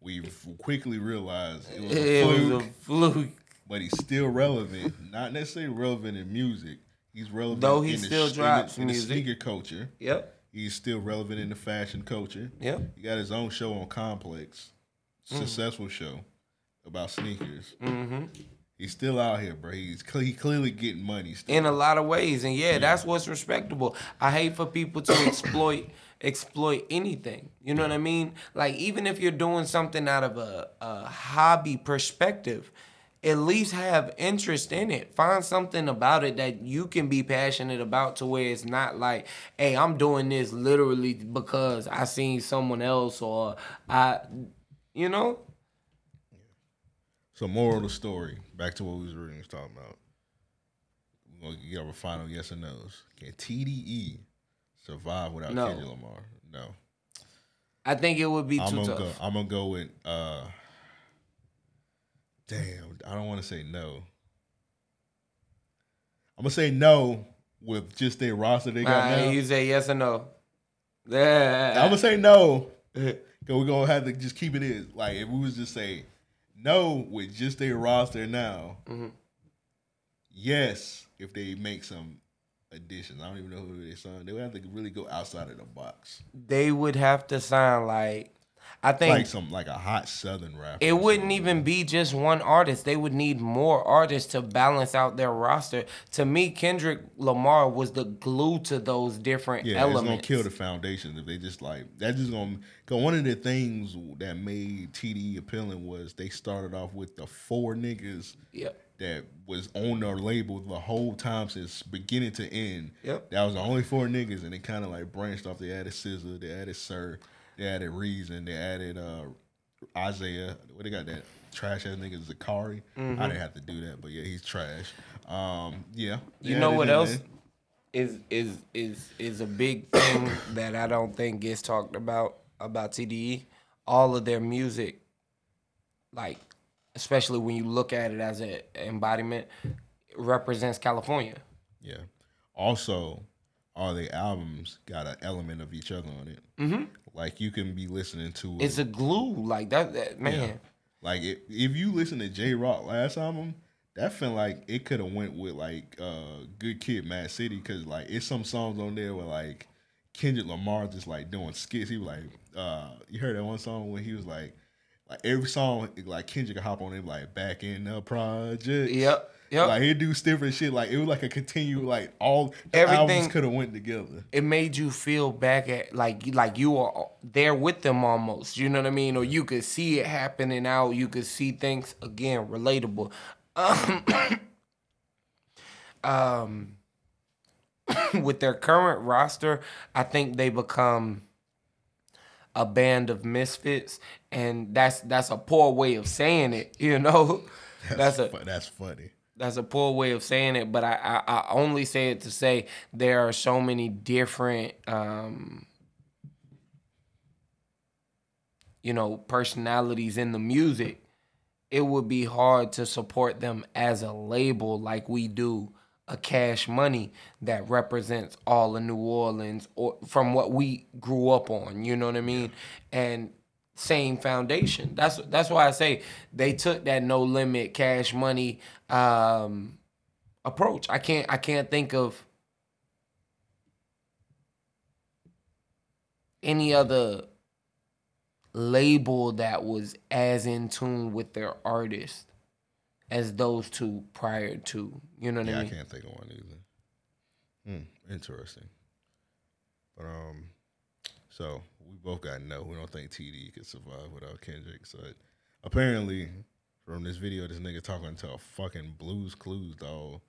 We f- quickly realized it was,
It
a,
was
fluke,
a fluke.
but he's still relevant. Not necessarily relevant in music. He's relevant.
Though he
in the
still
sh- in the-
drops
in the,
music.
sneaker culture.
Yep.
He's still relevant in the fashion culture.
Yep.
He got his own show on Complex,
Mhm.
successful show about sneakers.
Mhm.
He's still out here, bro. He's cle- he clearly getting money. Still.
in a lot of ways. And yeah, that's what's respectable. I hate for people to (coughs) exploit exploit anything. You know what I mean? Like even if you're doing something out of a, a hobby perspective, at least have interest in it. Find something about it that you can be passionate about to where it's not like, hey, I'm doing this literally because I seen someone else or I you know?
So moral of the story, back to what we was originally talking about. We're gonna get our final yes or no's. Can TDE survive without
No.
Kendrick Lamar? No.
I think it would be
I'm
too
gonna
tough.
Go, I'm gonna go with uh Damn, I don't wanna say no. I'm gonna say no with just their roster they got
Uh,
now.
you say yes or no.
I'm gonna say no. (laughs) Cause we're gonna have to just keep it in. Like if we was just say no with just their roster now.
Mm-hmm.
Yes, if they make some additions. I don't even know who they signed. They would have to really go outside of the box.
they would have to sound like I think
like some like a hot southern rapper.
it wouldn't even be just one artist. They would need more artists to balance out their roster. To me, Kendrick Lamar was the glue to those different
yeah, it's gonna
elements.
kill the foundation if they just like that's just gonna. Cause one of the things that made TDE appealing was they started off with the four niggas
Yep.
that was on their label the whole time since beginning to end.
Yep.
that was the only four niggas, and it kind of like branched off. They added Scissor, they added Sir, they added Reason, they added uh Isaiah. What they got that trash ass nigga Zakari. I
Mhm.
didn't have to do that, but yeah, he's trash. Um, yeah,
You
they
know
added
what
them
else
in.
is is is is a big (clears throat) thing that I don't think gets talked about about TDE. All of their music, like especially when you look at it as an embodiment, represents California.
Yeah. Also, all the albums got an element of each other on it.
Mhm.
Like you can be listening to
It's a glue, like that. that man,
Yeah. Like if, if you listen to J Rock last album, that felt like it could have went with like uh Good Kid, Mad City, because like it's some songs on there where like Kendrick Lamar just like doing skits. He was like, uh you heard that one song where he was like, like every song like Kendrick could hop on it like back in the project.
Yep. Yep.
Like he do different shit. Like it was like a continued like all
Everything-
could have went together.
it made you feel back at like you- like you were there with them almost. You know what I mean? Or you could see it happening out. You could see things again relatable. Um, (coughs) um, (coughs) with their current roster, I think they become a band of misfits, and that's that's a poor way of saying it. You know, (laughs) that's, a
that's funny.
That's a poor way of saying it, but I, I, I only say it to say there are so many different, um, you know, personalities in the music it would be hard to support them as a label like we do a cash money that represents all of New Orleans or from what we grew up on, you know what I mean? And same foundation. That's that's why I say they took that no limit cash money um approach. I can't I can't think of any other label that was as in tune with their artist as those two prior to. You know what
yeah,
I
I
mean?
can't think of one either. Hmm, interesting. But um, so we both got no. We don't think TD could survive without Kendrick. So it- apparently, from this video, this nigga talking to a fucking Blues Clues dog.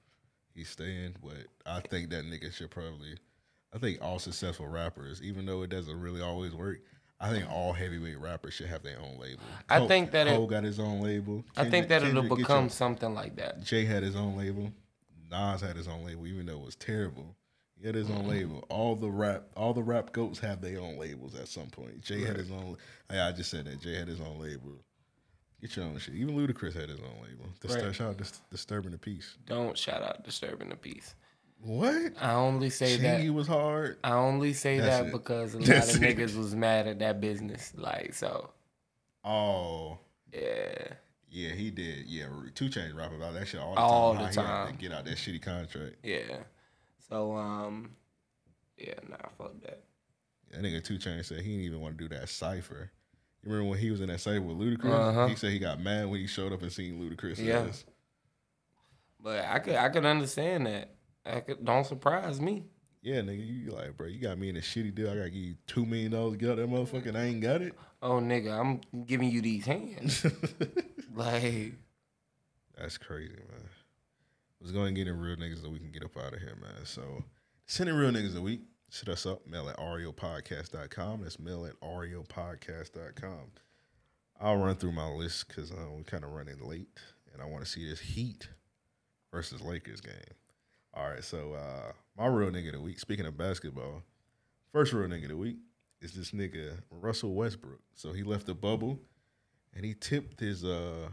He's staying, but I think that nigga should probably. I think all successful rappers, even though it doesn't really always work, I think all heavyweight rappers should have their own label.
I
Cole-
think that it-
Cole got his own label.
I think that it'll
get
become
your-
something like that.
Jay had his own label. Nas had his own label, even though it was terrible. He had his
Mm-hmm.
own label. All the rap, all the rap goats have their own labels at some point. Jay had
Right.
his own. I, I just said that Jay had his own label. Get your own shit. Even Ludacris had his own label. Distur-
Right.
Shout out Dis- Disturbing the Peace.
Don't shout out disturbing the peace.
What?
I only say that
Chingy was hard.
I only say
That's
that
it. (laughs)
because a lot
That's
of
it.
niggas was mad at that business. Like so.
Oh.
Yeah.
Yeah, he did. Yeah, Two Chainz rap about that shit all the
All
time.
the
How he had to
time.
Get out that shitty contract.
Yeah. So um yeah, nah, fuck that.
That nigga Two Chainz said he didn't even want to do that cipher. You remember when he was in that cipher with Ludacris?
Uh-huh.
He said he got mad when he showed up and seen Ludacris.
Yeah.
ass.
But I could I could understand that. I could don't surprise me.
Yeah, nigga, you you like, bro, you got me in a shitty deal. I gotta give you two million dollars to get out that motherfucker, and I ain't got it.
Oh nigga, I'm giving you
(laughs)
these hands. like
That's crazy, man. Let's go and get in real niggas that we can get up out of here, man. So send in real niggas a week. Hit us up, mail at ariopodcast.com. That's mail at ariopodcast.com. I'll run through my list because uh, we're kind of running late, and I want to see this Heat versus Lakers game. All right, so uh, my real nigga of the week, speaking of basketball, first real nigga of the week is this nigga Russell Westbrook. So he left the bubble, and he tipped his uh,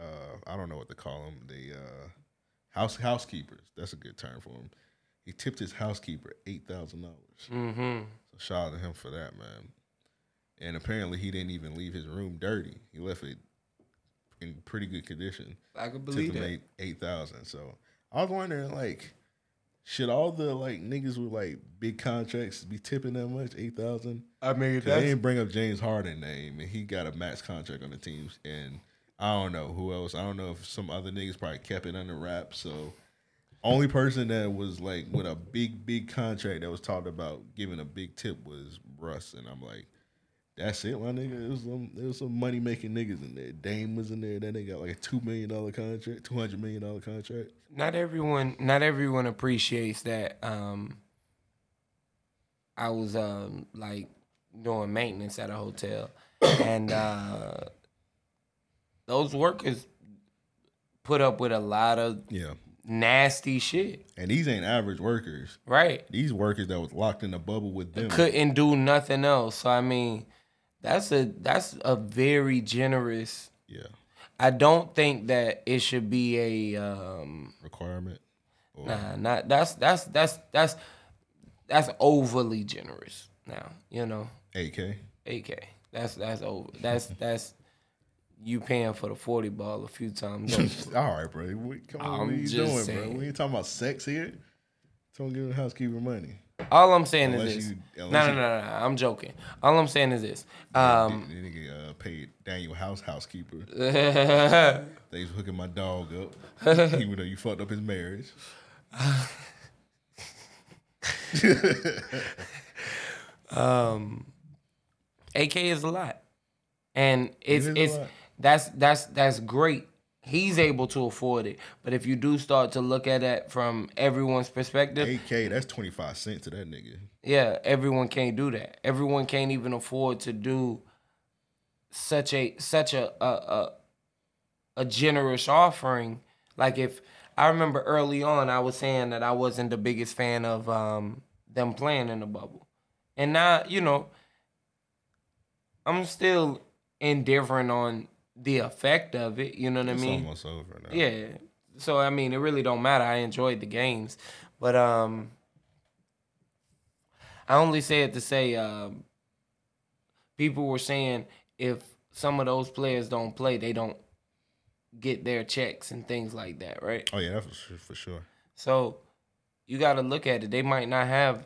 uh, I don't know what to call him, the uh, house housekeepers. That's a good term for him. He tipped his housekeeper eight thousand dollars.
Mhm.
So shout out to him for that, man. And apparently he didn't even leave his room dirty. He left it in pretty good condition.
I could
Tipped
believe
him
that.
Eight, eight thousand. So I was wondering, like, should all the like niggas with like big contracts be tipping that much? Eight thousand.
I mean,
they
that's-
didn't bring up James Harden name, and he got a max contract on the teams. And I don't know who else. I don't know if some other niggas probably kept it under wraps. So only person that was like with a big, big contract that was talked about giving a big tip was Russ, and I'm like, that's it, my nigga. It was some, there was some money making niggas in there. Dame was in there. Then they got like a two million dollar contract, two hundred million dollar contract.
not everyone not everyone appreciates that um I was um like doing maintenance at a hotel and uh those workers put up with a lot of
Yeah.
nasty shit.
And these ain't average workers,
right?
These workers that was locked in a bubble with them.
Mm-hmm. Couldn't do nothing else. So I mean, that's a that's a very generous
Yeah.
I don't think that it should be a um
requirement.
Nah, not that's that's that's that's that's overly generous now, you know.
AK.
AK. That's that's over. That's that's you paying for the 40 ball a
(laughs)
few times.
(laughs)
over.
All right, bro. What, come on, what
I'm
you
just
doing,
saying.
bro? We ain't talking about sex here. Don't give the housekeeper money.
All I'm saying
Unless
is this.
you-
no,
unless
no,
you-
no, no, no. I'm joking. All I'm saying is this. Um,
Then nigga uh, paid Daniel House
(laughs)
housekeeper. they was hooking my dog
(laughs)
up, even though you fucked up his marriage.
um, AK is a lot, and it's
is a
it's
lot.
that's that's that's great. He's able to afford it, but if you do start to look at it from everyone's perspective,
AK that's twenty five cent to that nigga.
Yeah, everyone can't do that. Everyone can't even afford to do such a such a a a, a generous offering. Like if I remember early on, I was saying that I wasn't the biggest fan of um, them playing in the bubble, and now you know I'm still indifferent on the effect of it. You know what
It's
I mean?
almost over now.
Yeah. So I mean, it really don't matter. I enjoyed the games, but um, I only say it to say um, people were saying if some of those players don't play, they don't get their checks and things like that, right?
Oh yeah, that's for sure. For sure.
So you got to look at it. They might not have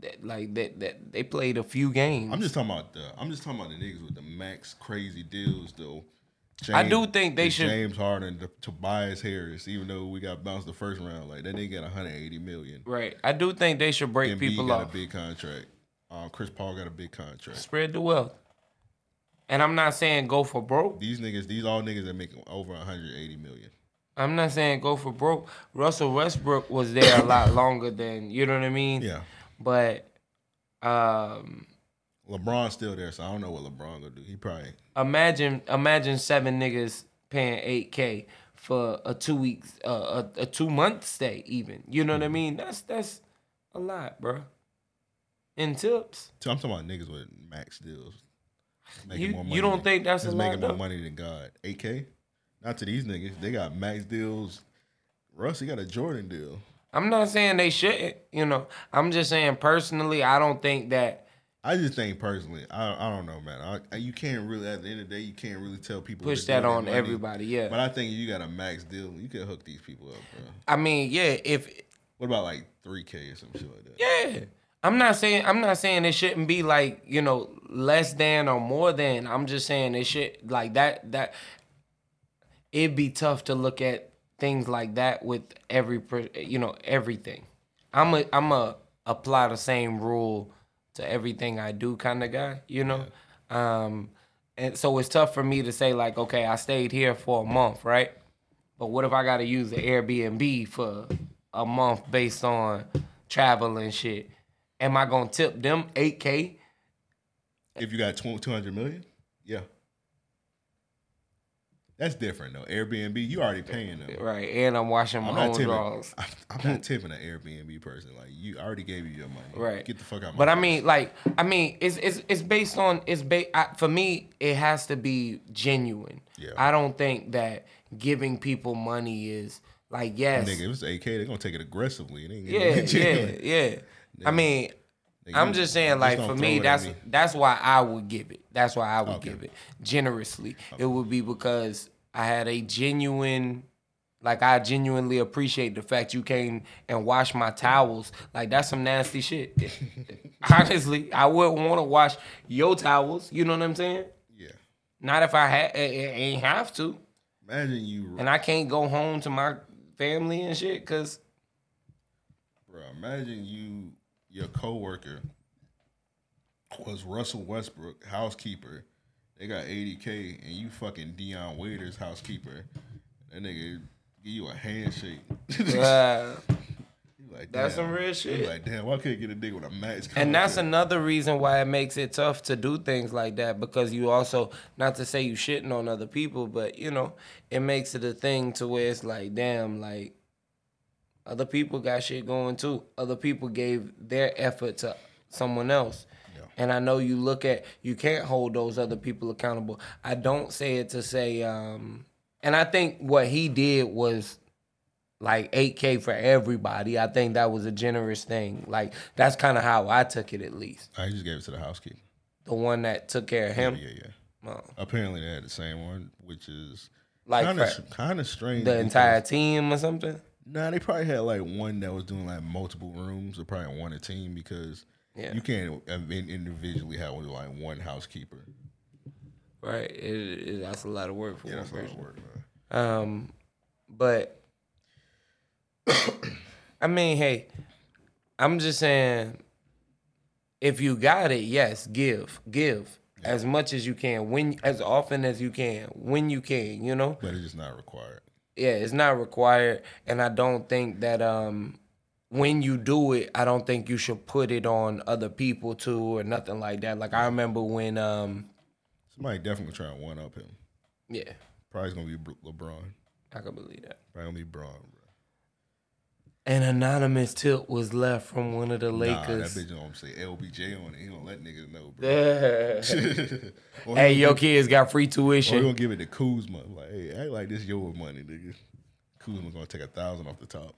that, like that. That they played a few games.
I'm just talking about the. I'm just talking about the niggas with the max crazy deals though.
I do think they
the
should-
James Harden, the Tobias Harris. Even though we got bounced the first round, like that nigga got 180 million.
Right. I do think they should break
Embiid
people
got
off.
a big contract. Um, Chris Paul got a big contract.
Spread the wealth. And I'm not saying go for broke.
These niggas, these all niggas that make over 180 million.
I'm not saying go for broke. Russell Westbrook was there a lot longer than you know what I mean.
Yeah.
But um,
LeBron's still there, so I don't know what LeBron gonna do. He probably
imagine imagine seven niggas paying eight k for a two weeks uh, a, a two month stay even. You know what I
Mm-hmm.
mean? That's that's a lot, bro. In tips.
So I'm talking about niggas with max deals.
You- you don't
than-
think that's a
making
lot,
more
though?
money than God? 8K? Not to these niggas. They got max deals. Russ, he got a Jordan deal.
I'm not saying they shouldn't. You know, I'm just saying personally, I don't think that
I just think personally, I I don't know, man. I, you can't really at the end of the day, you can't really tell people
Push
to do with
that
their
on everybody, yeah.
But I think you got a max deal. You can hook these people up, bro.
I mean, yeah, if
What about like 3K or some shit like that?
yeah. I'm not saying I'm not saying it shouldn't be like, you know, less than or more than. I'm just saying it should like that that it'd be tough to look at things like that with every per- you know, everything. I'm a I'm a apply the same rule to everything I do kind of guy, you know? Um and so it's tough for me to say like, okay, I stayed here for a month, right? But what if I gotta use the Airbnb for a month based on travel and shit? Am I gonna tip them 8K?
If you got 20, 200 million, yeah. That's different though. Airbnb, you already paying them.
Right, and I'm washing my own
tipping,
drawers.
I'm, I'm not tipping an Airbnb person. Like you I already gave you your money.
Right.
Get the fuck out.
But I mean, like, I mean, it's it's it's based on it's ba- I, for me. It has to be genuine.
Yeah.
I don't think that giving people money is like yes,
Nigga, if it's AK, they're gonna take it aggressively. They ain't gonna (laughs)
yeah,
get you.
yeah, yeah. I
Nigga.
mean,
Nigga,
I'm
you-
just
you
saying,
Mm. just
like
don't
for
throw it
me,
at
that's
me.
that's why I would give it. That's why I would give it generously. It would be because I had a genuine, like I genuinely appreciate the fact you came and washed my towels. Like that's some nasty shit. (laughs) Honestly, I wouldn't want to wash your towels. You know what I'm saying?
Yeah.
Not if I had, ain't have to.
Imagine you,
and I can't go home to my family and shit because.
Bro, imagine you your coworker was Russell Westbrook, housekeeper. They got 80K and you fucking Dion Waiters housekeeper. That nigga give you a handshake. (laughs)
Wow.
You like,
That's
damn.
some real
You
shit.
like, damn, why couldn't I get a nigga with a max
And that's
contract?
another reason why it makes it tough to do things like that because you also, not to say you shitting on other people, but you know, it makes it a thing to where it's like, damn, like other people got shit going too. Other people gave their effort to someone else. And I know you look at, you can't hold those other people accountable. I don't say it to say, um, and I think what he did was like 8k for everybody i think that was a generous thing like that's kind of how i took it at least
I just gave it to the housekeeper.
the one that took care of him
Yeah, yeah.
yeah.
Apparently they had the same one, which is
Like
kind of
for
kind of strange.
the entire
because-
team or something
Nah, they probably had like one that was doing like multiple rooms, or probably one a team because
Yeah.
you can't uh, in- individually have like one housekeeper.
right it, it- that's a lot of work for
Yeah,
one
that's a lot of
person.
work,
um but (coughs) i mean hey i'm just saying if you got it yes give give as much as you can when as often as you can when you can you know
But it's just not required.
yeah, it's not required, and I don't think that um when you do it, I don't think you should put it on other people too or nothing like that. Like I remember when um
Somebody definitely trying to one up him.
yeah,
Probably it's gonna be Br- LeBron.
I can believe that.
Probably gonna be Braun, bro.
An anonymous tip was left from one of the
Nah, that
Lakers.
bitch don't say LBJ on it. He don't let niggas know, bro.
(laughs)
(laughs) Or he
hey,
gonna
your
give-
kids got free
Or he
tuition.
gonna give it to Kuzma. Like, hey, act like this your money, nigga. Kuzma gonna take a thousand off the top.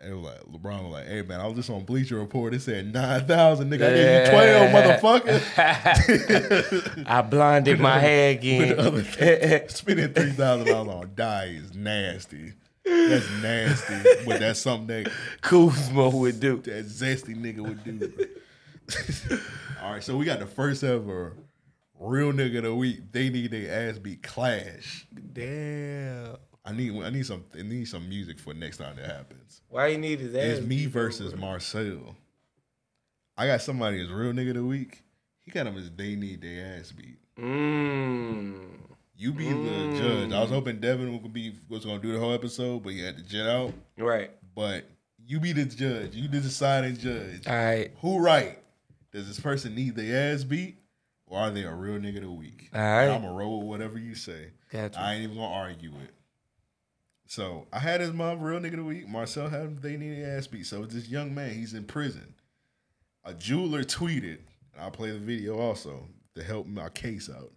And it was like LeBron was like, hey man, I was just on Bleacher Report. It said nine thousand, nigga. I gave you twelve,
(laughs)
motherfucker. (laughs)
I blinded my hair again.
With the other thing. Spending three thousand dollars on dye is nasty. That's nasty, but that's something that
Kuzma would do.
That zesty nigga would do. bro. (laughs) All right, so we got the first ever real nigga of the week. They need their ass beat clash.
Damn.
I need I need some I need some music for next time that happens.
Why you need his ass?
It's me versus Marcel. I got somebody as real nigga of the week. He got him as they need their ass beat.
Mm.
You be the judge. I was hoping Devin was gonna be was gonna do the whole episode, but he had to jet out.
Right.
But you be the judge. You the deciding judge.
All right.
Who right? Does this person need their ass beat, or are they a real nigga of the week?
All right.
And I'ma roll with whatever you say.
Gotcha.
I ain't even gonna argue it. So I had his mom real nigga of the week. Marcel had they need their ass beat. So it's this young man. He's in prison. A jeweler tweeted, and I'll play the video also to help my case out.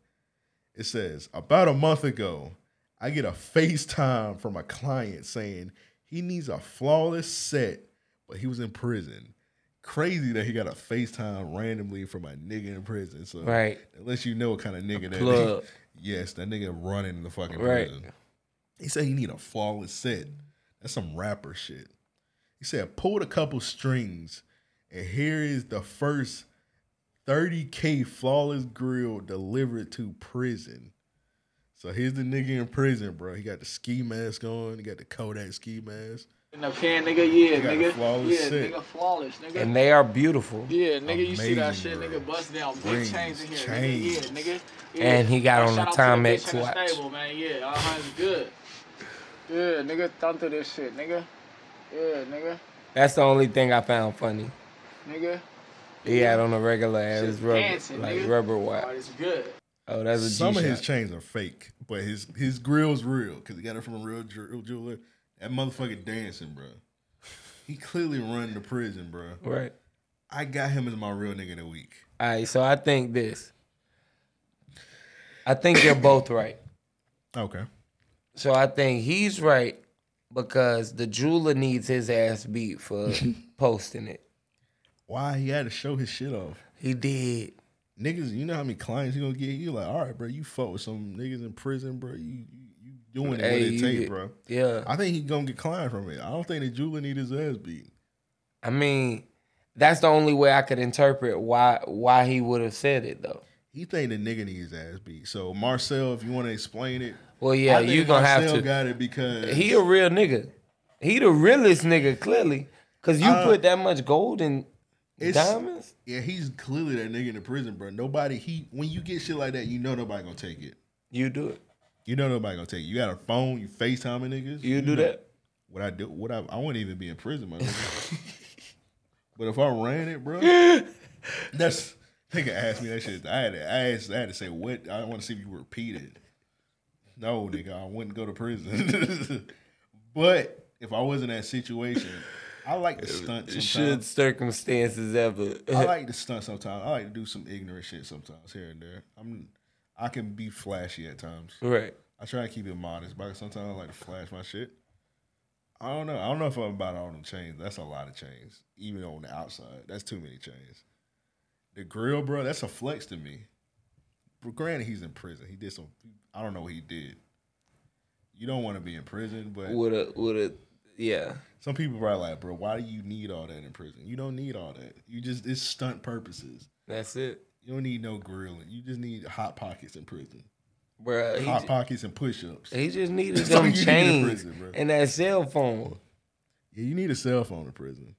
It says, About a month ago, I get a FaceTime from a client saying he needs a flawless set, but he was in prison. Crazy that he got a FaceTime randomly from a nigga in prison. So
Right.
that lets you know what kind of nigga that
plug.
is. Yes, that nigga running in the fucking
Right.
prison. He said he need a flawless set. That's some rapper shit. He said, pulled a couple strings, and here is the first 30K flawless grill delivered to prison. So here's the nigga in prison, bro. He got the ski mask on. He got the Kodak ski mask.
No can, nigga. Yeah,
You got a
nigga.
flawless
yeah,
set.
nigga. Flawless, nigga.
And they are beautiful.
Yeah, nigga. You see that
Amazing,
shit,
bro.
nigga. Bust down.
Rings,
Big chains in here,
chains.
nigga. Yeah, nigga. Yeah.
And he got
Hey,
on
shout
a
out to the
Timex
bitch in the
watch.
Stable, man. Yeah, uh-huh, it's good. Yeah, nigga. Thumb through this shit, nigga. Yeah, nigga.
That's the only thing I found funny.
Nigga.
He had on a regular ass
Just
rubber,
dancing,
like
nigga.
rubber
Oh,
watch.
it's good.
Oh, that's a G
Some
shot.
of his chains are fake, but his his grill's real because he got it from a real ju- real jeweler. That motherfucker dancing, bro. He clearly run to prison, bro.
Right.
I got him as my real nigga of the week.
All right, so I think this. I think you're both right.
Okay.
So I think he's right because the jeweler needs his ass beat
(laughs)
for posting it.
Why he had to show his shit off?
He did.
Niggas, you know how many clients he gonna get? You like, all right, bro. You fuck with some niggas in prison, bro. You you, you doing it
Hey,
what it
you
take,
get-
bro.
yeah.
I think he gonna get clients from it. I don't think the jeweler need his ass beat.
I mean, that's the only way I could interpret why why he would have said it though.
He think the nigga need his ass beat. So Marcel, if you want to explain it,
Well, yeah,
I think
you gonna have
Marcel
to-
got it because
He a real nigga. He the realest nigga clearly cuz you
Uh,
put that much gold in
It's-
diamonds?
Yeah, he's clearly that nigga in the prison, bro. Nobody he when you get shit like that, you know nobody gonna take it.
You do it.
You know nobody gonna take it. You got a phone, you FaceTiming niggas.
You do
know-
that?
What I do? What I I wouldn't even be in prison, my nigga. but if I ran it, bro, that's nigga asked me that shit. I had to I asked, I had to say what I want to see if you repeat it. No, nigga, I wouldn't go to prison. (laughs) but if I was in that situation, I like to stunt. Sometimes.
Should circumstances ever. (laughs)
I like to stunt sometimes. I like to do some ignorant shit sometimes here and there. I'm I can be flashy at times.
Right.
I try to keep it modest, but sometimes I like to flash my shit. I don't know. I don't know if I'm about all them chains. That's a lot of chains. Even on the outside. That's too many chains. The grill, bro, that's a flex to me. But granted, he's in prison. He did some I don't know what he did. You don't want to be in prison, but
With a with a yeah.
some people probably like, bro, why do you need all that in prison? You don't need all that. You just it's stunt purposes.
That's it.
You don't need no grilling. You just need hot pockets in prison.
Bruh, he
hot
ju-
pockets and push ups.
He just needed them chains and that cell phone.
Yeah, you need a cell phone in prison.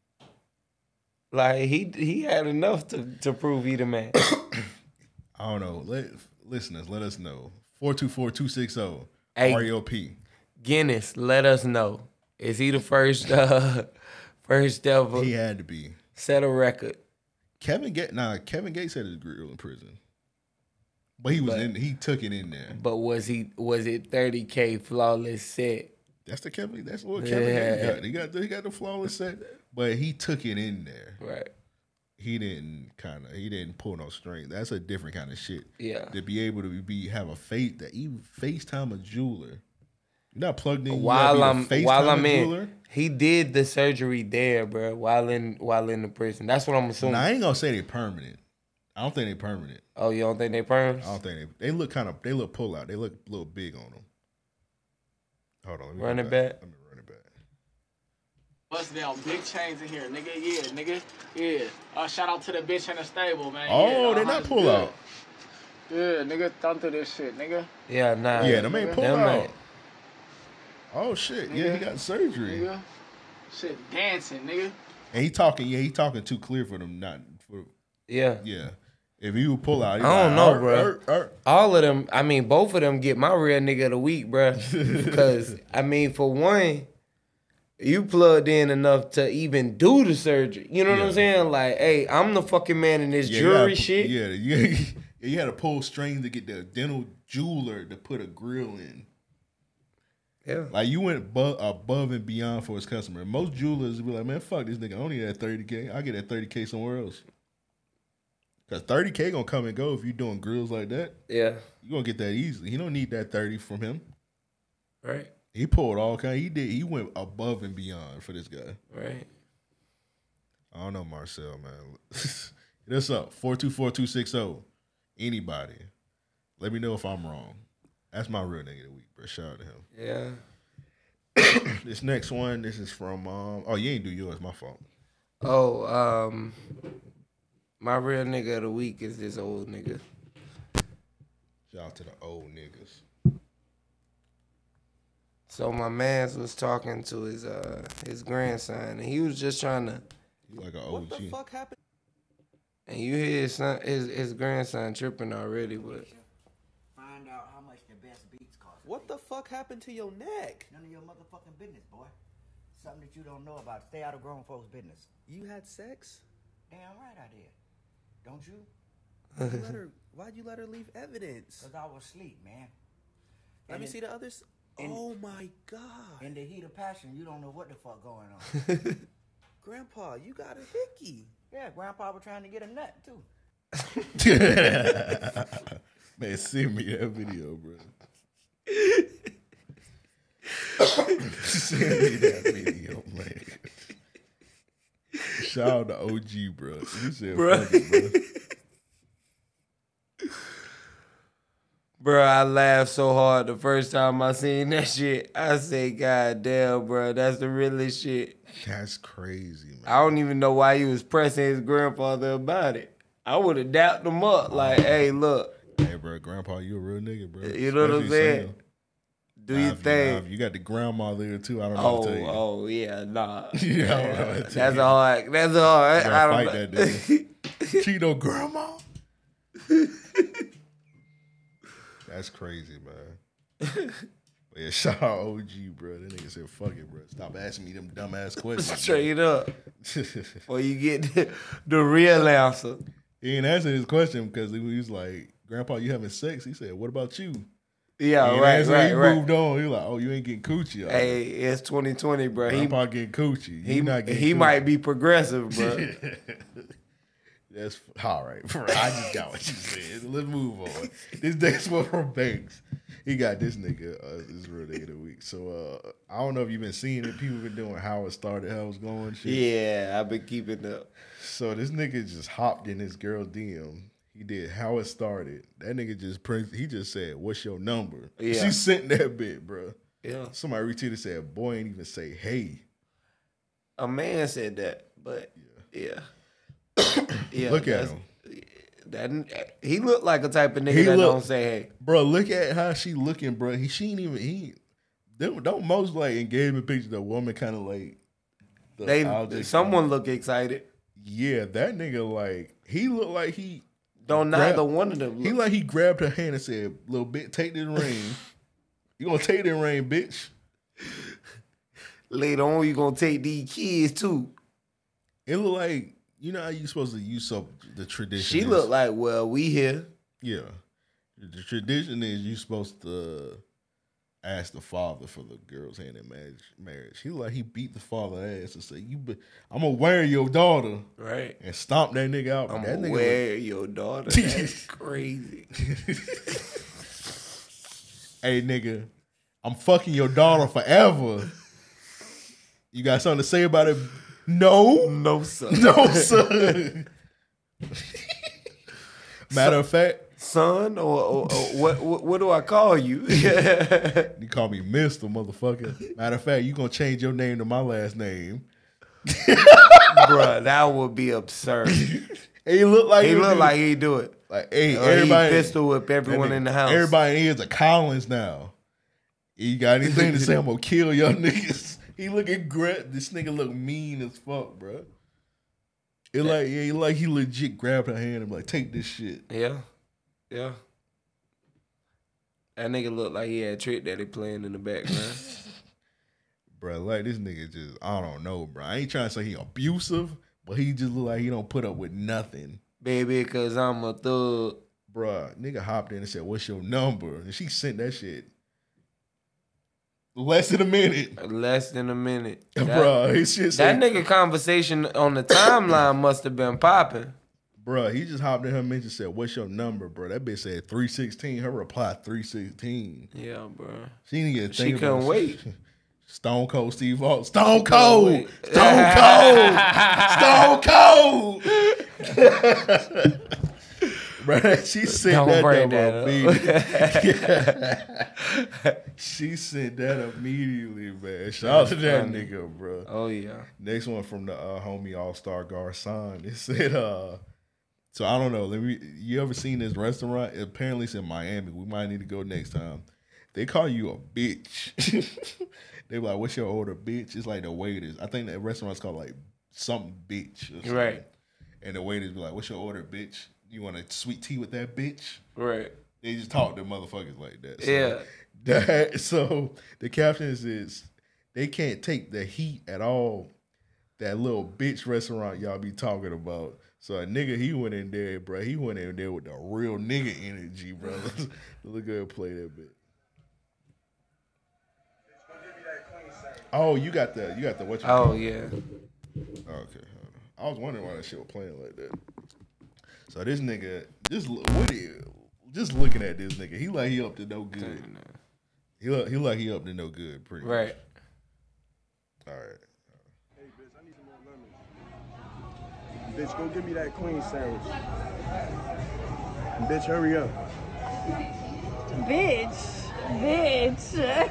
Like he he had enough to, to prove he the man. (coughs)
I don't know. Let listeners let us know. 424-260
Hey.
REOP.
Guinness, let us know. Is he the first uh (laughs) first ever?
He had to be.
Set a record.
Kevin Gates nah, Kevin Gates had his grill in prison. But he was in he took it in there.
But was he was it 30k flawless set
That's the Kevin. That's what Kevin
Yeah.
Gates got. He got the, he got the flawless set, but he took it in there.
Right.
He didn't kind of. He didn't pull no strings. That's a different kind of shit.
Yeah.
To be able to be have a face that even FaceTime a jeweler. You're not plugged in. you gotta be
while
the
I'm while
FaceTime
I'm
a
in,
jeweler.
he did the surgery there, bro. While in while in the prison, that's what I'm assuming.
Now, I ain't gonna say they permanent. I don't think they permanent.
Oh, you don't think they permanent?
I don't think they. They look kind of. They look pull out. They look a little big on them. Hold on. Let me go
Run it back.
Let me run it back.
Bust down big chains in here, nigga. Yeah, nigga. Yeah. Uh, shout out to the bitch in the stable, man.
Oh,
yeah,
they
uh,
not
it's
pull
good.
out.
Yeah, nigga, thumb through this shit, nigga.
Yeah, nah.
Yeah, them ain't pull
Them
out.
ain't-
Oh shit! Yeah, he got surgery,
Nigga. Shit, dancing, nigga.
and he talking. Yeah, he talking too clear for them. Not for.
Yeah.
Yeah. If you pull out,
I
he like,
don't know,
"Arr,
bro.
arr, arr."
All of them, I mean, both of them get my real nigga of the week,
(laughs)
bro. Because I mean, for one, you plugged in enough to even do the surgery. You know what I'm saying? Like, hey, I'm the fucking man in this
Yeah, you gotta
jury
pu-
shit.
Yeah, (laughs) you, you had to pull strings to get the dental jeweler to put a grill in.
Yeah.
Like you went above, above and beyond for his customer. Most jewelers be like, man, fuck this nigga. I only had 30K. I get that 30K somewhere else. Cause 30K gonna come and go if you doing grills like that.
Yeah.
You gonna get that easily. He don't need that 30 from him.
Right.
He pulled all kind. He did. He went above and beyond for this guy.
Right.
I don't know, Marcel, man. (laughs) Hit us up four two four two six zero. Anybody, let me know if I'm wrong. That's my real nigga of the week, bro. Shout out to him.
Yeah.
This next one, this is from um. Oh, you ain't do yours. My fault.
Oh, um, my real nigga of the week is this old nigga.
Shout out to the old niggas.
So my man's was talking to his uh his grandson, and he was just trying to.
Like an OG. (laughs)
fuck happened? And you hear his son, his his grandson tripping already, but
Find out how much the best beats cost. What the fuck happened to your neck? None of your motherfucking business, boy. Something that you don't know about. Stay out of grown folks' business. You had sex? Damn right I did. Don't you?
(laughs) Why'd you let her, why'd you let her leave evidence?
Cause I was asleep, man.
Let
And
me
it-
see the others.
and-
oh my god.
In the heat of passion, you don't know what the fuck going on.
(laughs) Grandpa, you got a hickey.
yeah, grandpa was trying to get a nut too.
man, send me that video,
(laughs)
bro. send me that video, man. Shout out to OG, bro. You said,
Bruh.
fuck it, bro.
Bruh, I laughed so hard the first time I seen that (laughs) shit. I say, God damn, bruh, that's the realest shit.
That's crazy, man.
I don't even know why he was pressing his grandfather about it. I would have dapped him up,
Oh.
like, hey, look,
Hey, bro, Grandpa, you a real nigga, bro.
You know what I'm
Especially
saying?
Sam.
do
Nah,
your
if you-
thing.
nah, if You, got the grandma there too. I don't know. what
Oh,
to tell you.
oh yeah, nah.
(laughs) Yeah, I don't know what to tell
that's
you.
a hard. That's a hard.
You
I
gotta
don't
fight
know.
that dude. Cheeto grandma. (laughs) That's crazy, man. But yeah, shout out OG, bro. That nigga said, "Fuck it, bro. Stop asking me them dumbass questions."
(laughs) Straight up. Or you get the, the real answer.
(laughs) He ain't answering his question because he was like, "Grandpa, you having sex?" He said, "What about you?"
Yeah,
He ain't
Oh, right,
answer.
right,
He
right.
moved on. He was like, "Oh, you ain't getting coochie." I'm
Hey, it's 2020, bro.
like,
He
Grandpa getting coochie. You
he,
not getting
he
coochie.
might be progressive, bro.
(laughs) That's all right. bro. I just got what you said. Let's move on. This next one from Banks. He got this nigga. Uh, this real nigga of the week. So uh, I don't know if you've been seeing it. People been doing how it started, how it's going. Shit.
yeah, I've been keeping up.
So this nigga just hopped in his girl DM. He did how it started. That nigga just print. He just said, "What's your number?"
Yeah.
She sent that bit, bro.
Yeah.
Somebody retweeted said, "Boy ain't even say hey."
A man said that, but
(coughs)
yeah, yeah.
Look at
that's- That he looked like a type of nigga
He
that
look-
don't say hey.
Bro, look at how she looking, bro. He, she ain't even he. Don't, don't most like engagement pictures. The woman kind of like the
They
object-
someone look excited.
Yeah, that nigga like he looked like he
Don't
grab-
neither one of them.
He like he grabbed her hand and said, "Little bit, take
(laughs)
this ring. you gonna take this ring, bitch."
Later on, you gonna take these kids too.
It look like you know how you supposed to use up the tradition.
She
is-
looked like, well, we here.
yeah. The tradition is you supposed to asked the father for the girl's hand in marriage. Marriage. He like he beat the father ass and said, "You, be, I'm gonna wear your daughter,
Right.
And stomp that nigga out.
I'm
that nigga
aware
(laughs)
your daughter. That's crazy.
hey nigga, I'm fucking your daughter forever. You got something to say about it? (laughs) No. (laughs)
(laughs) No, sir.
No, sir. Matter of fact.
Son, or, or, or what, what? What do I call you? (laughs)
you call me Mister, motherfucker. Matter of fact, you gonna change your name to my last name.
Bruh, that would
(laughs)
be absurd.
he look like
he
he
look
do-
like he do it.
Like, hey,
Or he
everybody
pistol whip everyone
that nigga-
in the house.
Everybody is a Collins now. You got
(laughs)
anything to say? I'm gonna kill y'all niggas. (laughs) He looking great. This nigga look mean as fuck, bro. It like yeah, he like he legit grabbed her hand and be like, take this shit.
Yeah, yeah. That nigga look like he had Trick Daddy playing in the background.
(laughs) Bro, like this nigga just I don't know, bro. I ain't trying to say he abusive, but he just look like he don't put up with nothing.
Baby, cause I'm a thug.
Bruh, nigga hopped in and said, What's your number? And she sent that shit. Less than a minute.
Less than a minute,
Bruh,
That-
his shit
That
say-
nigga conversation on the timeline must have been popping.
Bruh, he just hopped in her and just said, What's your number, bro? That bitch said 316. Her reply 316.
Yeah, bro.
She didn't get a
She
thing about
couldn't
it.
wait.
(laughs) Stone Cold Steve Austin.
She
Stone
couldn't
Cold.
wait.
Stone Cold.
(laughs)
Stone Cold. (laughs) Bruh, she sent
Don't
that
bring
up
that up.
immediately. (laughs) she sent that immediately,
(laughs)
man. Shout out to that
Funny.
nigga, bro.
Oh yeah.
Next one from the uh, homie All Star Garcon. It said, uh, so I don't know. Let me. You ever seen this restaurant? Apparently, it's in Miami. We might need to go next time. They call you a bitch. (laughs) they be like, "What's your order, bitch?" It's like the waiters. I think that restaurant's called like something bitch. or something.
Right.
And the waiters be like, "What's your order, bitch? You want a sweet tea with that bitch?"
Right.
They just talk to motherfuckers like that. So
Yeah.
(laughs) That, so the caption is, "They can't take the heat at all." That little bitch restaurant y'all be talking about. So a nigga, he went in there, bro. He went in there with the real nigga energy, bro. (laughs) Look good, play that bit. Oh, you got the you got the what? You
Oh,
call it.
yeah.
Oh, Okay. hold on. I was wondering why that shit was playing like that. So this nigga, just lo- what is, just looking at this nigga, he like he up to no good. He look, he like he up to no good, pretty
Right.
Much. All right.
Bitch, go give me that queen sandwich. Bitch, hurry up.
Bitch. Bitch.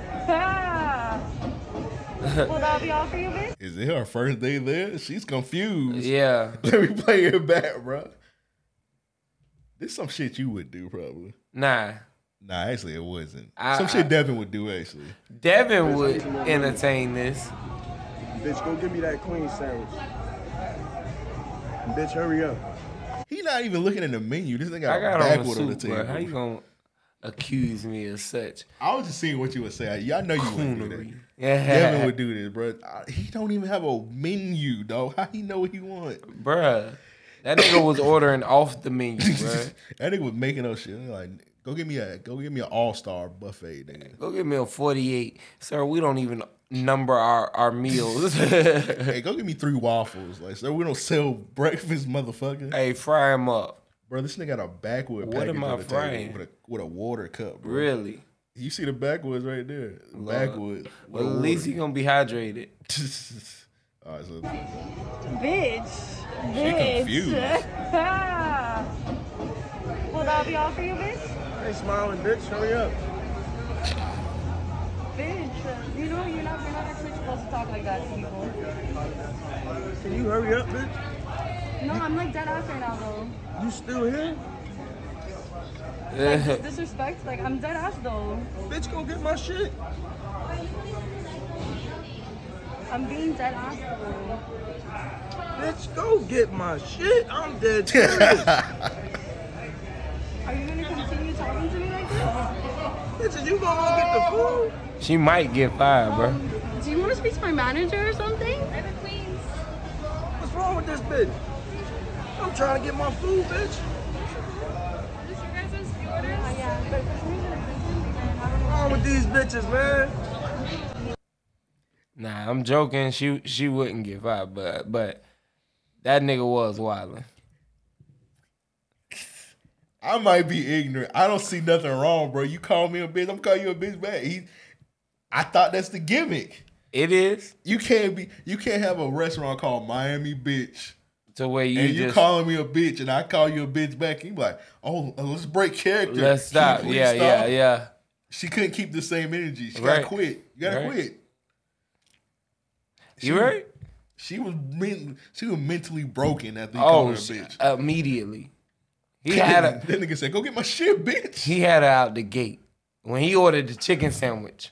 (laughs) Will that be all for you, bitch?
Is it her first day there? She's confused.
Yeah.
(laughs) Let me play it back, bro. This some shit you would do probably.
Nah.
Nah, actually it wasn't.
I-
some
I-
shit Devin would do actually.
Devin would entertain this.
Bitch, go give me that queen sandwich. Bitch, hurry up.
He not even looking in the menu. This nigga
I got on a
backward on the
suit,
table.
but how you gonna accuse me of such?
I was just seeing what you would say. Y'all know you wouldn't do that.
Yeah. (laughs)
Devin would do this, bro. He don't even have a menu, dog. (laughs) How he know what he want?
Bruh. That nigga was ordering off
(laughs)
the menu, bruh.
That nigga was making up shit. Like, go get me a go get me an all star buffet, nigga.
(laughs) Go get me a 48. Sir, we don't even number our,
(laughs)
our meals.
hey, go get me three waffles. Like, sir, we don't sell (laughs) breakfast, motherfucker.
Hey, fry him up.
Bro, this nigga got a backwood
What
package
am I
on the table
frying?
With, a, with a water cup, bro.
Really?
You see the backwoods right there. Backwoods.
Well, at least he gonna be hydrated.
(laughs) All right, so
Bitch.
She confused.
Bitch. Will that be all for you, bitch?
Hey, smiling bitch, hurry up.
Bitch. You know you're not, you're not actually supposed to talk like that to people.
Can you hurry up, bitch?
No, I'm like dead ass right now, though.
You still here?
Like, dis- disrespect. Like, I'm dead ass, though.
Bitch, go get my shit.
I'm being dead ass, though.
Bitch, go get my shit. I'm dead serious.
Are you gonna continue talking to me like this?
bitch, you gonna go get the food?
She might get fired, bruh.
Do you want to speak to my manager or something? I'm a queen.
What's wrong with this bitch? I'm trying to get my food, bitch.
Yeah, but for some reason, it's this one, and I don't know.
wrong with these bitches, man?
Nah, I'm joking. She she wouldn't give up, but but that nigga was wildin'.
I might be ignorant. I don't see nothing wrong, bro. You call me a bitch, I'm calling you a bitch back. He, I thought that's the gimmick.
It is.
You can't be. You can't have a restaurant called Miami Bitch.
To where you
and you
just-
calling me a bitch, and I call you a bitch back. You like, oh, let's break character.
Let's
Can
stop.
you please
Yeah, yeah,
stop?"
yeah.
She couldn't keep the same energy. She
Right.
gotta quit. You gotta
Right.
quit.
You right?
She was men- she was mentally broken after you called
Oh,
her a
she-
bitch.
immediately. He had a
(laughs) that nigga said, "Go get my shit, bitch."
he had her out the gate when he ordered the chicken sandwich.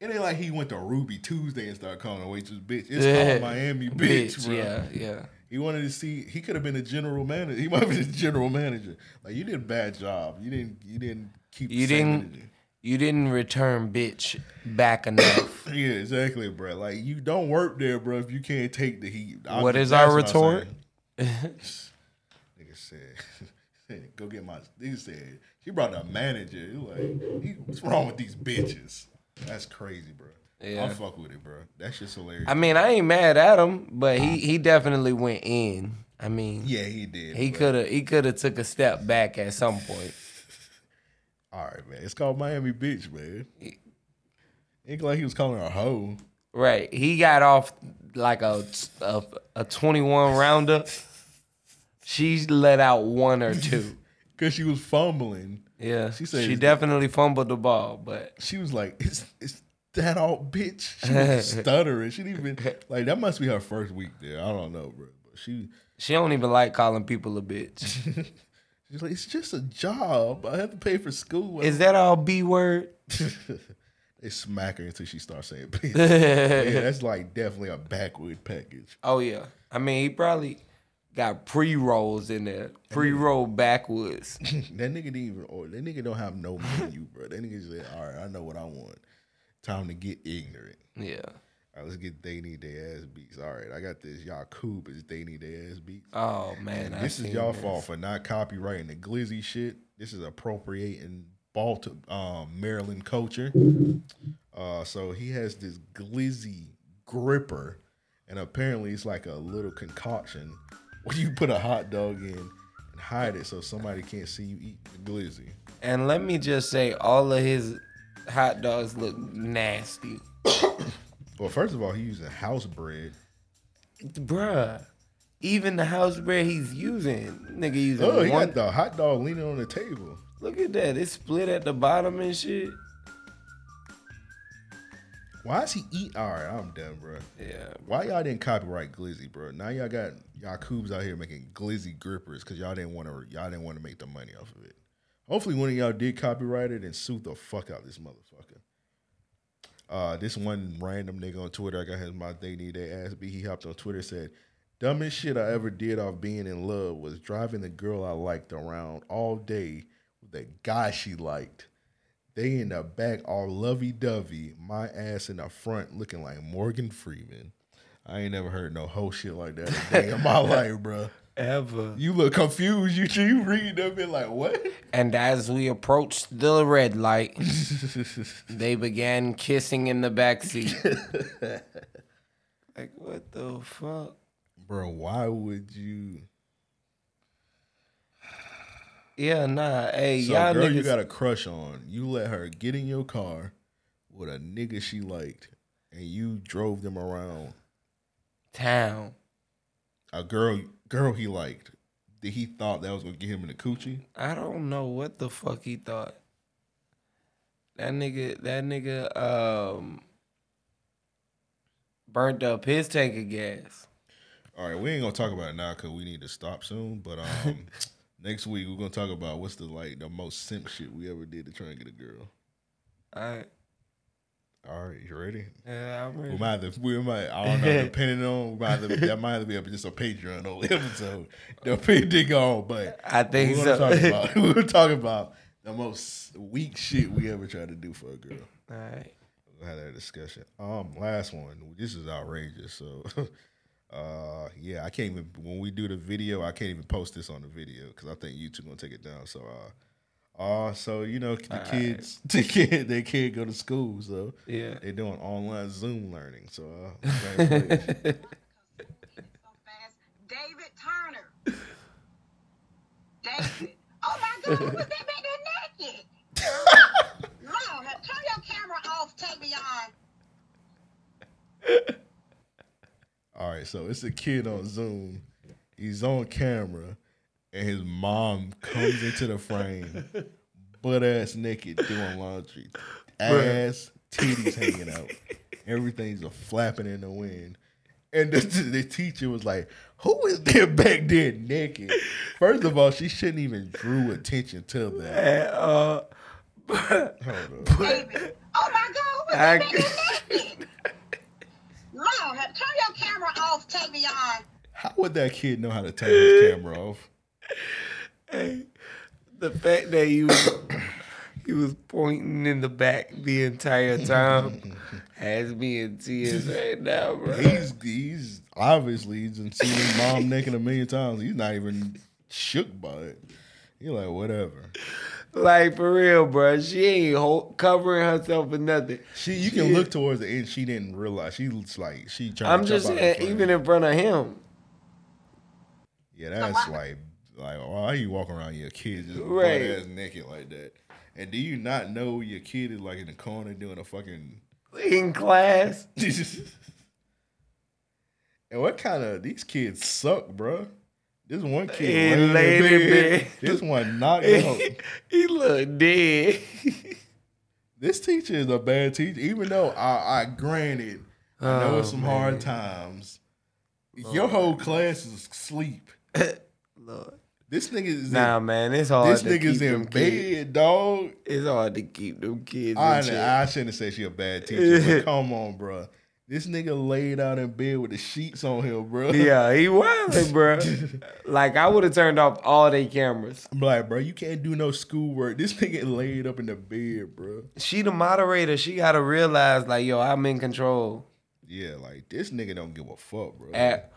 It ain't like he went to Ruby Tuesday and started calling her waitress bitch. It's
Yeah. (laughs)
called Miami bitch,
Bitch,
bro.
yeah, yeah.
He wanted to see. He could have been a general manager. He might have been a general manager. Like you did a bad job. You didn't. You didn't keep.
You
the same
didn't you didn't return bitch back enough.
energy. Yeah, exactly, bro. Like you don't work there, bro. If you can't take the heat. I'm-
What is
that's
our
I'm
retort?
saying. (laughs) nigga said, (laughs) said, "Go get my." Nigga said she brought a manager. He Like, he- what's wrong with these bitches? That's crazy, bro.
Yeah.
I'm fuck with it, bro. That shit's hilarious.
I mean, I ain't mad at him, but he he definitely went in. I mean,
Yeah, he did,
He
but-
could have he could have took a step back at some point.
All right, man. It's called Miami Bitch, man. Ain't like he was calling her a hoe.
Right. He got off like a a, a 21 rounder. She's let out one or two.
(laughs) Cause she was fumbling.
Yeah.
She
She
said-
she definitely fumbled the ball, but
She was like, "It's it's that all, bitch." She was
(laughs)
stuttering. She didn't even like that. Must be her first week there. I don't know, bro. But she
she don't even like calling people
(laughs)
a bitch.
she's like, "It's just a job. I have to pay for school."
Is that all B word?
they smack her until she starts
(laughs)
saying bitch. yeah, that's like definitely a backward package.
Oh yeah. I mean, he probably got pre-rolls in there. Pre-roll backwoods. (laughs)
that nigga didn't even order. That nigga don't have no menu, bro. That nigga said, "All right, I know what I want. Time to get ignorant."
Yeah.
All right, let's get they need their ass beats. All right, I got this. Y'all coop is they need their ass beats.
Oh, man,
And
I
this is
seen
y'all
this.
fault for not copywriting the glizzy shit. This is appropriating Baltimore, um, Maryland culture. Uh, so he has this glizzy gripper, and apparently it's like a little concoction where you put a hot dog in and hide it so somebody can't see you eat the glizzy.
And let me just say all of his hot dogs look nasty.
Well, first of all, he using house bread.
Bruh. Even the house bread he's using, nigga using
Oh, he
one.
got the hot dog leaning on the table.
Look at that, it's split at the bottom and shit.
Why is he eat? All right, I'm done, bro.
Yeah.
Why y'all didn't copyright Glizzy, bro? Now y'all got y'all coobs out here making Glizzy grippers because y'all didn't want to y'all didn't want to make the money off of it. Hopefully, one of y'all did copyright it and sue the fuck out this motherfucker. Uh, this one random nigga on Twitter, I got his my they need they ass beat. He hopped on Twitter said, "Dumbest shit I ever did off being in love was driving the girl I liked around all day with the guy she liked." They in the back all lovey dovey. My ass in the front looking like Morgan Freeman. I ain't never heard no whole shit like that a day in my (laughs) life, bro.
Ever.
You look confused. You you read that bit like what? (laughs)
And as we approached the red light, (laughs) they began kissing in
(laughs)
the backseat. like, what the fuck?
Bro, why would you?
Yeah, nah. Hey,
so
y'all
girl,
niggas.
you got a crush on. You let her get in your car with a nigga she liked, and you drove them around
town.
A girl, girl he liked. That he thought that was gonna get him in the coochie.
I don't know what the fuck he thought. That nigga, that nigga, um, burnt up his tank of gas.
All right, we ain't gonna talk about it now because we need to stop soon. But
(laughs)
um, next week we're gonna talk about what's the like the most simp shit we ever did to try and get a girl.
All right.
All right, you ready?
Yeah, I'm
We
ready.
might have to, we might, I don't know, depending on, we might have to, that might have to be just a Patreon only episode, depending on, but
I think
we're gonna
so.
Talk about, (laughs) we're gonna talk about the most weak shit we ever tried to do for a girl.
All right.
We'll have that discussion. Um, last one. This is outrageous. So, (laughs) uh, yeah, I can't even when we do the video, I can't even post this on the video because I think YouTube gonna take it down. So, uh, Uh, so you know the
All right.
kids, (laughs) the kid, they kid go to school, so
Yeah.
they doing online Zoom learning. So
(laughs)
uh, same place.
David Turner. David. Oh my God, was that man that naked? Mom, now turn your camera off, take me on.
all right, so it's a kid on Zoom. He's on camera, and his mom comes into the frame, butt ass naked, doing laundry,
Bruh.
ass titties hanging out, everything's a flapping in the wind. And the, (laughs) the teacher was like, "Who is there back there naked?" First of all, she shouldn't even drew attention to that.
Uh,
Hold up.
David. Oh my God, was that
I-
man that naked? Mom, now turn your camera off, take me on.
How would that kid know how to turn his camera off?
the fact that you (coughs) he was pointing in the back the entire time has me in tears right now, bro.
He's he's obviously he's been seen his mom naked a million times. He's not even shook by it. He's like, whatever.
Like for real, bro. She ain't ho- covering herself for nothing.
She, you can look towards the end. She didn't realize. She's like, she trying.
I'm
to
just
jump out of the
saying,
plane.
even in front of him,
Yeah, that's like, like why are you walking around your kid just
Right.
butt ass naked like that? And do you not know your kid is like in the corner doing a fucking (laughs)
in class.
And what kind of these kids suck, bruh? This one
He
kid laying in
laid in
bed.
bed.
This one
(laughs)
knocked out. (laughs)
he look dead.
This teacher is a bad teacher. Even though I, I granted, I know it's
Oh,
some
man.
hard times. Your whole class is asleep.
(coughs) Lord.
This nigga is
(laughs) Nah,
in,
man, it's hard.
This
to
nigga's
keep
in
them
bed,
kids-
dog.
It's hard to keep them kids.
I,
in check.
I shouldn't say she a bad teacher,
(laughs)
but come on, bruh. This nigga laid out in bed with the sheets on him, bruh.
Yeah, he wildin', bro. like I would have turned off all they cameras.
(laughs) I'm like, bro, you can't do no schoolwork. This nigga laid up in the bed, bro.
She the moderator. She gotta realize, like, yo, I'm in control.
Yeah, like this nigga don't give a fuck, bro.
At,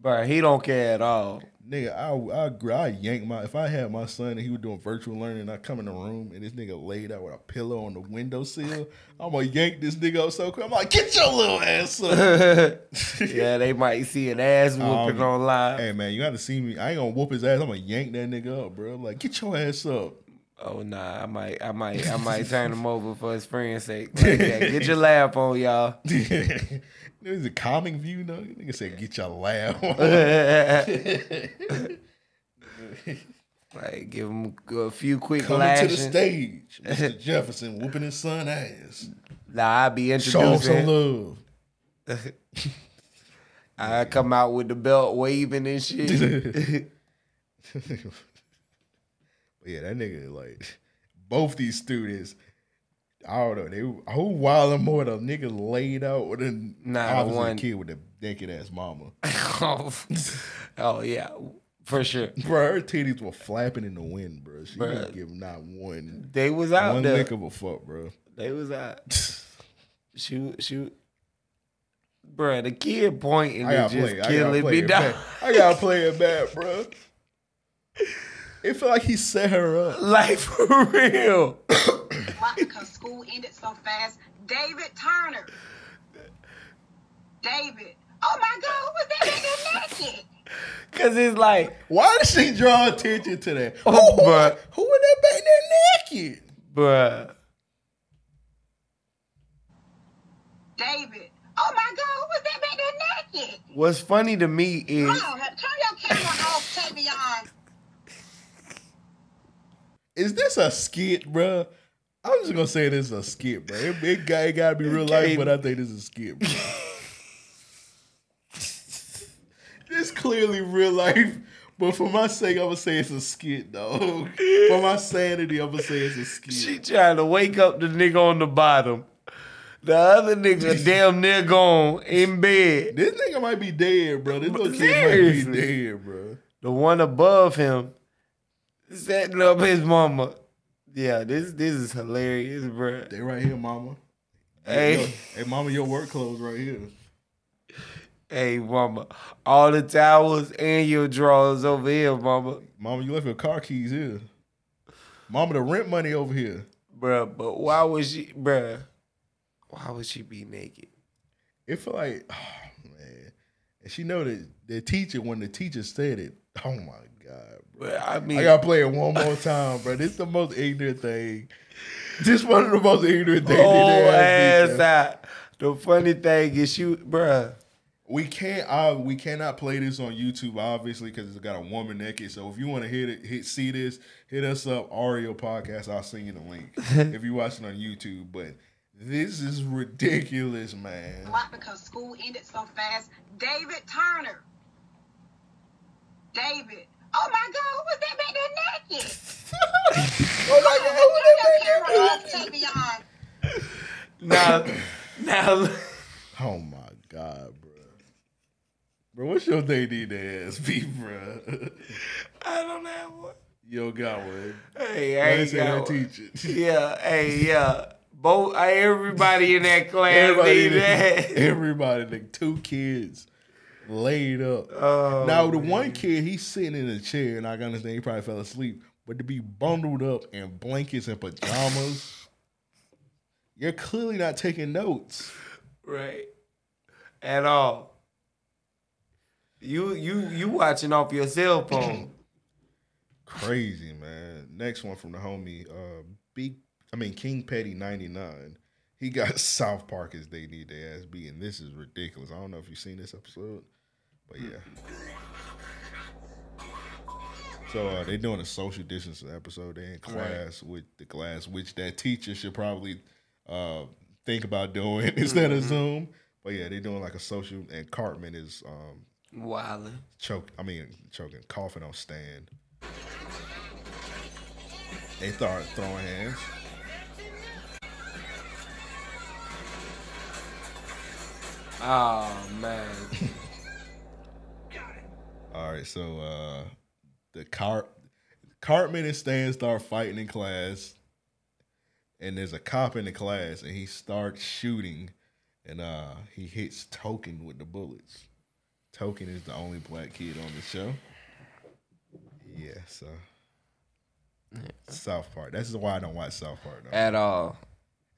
bro, he don't care at all. (laughs)
Nigga, I, I I yank my if I had my son and he was doing virtual learning and I come in the room and this nigga laid out with a pillow on the windowsill, I'm gonna yank this nigga up so quick. I'm like, get your little ass
(laughs)
up.
yeah, they might see an ass whooping
Um,
online.
Hey man, you gotta see me. I ain't gonna whoop his ass. I'm gonna yank that nigga up, bro. I'm like, get your ass up. (laughs)
Oh nah, I might, I might, I might turn him over for his friend's sake. Like, yeah, get your laugh on, y'all. (laughs)
There's a calming view, no? Nigga said, get your laugh.
like, give him a few quick
Coming to
lashes.
the stage, Mr. Jefferson whooping his son ass.
Nah, I be
Show him
introducing.
some love.
I come out with the belt waving
(laughs)
and shit. (laughs)
But yeah, that nigga like both these students. I don't know. They who wilding more the nigga laid out with a
Nah, the
obviously the
one-
kid with the naked ass mama.
oh, oh, yeah, for sure.
Bro, her titties were flapping in the wind, bro. She
Bruh.
didn't give not one.
They was out
one
there.
lick of a fuck, bro.
They
(laughs)
was out. shoot, shoot. Bruh, the kid pointing
I
is
gotta
just
play. I gotta
killing
play
me
it
down.
back. I gotta play it back, bro. It felt like he set her up.
(laughs) Like for real.
Why? Because school ended so fast. David Turner. David. Oh my God, was that nigga naked?
Cause it's like,
why did she draw attention to that?
Oh,
who,
bruh.
who in that back there naked?
Bruh.
David. Oh my God, was that nigga naked?
What's funny to me is
Mom, now turn your camera off, take me on.
Is this a skit, bro? I'm just gonna say this is a skit, bro. It, it, got, it gotta be real life,
can't-
but I think this is a skit, bro. (laughs) this clearly real life, but for my sake, I'm gonna say it's a skit, dog. for my sanity, I'm gonna say it's a skit.
she trying to wake up the nigga on the bottom. The other nigga
(laughs)
damn near gone in bed.
This nigga might be dead, bro. This little kid might be
Seriously.
dead, bro.
The one above him setting up his mama. Yeah, this this is hilarious, bruh.
They right here, mama.
Hey.
Yo, hey, mama, your work clothes right here.
Hey, mama, all the towels and your drawers over here, mama.
Mama, you left your car keys here. Mama, the rent money over here.
Bruh, but why was she, bruh, why would she be naked?
It feel like, (sighs) man. And she know that the teacher, when the teacher said it, oh my God, bro.
But I mean,
I
(laughs)
gotta play it one more time, bro. This the most ignorant thing. This one of the most ignorant things. that
Oh,
there
ass
has been, bro.
out. The funny thing is, you, bruh.
We can't. Uh, we cannot play this on YouTube, obviously, because it's got a woman naked. So if you want to hit it, hit see this, hit us up, Ario Podcast. I'll send you the link if you're watching on YouTube. But this is ridiculous, man.
lot because school ended so fast. David Turner. David. Oh my God, who was that back there naked? oh my
(laughs)
God, who was that back there naked? Tavion.
Now, now,
Oh my god, bro. Bro, what's your day need to (laughs) ass be, bro?
I don't have one.
Yo, got one.
Hey,
I
I
ain't
ain't
say I
got
teach it. (laughs)
Yeah, hey, yeah. Both, everybody in
(laughs)
that class
Everybody,
everybody
done- (laughs)
(laughs) that.
everybody, the two kids laid up.
Oh,
now the one kid, he's sitting in a chair, and I can understand he probably fell asleep. But to be bundled up in blankets and pajamas, you're clearly not taking notes.
Right. At all. You you you watching off your cell
(clears throat)
phone.
Crazy, man. Next one from the homie, uh Big I mean King Petty 99. He got (laughs) South Park as they need their ass beat, and this is ridiculous. I don't know if you've seen this episode, but yeah. So uh, they're doing a social distancing episode. They're in class with the class, which that teacher should probably uh, think about doing (laughs) instead of
Mhm.
Zoom. But yeah, they're doing like a social, and Cartman is um,
Wildin'.
choke. I mean, choking, coughing on stand. They start throwing hands.
Oh man.
All right, so uh the cart Cartman and Stan start fighting in class, and there's a cop in the class, and he starts shooting, and uh he hits Token with the bullets. Token is the only black kid on the show. Yeah, so South Park. That's why I don't watch South Park though.
At all.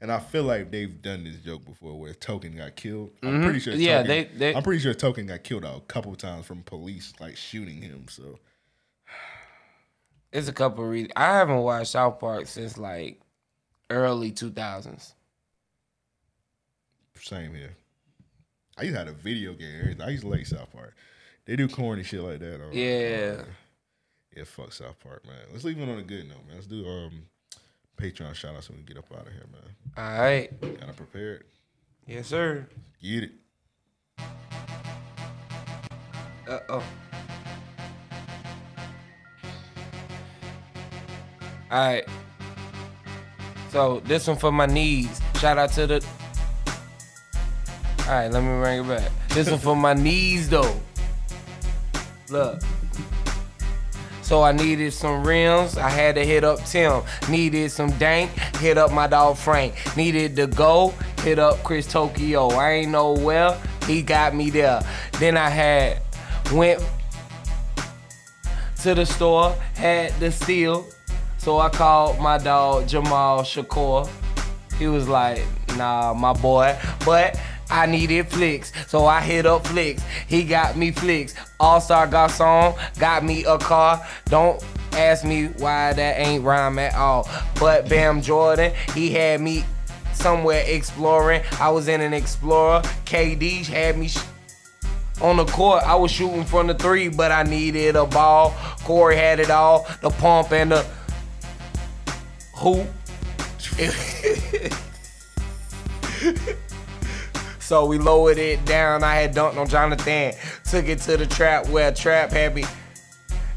And I feel like they've done this joke before, where Token got killed. I'm
Mhm.
pretty sure.
Yeah,
Token,
they- they-
I'm pretty sure Token got killed a couple times from police like shooting him. So
It's a couple of reasons. I haven't watched South Park since like early two thousands.
same here. I used to have a video game. and everything. I used to like South Park. They do corny shit like that. on-
Yeah.
yeah. Fuck South Park, man. Let's leave it on a good note, man. Let's do um Patreon shout outs when we get up out of here, man.
All right.
Gotta prepare it.
Yes, sir.
Get it.
Uh oh. All right. So this one for my knees. Shout out to the. All right, let me bring it back. This one for my knees though. Look. So I needed some rims, I had to hit up Tim. Needed some dank, hit up my dog Frank. Needed to go, hit up Chris Tokyo. I ain't know where, he got me there. Then I had went to the store, had the steal. So I called my dog Jamal Shakur. He was like, nah, my boy. But I needed flicks. So I hit up flicks. He got me flicks. All Star Garcon got me a car. Don't ask me why that ain't rhyme at all. But Bam Jordan, he had me somewhere exploring. I was in an explorer. KD had me. Sh- on the court, I was shooting from the three, but I needed a ball. Corey had it all the pump and the hoop. (laughs) so we lowered it down. I had dunked on Jonathan. Took it to the trap where Trap had me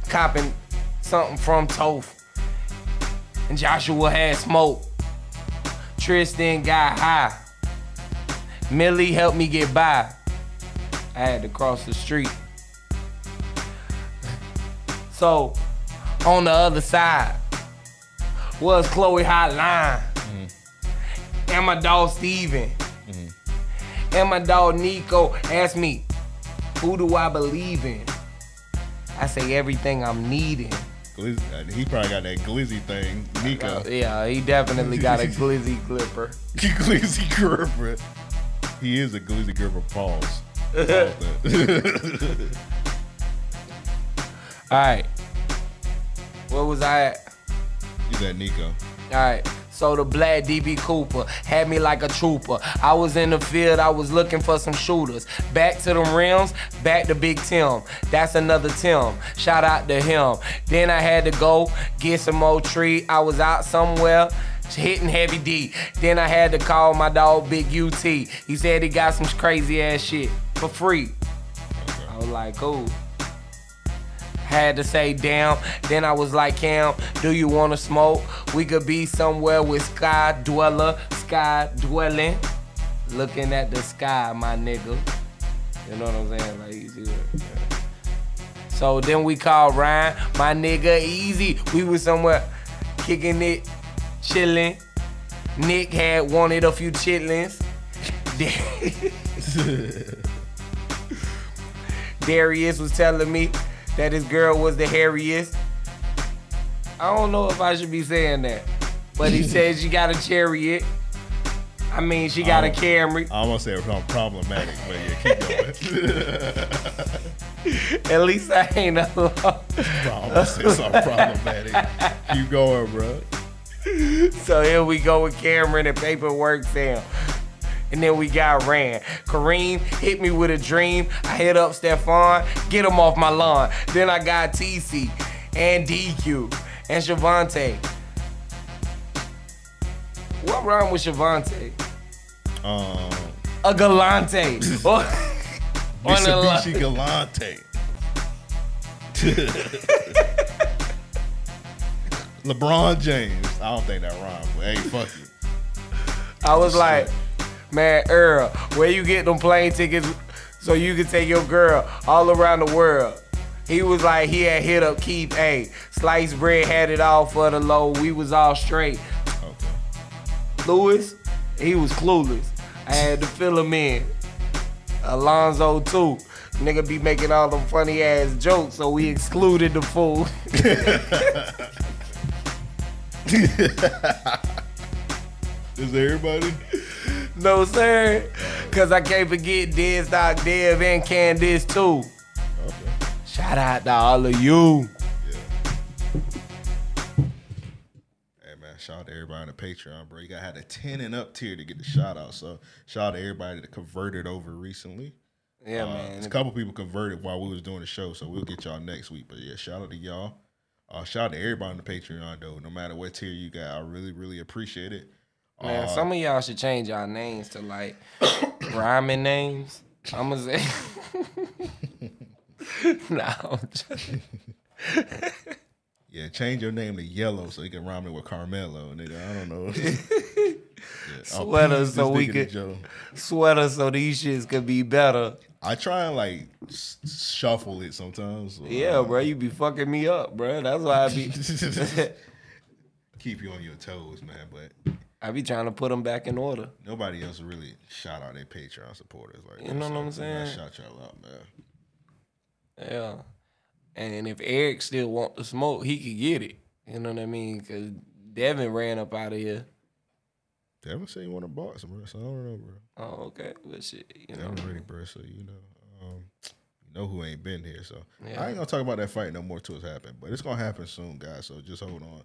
copping something from Toth. And Joshua had smoke. Tristan got high. Millie helped me get by. I had to cross the street. So, on the other side was Chloe Hotline and my dog Steven and my dog Nico asked me, Who do I believe in? I say, Everything I'm needing.
glizzy. uh, He probably got that glizzy thing, Nico.
Oh, Yeah, he definitely got a glizzy clipper. (laughs)
glizzy gripper. He is a glizzy gripper. Pause. Pause that.
All right. What was I at?
He's at Nico.
All right. So the black DB Cooper had me like a trooper. I was in the field, I was looking for some shooters. Back to them rims, back to Big Tim. That's another Tim. Shout out to him. Then I had to go get some more tree. I was out somewhere. Hitting heavy D. Then I had to call my dog Big UT. He said he got some crazy ass shit for free. I was like, cool. Had to say damn. Then I was like, Cam, do you wanna smoke? We could be somewhere with Sky Dweller, Sky Dwelling. Looking at the sky, my nigga. You know what I'm saying? Like you see what- So then we called Ryan, my nigga easy. We was somewhere kicking it, chilling. Nick had wanted a few chitlins. (laughs) Darius was telling me that his girl was the hairiest. I don't know if I should be saying that, but he said she got a chariot. I mean, she got a
Um,
Camry.
I almost said I'm problematic, but yeah, keep
(laughs)
going.
(laughs) At least I ain't alone.
I almost said something problematic. Keep going, bro.
so here we go with Cameron and paperwork Sam. And then we got Ran. Kareem hit me with a dream. I hit up Stefan, get him off my lawn. Then I got TC and DQ and Shavante. What rhyme with Shavante?
Um,
A Galante. Or- on the line.
Mitsubishi Galante. (laughs) LeBron James. I don't think that rhymes, but hey, fuck you.
I was like, man, Earl, where you get them plane tickets so you can take your girl all around the world? He was like, he had hit up Keith A. Sliced bread had it all for the low. We was all straight. Lewis, he was clueless. I had to fill him in. Alonzo too. Nigga be making all them funny ass jokes, so we excluded the fool. (laughs)
(laughs) Is there everybody?
No, sir. Cause I can't forget Dead Stock Dev and Candice too. Shout out to all of you.
Hey man, shout out to everybody on the Patreon, bro. You gotta have the 10 and up tier to get the shout out. So shout out to everybody that converted over recently.
Yeah, man.
A couple people converted while we was doing the show, so we'll get y'all next week. But yeah, shout out to y'all. Uh, shout out to everybody on the Patreon though. No matter what tier you got, I really, really appreciate it.
Man,
Uh,
some of y'all should change y'all names to like (coughs) rhyming names. I'ma say (laughs) Nah, I'm just
Yeah, change your name to yellow so you can rhyme it with Carmelo, nigga. I don't know. (laughs) Yeah, I'll
sweaters
please
so
this
we
nigga
could
Joe.
sweaters so these shits could be better.
I try and like s- shuffle it sometimes. so,
Yeah,
uh, (laughs)
bro, you be fucking me up, bro. That's why I be
Keep you on your toes, man. But
I be trying to put them back in order.
nobody else really shout out their Patreon supporters like
You
that,
know what
so
I'm
we gotta
saying?
Shout y'all out, man.
Yeah. And if Eric still want to smoke, he could get it. You know what I mean? Cause Devin ran up out of here.
Devin said you want to box, bro. So I don't know, bro.
Oh, okay. But shit, you know.
Devin ready, bro. So you know, um, you know who ain't been here. So
Yeah.
I ain't gonna talk about that fight no more till it's happened. But it's gonna happen soon, guys. So just hold on.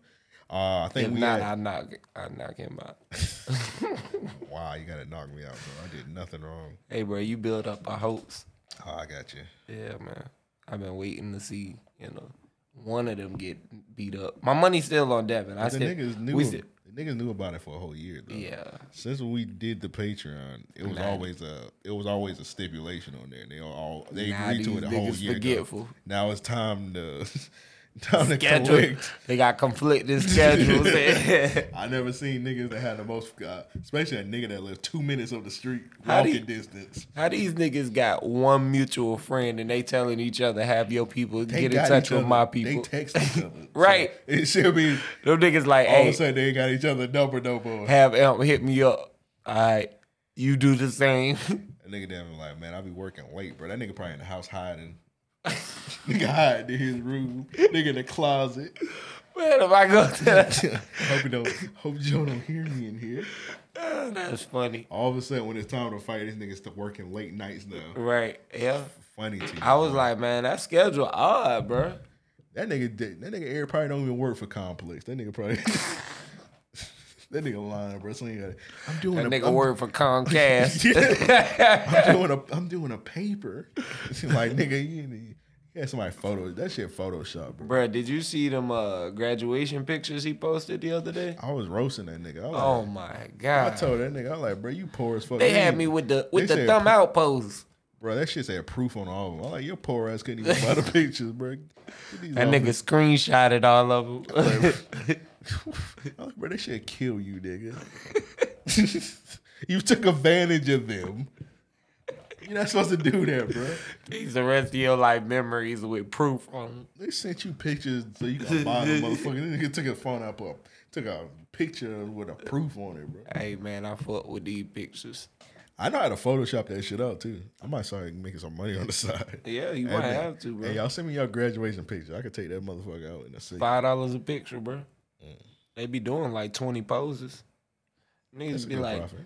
Uh, I think
if
we
not,
at-
I knock I knock him out.
wow, you gotta knock me out, bro. I did nothing wrong.
hey bro, you build up our hopes.
Oh, I got you.
Yeah, man. I've been waiting to see, you know, one of them get beat up. My money's still on Devin. I
But the
still,
niggas knew
we
ab-
still-
the niggas knew about it for a whole year though.
Yeah.
Since when we did the Patreon, it was
Nah.
always a it was always a stipulation on there. They all they
Nah,
agreed to
these
it a whole
niggas
year. ago.
forgetful.
Now it's time to (laughs) time to
Schedule.
collect.
They got
(laughs)
conflicting schedules. (laughs)
I never seen niggas that had the most, uh, especially a nigga that lived two minutes up the street
How do
walking
you-
distance.
How these niggas got one mutual friend and they telling each other have your people
They
get in
got
touch
each
with
other.
my people.
They text each
(laughs)
other.
right.
It should be
them niggas like,
all of
hey,
a sudden they ain't got each other number no more.
have Elm hit me up. All right, you do
(laughs)
the same.
A nigga damn like, man, I be working late, bro. That nigga probably in the house hiding. (laughs) Nigga hide in his room. Nigga in the
(laughs)
closet.
Where do I go
(laughs)
to that?
hope you don't. Hope Joe don't hear me in here.
That's funny.
All of a sudden, when it's time to fight, this nigga's still working late nights now.
Right. Yeah.
Funny to you.
I was like, man, that schedule odd, bro.
That nigga, did- that nigga, Eric probably don't even work for Complex. That nigga probably. (laughs) that nigga lying, bro. So you gotta, I'm doing
That
a
nigga
I'm-
work for Comcast.
(laughs) Yeah. I'm doing a, I'm doing a paper. (laughs) It's like nigga, you, need- you had somebody photo that shit Photoshop, bro.
(laughs) Bruh, did you see them uh, graduation pictures he posted the other day?
I was roasting that nigga. I was
Oh
like-
my
Uh, I
god!
told that nigga, I was like, bro, you poor as fuck.
They
You
had
ain't-
me with the with
they
the
said
thumb
pro-
out pose.
Bro, that shit said proof on all of them. I'm like, your poor ass couldn't even buy
(laughs)
the pictures, bro. Get these
That
off (laughs)
nigga screenshotted all of them.
I was like, bro, they should kill you, nigga. (laughs) you took advantage of them. You're not supposed to do that, bro.
(laughs) These the rest of your life memories with proof on 'em.
They sent you pictures so you can buy the motherfucker. They took a phone out, put, took a picture with a proof on it, bro.
Hey man, I fuck with these pictures.
I know how to Photoshop that shit up too. I might start making some money on the (laughs) side.
Yeah, you
Hey,
might
man.
have to, bro.
Hey, y'all send me your graduation picture. I could take that motherfucker out in a second.
Five dollars a picture, bro. Mm. They be doing like twenty poses.
That's
Niggas
a
be
good
like,
profit.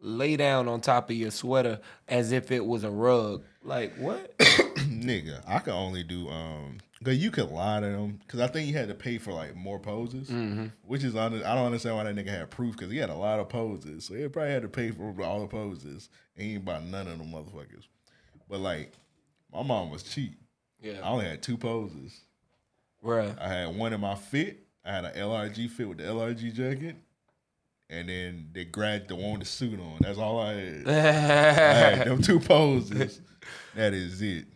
lay down on top of your sweater as if it was a rug. Like
(clears throat)
what? (coughs)
nigga, I could only do um, cause you could lie to them, cause I think you had to pay for like more poses, which is honest. I don't understand why that nigga had proof, cause he had a lot of poses, so he probably had to pay for all the poses, and he ain't buy none of them motherfuckers. But like, my mom was cheap.
Yeah.
I only had two poses.
Bruh.
I had one in my fit. I had an LRG fit with the LRG jacket. And then they grabbed the one with the suit on. That's all I had. (laughs) I had them two poses. That is it.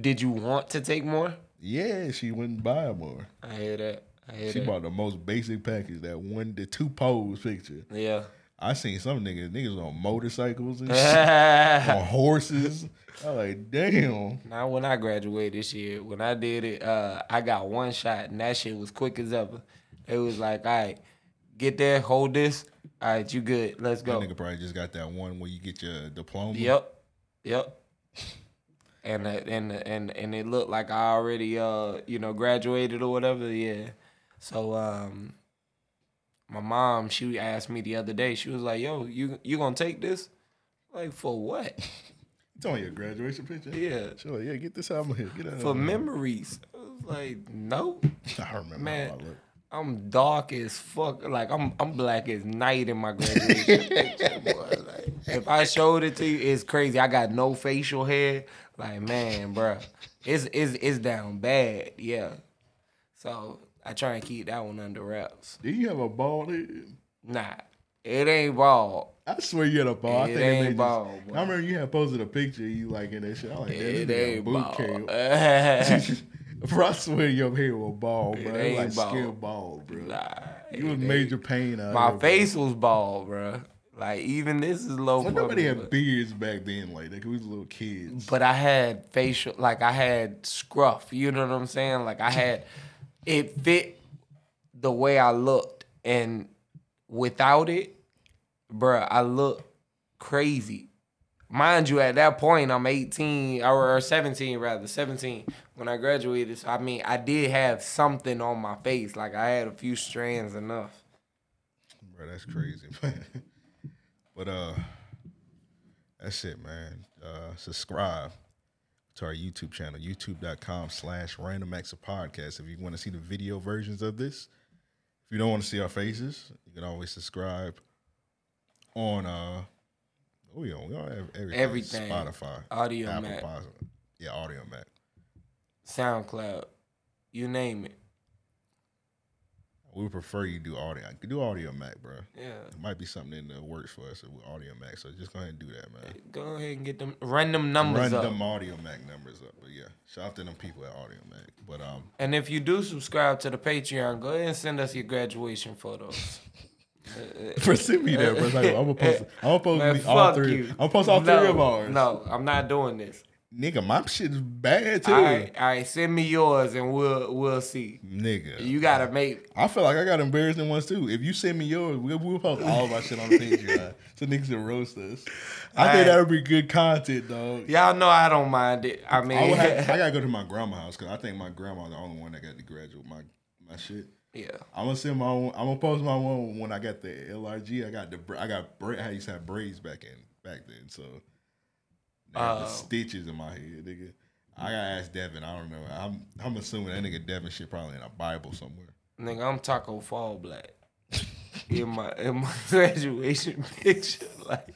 Did you want to take more?
Yeah, she went and buy more.
I hear that. I hear
She
that.
bought the most basic package, that one, the two pose picture.
(laughs) Yeah.
I seen some niggas, niggas on motorcycles and
(laughs)
shit, on horses. I was like, damn.
Not when I graduated this year. When I did it, uh, I got one shot, and that shit was quick as ever. It was like, all right, get there, hold this. All right, you good. Let's
That
go.
nigga probably just got that one where you get your diploma.
Yep, yep. And uh, and and and it looked like I already uh you know graduated or whatever. Yeah. So um, my mom she asked me the other day. She was like, "Yo, you you gonna take this? Like for what? (laughs)
It's on your graduation picture.
Yeah.
Sure, yeah, get this out of my head. Get out of (laughs)
For
my head.
memories?" I was like, "No."
(laughs) I remember
Man.
how Oh, I looked.
I'm dark as fuck. Like I'm I'm black as night in my
(laughs)
graduation picture. boy. Like, if I showed it to you, it's crazy. I got no facial hair. Like man, bruh. it's it's it's down bad. Yeah. So I try and keep that one under wraps.
Do you have a bald head?
Nah, it ain't bald.
I swear you had a ball. I
It
think they
ain't
just-
bald, boy.
I remember you had posted a picture of you like in that shit. I like that. It ain't
It ain't
boot
bald.
camp. bro, I swear your hair was bald, bro. It
ain't
like
bald.
skin bald, bro.
(laughs) Nah,
you was
it
major pain out
My
here,
face was bald, bruh. Like even this is low.
Bro. Well, nobody
budget,
had
but-
beards back then like that. 'cause we was little kids.
but I had facial, like I had scruff. You know what I'm saying? Like I had, it fit the way I looked, and without it, bruh, I look crazy. Mind you, at that point, I'm 18 or, or 17 rather, 17 when I graduated. So I mean, I did have something on my face, like I had a few strands enough.
Bro, that's crazy, (laughs) man. But uh, that's it, man. Uh, subscribe to our YouTube channel, YouTube.com/slash Random Acts of Podcast. If you want to see the video versions of this, if you don't want to see our faces, you can always subscribe on uh. Oh yeah, we all have everything.
Everything.
Spotify,
Audio
Apple
Mac.
Pod- yeah, Audio Mac.
SoundCloud, you name it.
We would prefer you do audio. Do Audio Mac, bro.
Yeah.
It might be something in the works for us with Audio Mac. So just go ahead and do that, man.
Go ahead and get them random numbers
Run
up.
them Audio Mac numbers up. But yeah, shout out to them people at Audio Mac. But um,
(laughs)
(laughs)
And if you do subscribe to the Patreon, go ahead and send us your
(laughs)
graduation photos.
bro, send me that, bro. It's Like, I'm gonna post. I'm gonna post
Man,
me all
fuck
three.
you.
I'm gonna post all
no,
three of ours.
No, I'm not doing this.
Nigga, my shit is bad too.
All right, all right, send me yours and we'll we'll see.
Nigga.
You gotta make
I feel like I got embarrassed in ones too. If you send me yours, we'll, we'll post all of our shit on the
(laughs)
page, y'all. So niggas can roast us. I
All
think
right.
that would be good content, dog.
y'all know I don't mind it. I mean
I, would
(laughs)
have- I gotta go to my grandma's house because I think my grandma the only one that got to graduate my my shit.
Yeah.
I'm gonna send my own. I'm gonna post my one when I got the LRG. I got the bra- I got bra- I used to have braids back in back then, so I got the
Oh.
stitches in my head, nigga. I gotta ask Devin. I don't know. I'm I'm assuming that nigga Devin shit probably in a Bible somewhere.
Nigga, I'm Taco Fall Black. in my in my (laughs) graduation picture, like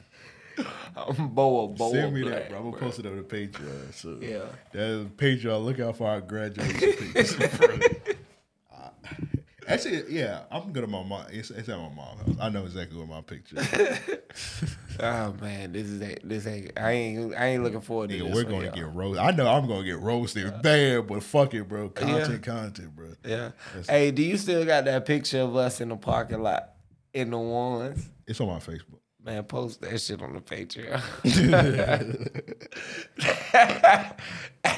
I'm Boa Boa
Send me
Black.
that, bro. I'm gonna post it on the Patreon. So
Yeah.
that Patreon. Look out for our graduation pictures. (laughs) bro. Uh, Actually, yeah, I'm gonna my mom. It's, it's at my mom's house. I know exactly where my picture. Is.
Oh man, this is a- this ain't I ain't I ain't looking forward to
Nigga,
this.
we're
one,
gonna
y'all.
get roasted. I know I'm gonna get roasted bad, but fuck it, bro. Content, content, bro.
Yeah.
That's-
Hey, do you still got that picture of us in the parking lot in the ones?
It's on my Facebook.
Man, post that shit on
(laughs)
the Patreon. At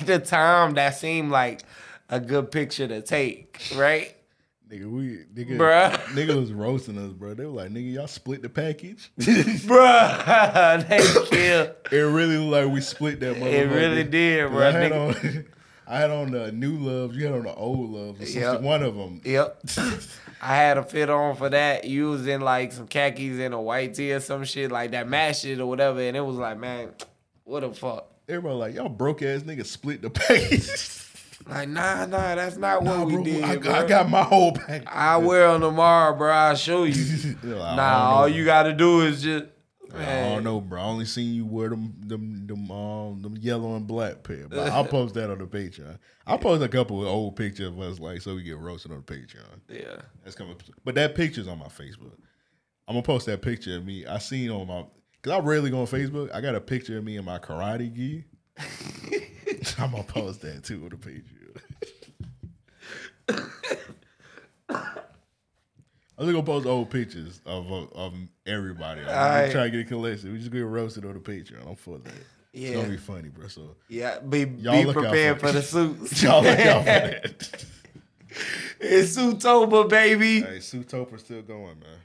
the time, that seemed like a good picture to take, right?
Nigga, we nigga,
Bruh.
nigga was roasting us, bro. They were like, nigga, y'all split the
(laughs)
package,
bruh. (laughs) They killed.
It really looked like we split that. Motherfucker.
really did,
'Cause
bruh,
I had
nigga.
on, (laughs) I had on the new loves. You had on the old loves. or some
Yep.
shit. One of them.
Yep. I had a fit on for that. You was in like some khakis and a white tee or some shit like that, match shit or whatever. And it was like, man, what the fuck?
(laughs) Everybody like, y'all broke ass nigga split the (laughs) package.
Like, nah, nah, that's not what we
bro,
did.
I,
bro.
got, I got my whole package. (laughs)
I wear them tomorrow, bro. I'll show you.
They're like, I
nah,
don't know,
all you gotta do is just.
I
Man.
don't know, bro. I only seen you wear them them them um them yellow and black pair. But I'll post that on the Patreon. I'll post a couple of old pictures of us like so we get roasted on the Patreon.
Yeah.
That's coming but that picture's on my Facebook. I'm gonna post that picture of me. I seen on my cause I rarely go on Facebook. I got a picture of me in my karate
(laughs)
gi. I'm gonna post that too on the Patreon. I'm just gonna post old pictures of of, of everybody. I'm
Alright.
trying to get a collection. We just get roasted on the Patreon. I'm for that. It's
Yeah.
gonna be funny, bro. So
Yeah, be
Y'all
be
look out
prepared
for- (laughs)
for, the suits.
Y'all look
(laughs)
out for that.
it's Suitoba, baby.
hey, Sue Toper's still going, man.